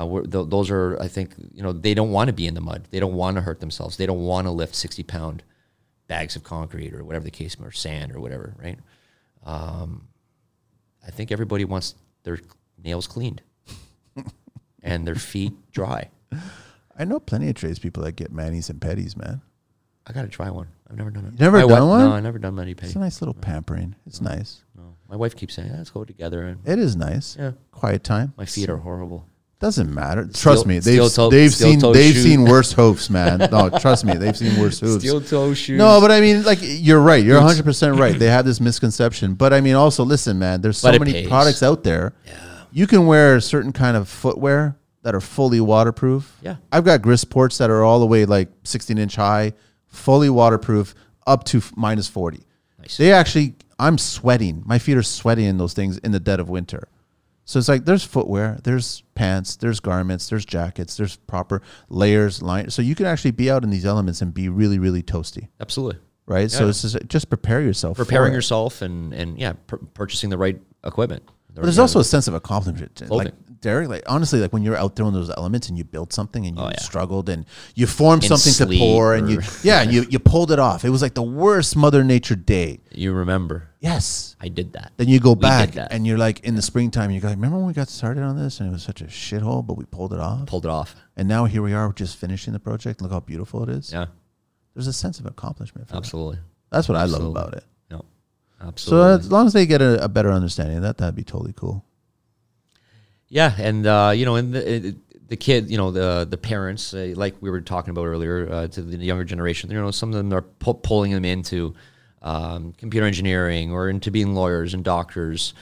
A: Uh, we're, th- those are, I think, you know, they don't want to be in the mud. They don't want to hurt themselves. They don't want to lift sixty pound bags of concrete or whatever the case, may- or sand or whatever, right? I think everybody wants their nails cleaned and their feet dry.
B: I know plenty of tradespeople that get manis and petties, man.
A: I gotta try one. I've never done it.
B: You never
A: My wi-
B: done one?
A: No, I never done many
B: It's
A: petty.
B: a nice little pampering. It's nice.
A: No. My wife keeps saying, "Let's go together." And
B: It is nice.
A: Yeah.
B: Quiet time.
A: my feet are horrible.
B: Doesn't matter. Trust me. They've,
A: steel-toe-
B: they've seen
A: steel-toe
B: they've
A: shoe.
B: seen worse hoofs, man. No, trust me. They've seen worse hoofs.
A: toe shoes.
B: No, but I mean, like you're right. You're 100 percent right. They have this misconception, but I mean, also listen, man. There's so
A: But it
B: many
A: pays.
B: products out there. Yeah. You can wear a certain kind of footwear that are fully waterproof.
A: Yeah.
B: I've got grip sports that are all the way like 16 inch high, fully waterproof, up to f- minus 40.
A: Nice.
B: They actually, I'm sweating. My feet are sweating in those things in the dead of winter. So it's like there's footwear, there's pants, there's garments, there's jackets, there's proper layers, line. So you can actually be out in these elements and be really, really toasty
A: absolutely.
B: right? So it's just, just prepare yourself. for
A: Preparing
B: it.
A: yourself and and yeah, pur- purchasing the right equipment.
B: But there's also a sense of accomplishment. Like,
A: Clothing.
B: Derek, like honestly, like when you're out there in those elements and you built something and you
A: Oh, yeah.
B: struggled and you formed
A: And
B: something to
A: sleep
B: pour and you
A: or-
B: yeah, and you you pulled it off. It was like the worst Mother Nature day.
A: You remember.
B: Yes.
A: I did that.
B: Then you go
A: did
B: back
A: that.
B: and you're like in the springtime. You go, remember when we got started on this and it was such a shithole, but we pulled it off.
A: Pulled it off.
B: And now here we are, we're just finishing the project. Look how beautiful it is.
A: Yeah.
B: There's a sense of accomplishment. For that.
A: Absolutely.
B: That's what I love
A: Absolutely.
B: about it.
A: No.
B: So uh,
A: Absolutely.
B: as long as they get a, a better understanding of that, that'd be totally cool.
A: Yeah, and uh, you know, and the, it- the kid, you know, the the parents, uh, like we were talking about earlier, uh, to the younger generation, you know, some of them are pu- pulling them into um, computer engineering or into being lawyers and doctors.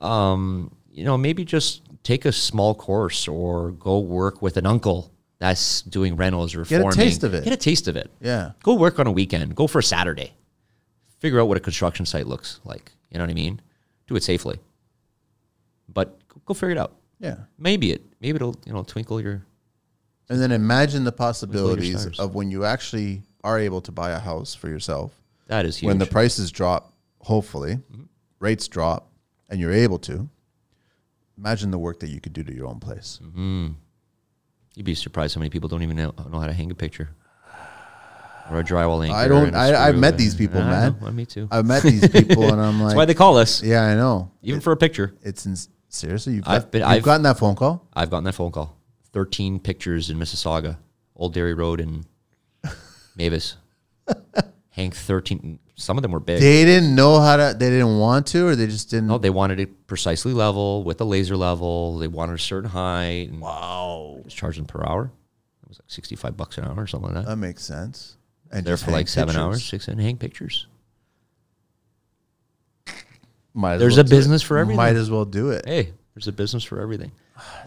A: Um, you know, maybe just take a small course or go work with an uncle that's doing rentals or
B: Get a
A: forming.
B: taste of it.
A: Get a taste of it.
B: Yeah.
A: Go work on a weekend. Go for a Saturday. Figure out what a construction site looks like. You know what I mean? Do it safely. But go- go figure it out
B: Yeah.
A: maybe it maybe it'll you know twinkle your
B: And then imagine the possibilities
A: stars.
B: of when you actually are able to buy a house for yourself,
A: that is huge. Mm-hmm.
B: when the prices drop, hopefully, rates drop, and you're able to. Imagine the work that you could do to your own place.
A: Mm-hmm. You'd be surprised how many people don't even know, know how to hang a picture or a drywall anchor.
B: I don't.
A: and a
B: I, I've
A: screw
B: met
A: and-
B: these people,
A: I know,
B: man.
A: well, me too.
B: I've met these people, and I'm
A: That's why
B: like,
A: they call us,
B: yeah, I know.
A: even for a picture.
B: It's ins seriously. You've,
A: I've
B: got,
A: been-
B: you've
A: I've-
B: gotten that phone call.
A: I've gotten that phone call. Thirteen pictures in Mississauga, Old Dairy Road, and Mavis. Hank thirteen. Some of them were big.
B: They didn't know how to. They didn't want to, or they just didn't.
A: no, they wanted it precisely level with a laser level. They wanted a certain height. And
B: Wow,
A: was charging per hour. It was like sixty-five bucks an hour or something like that.
B: that makes sense. And
A: Uh, there
B: just
A: for
B: hang
A: like seven
B: pictures.
A: hours, six, and hang pictures.
B: Might as
A: There's
B: well
A: a
B: do it.
A: business for everything.
B: Might as well do it.
A: Hey, there's a business for everything,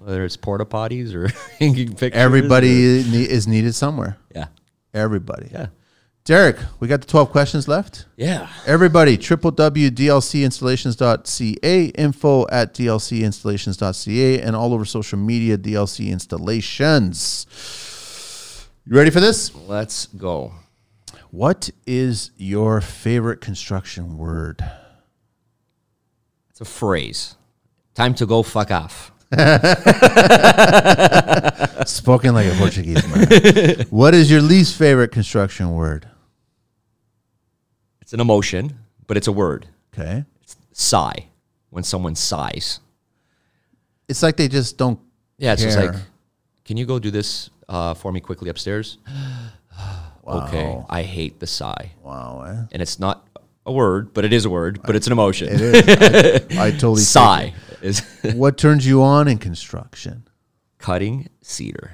A: whether it's porta potties or hanging pictures. or-
B: Everybody ne- is needed somewhere.
A: yeah,
B: Everybody.
A: yeah,
B: Derek, we got the 12 questions left.
A: yeah.
B: Everybody, www.dlcinstallations.ca, info at dlcinstallations.ca, and all over social media, DLC Installations. You ready for this?
A: Let's go.
B: What is your favorite construction word?
A: It's a phrase. Time to go. Fuck off.
B: Spoken like a Portuguese man. what is your least favorite construction word?
A: It's an emotion, but it's a word.
B: Okay.
A: Sigh. When someone sighs.
B: It's like they just don't.
A: Yeah, it's just like,
B: Care.
A: can you go do this uh, for me quickly upstairs? Okay. I hate the sigh.
B: Wow. eh?
A: and it's not a word, but it is a word, but it's an emotion.
B: I totally take
A: Sigh is
B: it. What turns you on in construction?
A: cutting cedar.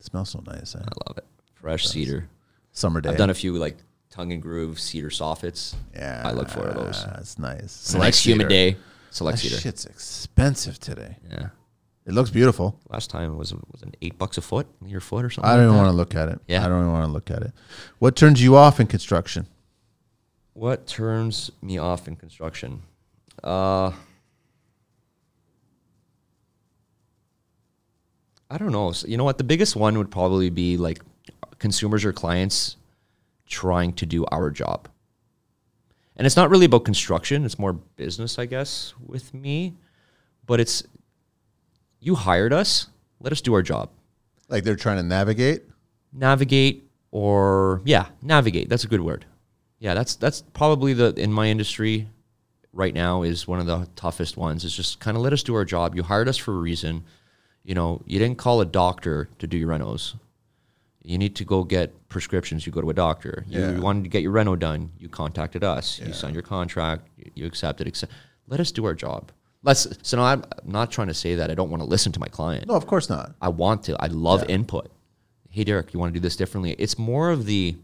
B: It smells so nice. Eh?
A: I love it. Fresh cedar.
B: Summer day.
A: I've done a few like tongue and groove cedar soffits.
B: yeah,
A: I look for those.
B: That's nice.
A: The next humid day, select
B: That
A: cedar.
B: shit's expensive today.
A: Yeah.
B: It looks beautiful.
A: Last time was was an eight bucks a foot, your foot or something.
B: I
A: like
B: don't even
A: that.
B: want to look at it.
A: Yeah.
B: I don't even want to look at it. What turns you off in construction?
A: What turns me off in construction? Uh, I don't know. So, you know what? The biggest one would probably be like consumers or clients trying to do our job. And it's not really about construction, it's more business, I guess, with me. But it's you hired us, let us do our job.
B: Like they're trying to navigate.
A: Navigate or yeah, navigate. That's a good word. Yeah, that's that's probably the in my industry right now is one of the toughest ones. Is just kind of let us do our job. You hired us for a reason. You know, you didn't call a doctor to do your renos. You need to go get prescriptions. You go to a doctor. You
B: Yeah.
A: wanted to get your reno done. You contacted us. You signed your contract. You, you accepted. Accept. Let us do our job. Let's. So now I'm not trying to say that I don't want to listen to my client.
B: No, of course not.
A: I want to. I love input. Hey, Derek, you want to do this differently? It's more of the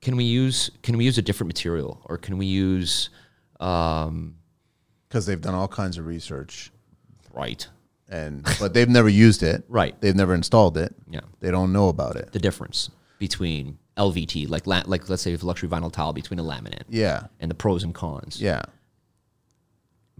A: can we use can we use a different material or can we use um,
B: Because they've done all kinds of research,
A: right
B: and but they've never used it.
A: Right.
B: They've never installed it.
A: Yeah.
B: They don't know about it.
A: the difference between LVT like la- like let's say if luxury vinyl tile between a laminate
B: Yeah.
A: and the pros and cons.
B: Yeah.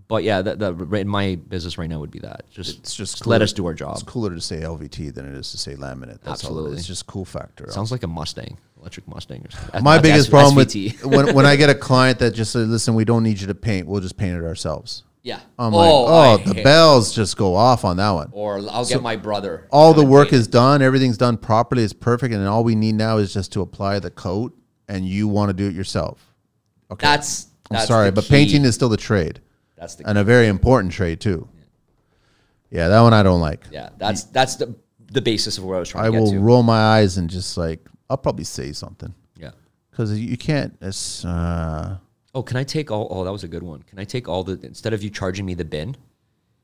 A: But yeah, that, that right- my business right now would be that just
B: It's just
A: let
B: clear.
A: us do our job.
B: It's cooler to say LVT than it is to say laminate. That's all. It
A: Um, Absolutely.
B: is. It's just cool factor.
A: Sounds like a Mustang, electric Mustang. Or something.
B: My
A: That's
B: biggest
A: S-
B: problem
A: SVT.
B: with when, when I get a client that just says, "Listen, we don't need you to paint. We'll just paint it ourselves."
A: Yeah.
B: I'm like, oh,
A: I
B: the
A: hate- Oh,
B: bells just go off on that one.
A: Or I'll get my brother.
B: All the work is done, everything's done properly, it's perfect, and all we need now is just to apply the coat, and you want to do it yourself. Okay,
A: That's.
B: I'm
A: that's
B: sorry,
A: the
B: but
A: key.
B: painting is still the trade,
A: That's the.
B: and a very important trade too. Yeah, that one I don't like.
A: Yeah. That's that's the the basis of where I was trying
B: Mm. I
A: to get
B: will
A: to.
B: roll my eyes and just like I'll probably say something
A: yeah.
B: because you can't. It's, uh,
A: Oh, can I take all? Oh, that was a good one. Can I take all the instead of you charging me the bin?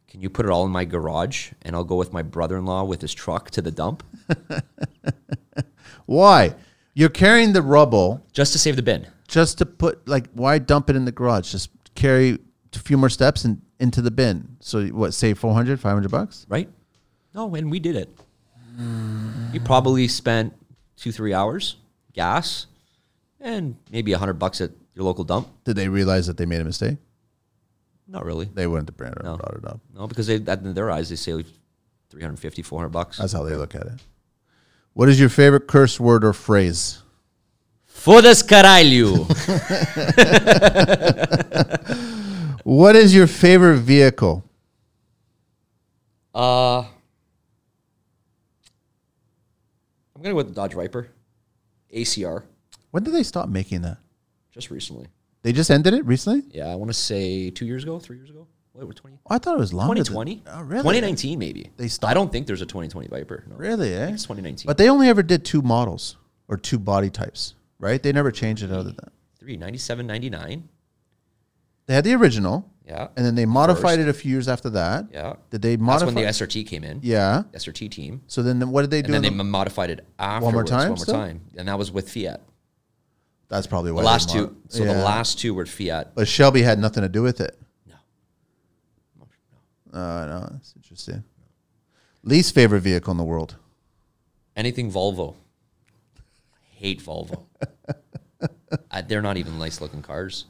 A: Can you put it all in my garage and I'll go with my brother-in-law with his truck to the dump
B: why you're carrying the rubble
A: just to save the bin?
B: just to put like why dump it in the garage just carry a few more steps and into the bin so what save 400 500 bucks
A: right? No, and we did it.
B: Mm.
A: You probably spent two, three hours, gas, and maybe a hundred bucks at your local dump.
B: did they realize that they made a mistake
A: Not really.
B: they wouldn't have brought it,
A: No.
B: brought it up
A: No, because they, that, in their eyes, they say 350, 400 bucks.
B: that's how they look at it what is your favorite curse word or phrase
A: Fodas caralho.
B: what is your favorite vehicle
A: uh, I'm going to go with the Dodge Viper, ACR,
B: when did they stop making that
A: just recently.
B: they just ended it recently
A: Yeah, I want to say two years ago, three years ago. Wait, we're 20,
B: i thought it was longer than-
A: 2020?
B: oh really
A: 2019, maybe.
B: They
A: I
B: stopped-
A: don't think there's a 2020 Viper. No.
B: really eh?
A: It's 2019.
B: but they only ever did two models or two body types right they never changed it other than that
A: three ninety seven ninety nine.
B: they had the original
A: Yeah,
B: and then they modified it a few years after that
A: yeah.
B: Did they
A: That's
B: modify?
A: when the SRT came in.
B: yeah.
A: SRT team,
B: So then, the- what did they do?
A: and then they
B: in the-
A: m- modified it afterwards.
B: time
A: One more
B: still?
A: time, and that was with Fiat.
B: that's probably why
A: The
B: they
A: last
B: mod-
A: two. So the
B: Yeah.
A: last two were Fiat.
B: But Shelby had nothing to do with it.
A: No.
B: Oh no, that's interesting. Least favorite vehicle in the world.
A: Anything Volvo. I hate Volvo. I, they're not even nice looking cars.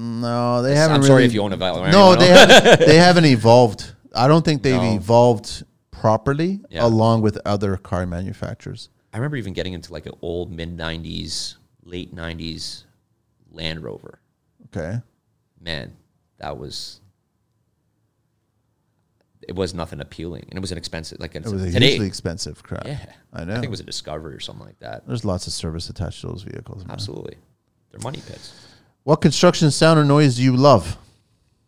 B: No, they
A: I'm
B: haven't.
A: sorry
B: really-
A: if you own a Volvo.
B: No, they haven't, they haven't evolved. I don't think they've
A: No.
B: evolved properly
A: Yeah.
B: along with other car manufacturers.
A: I remember even getting into like an old mid '90s, late '90s Land Rover.
B: Okay.
A: man, that was it was nothing appealing, and it was an expensive like
B: It was a
A: today.
B: hugely expensive crap.
A: yeah,
B: I know.
A: I think it was a Discovery or something like that.
B: There's lots of service attached to those vehicles. man.
A: Absolutely, they're money pits.
B: What construction sound or noise do you love?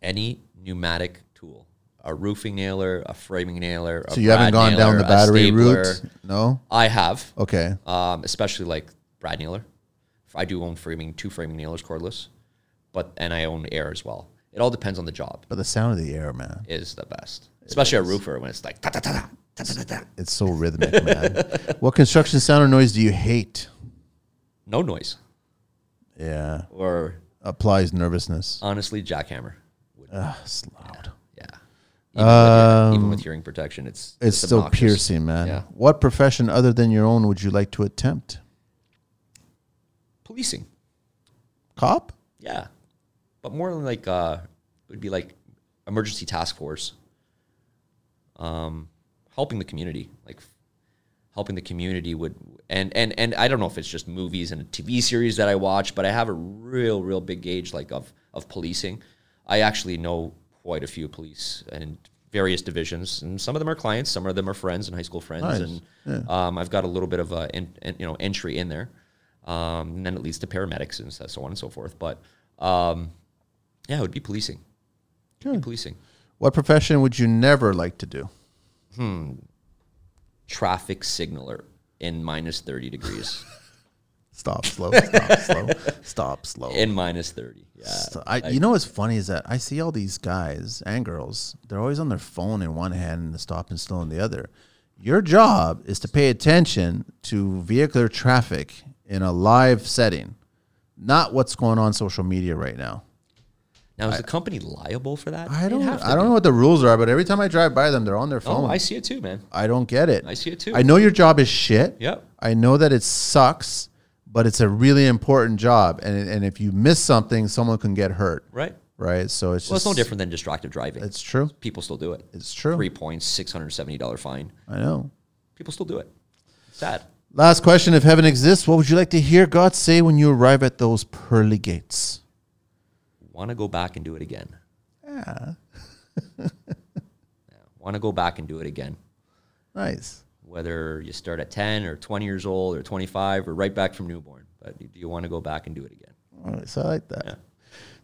A: Any pneumatic tool, a roofing nailer, a framing nailer. A
B: So you haven't
A: brad
B: gone
A: nailer,
B: down the
A: a
B: battery route?
A: stapler.
B: No?
A: I have,
B: Okay.
A: um, especially like brad nailer. I do own framing, two framing nailers, cordless, but and I own air as well. It all depends on the job.
B: But the sound of the air, man,
A: Is the best, especially a roofer when it's like ta ta ta ta ta ta ta.
B: it's so rhythmic, man. What construction sound or noise do you hate?
A: No noise.
B: Yeah,
A: or
B: applies nervousness.
A: honestly jackhammer. Would-
B: Ugh, it's loud.
A: Yeah. Even, with, hearing- even with hearing protection, it's
B: Um, It's still
A: obnoxious.
B: piercing, man.
A: Yeah.
B: What profession other than your own would you like to attempt?
A: Policing,
B: Cop?
A: yeah, but more than like uh, it would be like emergency task force, um, helping the community, like f- helping the community would and and and I don't know if it's just movies and TV series that I watch, but I have a real real big gauge like of of policing. I actually know quite a few police and various divisions, and some of them are clients, some of them are friends and high school friends,
B: Nice.
A: and um, I've got a little bit of a in, in- you know entry in there, um, and then it leads to paramedics and so so on and so forth. But um, yeah, it would be policing. It'd be Policing,
B: What profession would you never like to do?
A: traffic signaler in minus thirty degrees.
B: Stop slow. Stop slow. Stop slow.
A: in minus 30 yeah
B: St- I, you know what's funny is that I see all these guys and girls, they're always on their phone in one hand and the stop and slow in the other. Your job is to pay attention to vehicular traffic in a live setting, not what's going on social media right now.
A: now is the company liable for that
B: I
A: They'd
B: don't
A: have to
B: I don't know what the rules are, but every time I drive by them, they're on their
A: be. oh
B: phone.
A: i
B: I,
A: see it too man
B: don't get it.
A: I see it too.
B: I know your job is shit.
A: Yep.
B: I know that it sucks, but it's a really important job and and if you miss something, someone can get hurt.
A: right
B: Right? So it's
A: well it's
B: just
A: no different than distracted driving
B: It's true.
A: people still do it
B: It's true.
A: three points six hundred seventy dollar fine
B: I know.
A: people still do it It's sad
B: Last question If heaven exists, what would you like to hear God say when you arrive at those pearly gates?
A: want to go back and do it again
B: Yeah.
A: Want to go back and do it again.
B: Nice.
A: Whether you start at 10 or 20 years old or 25 or right back from newborn, but do you want to go back and do it again?
B: All right, so I like that.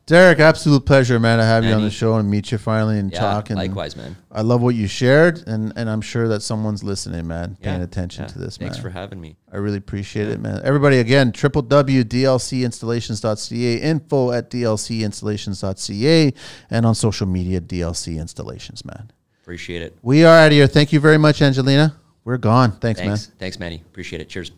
B: Derek, absolute pleasure, man, to have you on the
A: Any-
B: show and meet you finally and
A: Yeah,
B: talk. And
A: likewise, man.
B: I love what you shared, and, and I'm sure that someone's listening, man, paying
A: Yeah,
B: attention
A: yeah.
B: to this,
A: Thanks
B: man.
A: for having me.
B: I really appreciate it, man. Everybody, again, www.dlcinstallations.ca, info at dlcinstallations.ca, and on social media, DLC Installations, man.
A: Appreciate it.
B: We are out of here. Thank you very much, Angelina. We're gone. Thanks, man.
A: Thanks. Thanks, Manny. Appreciate it. Cheers.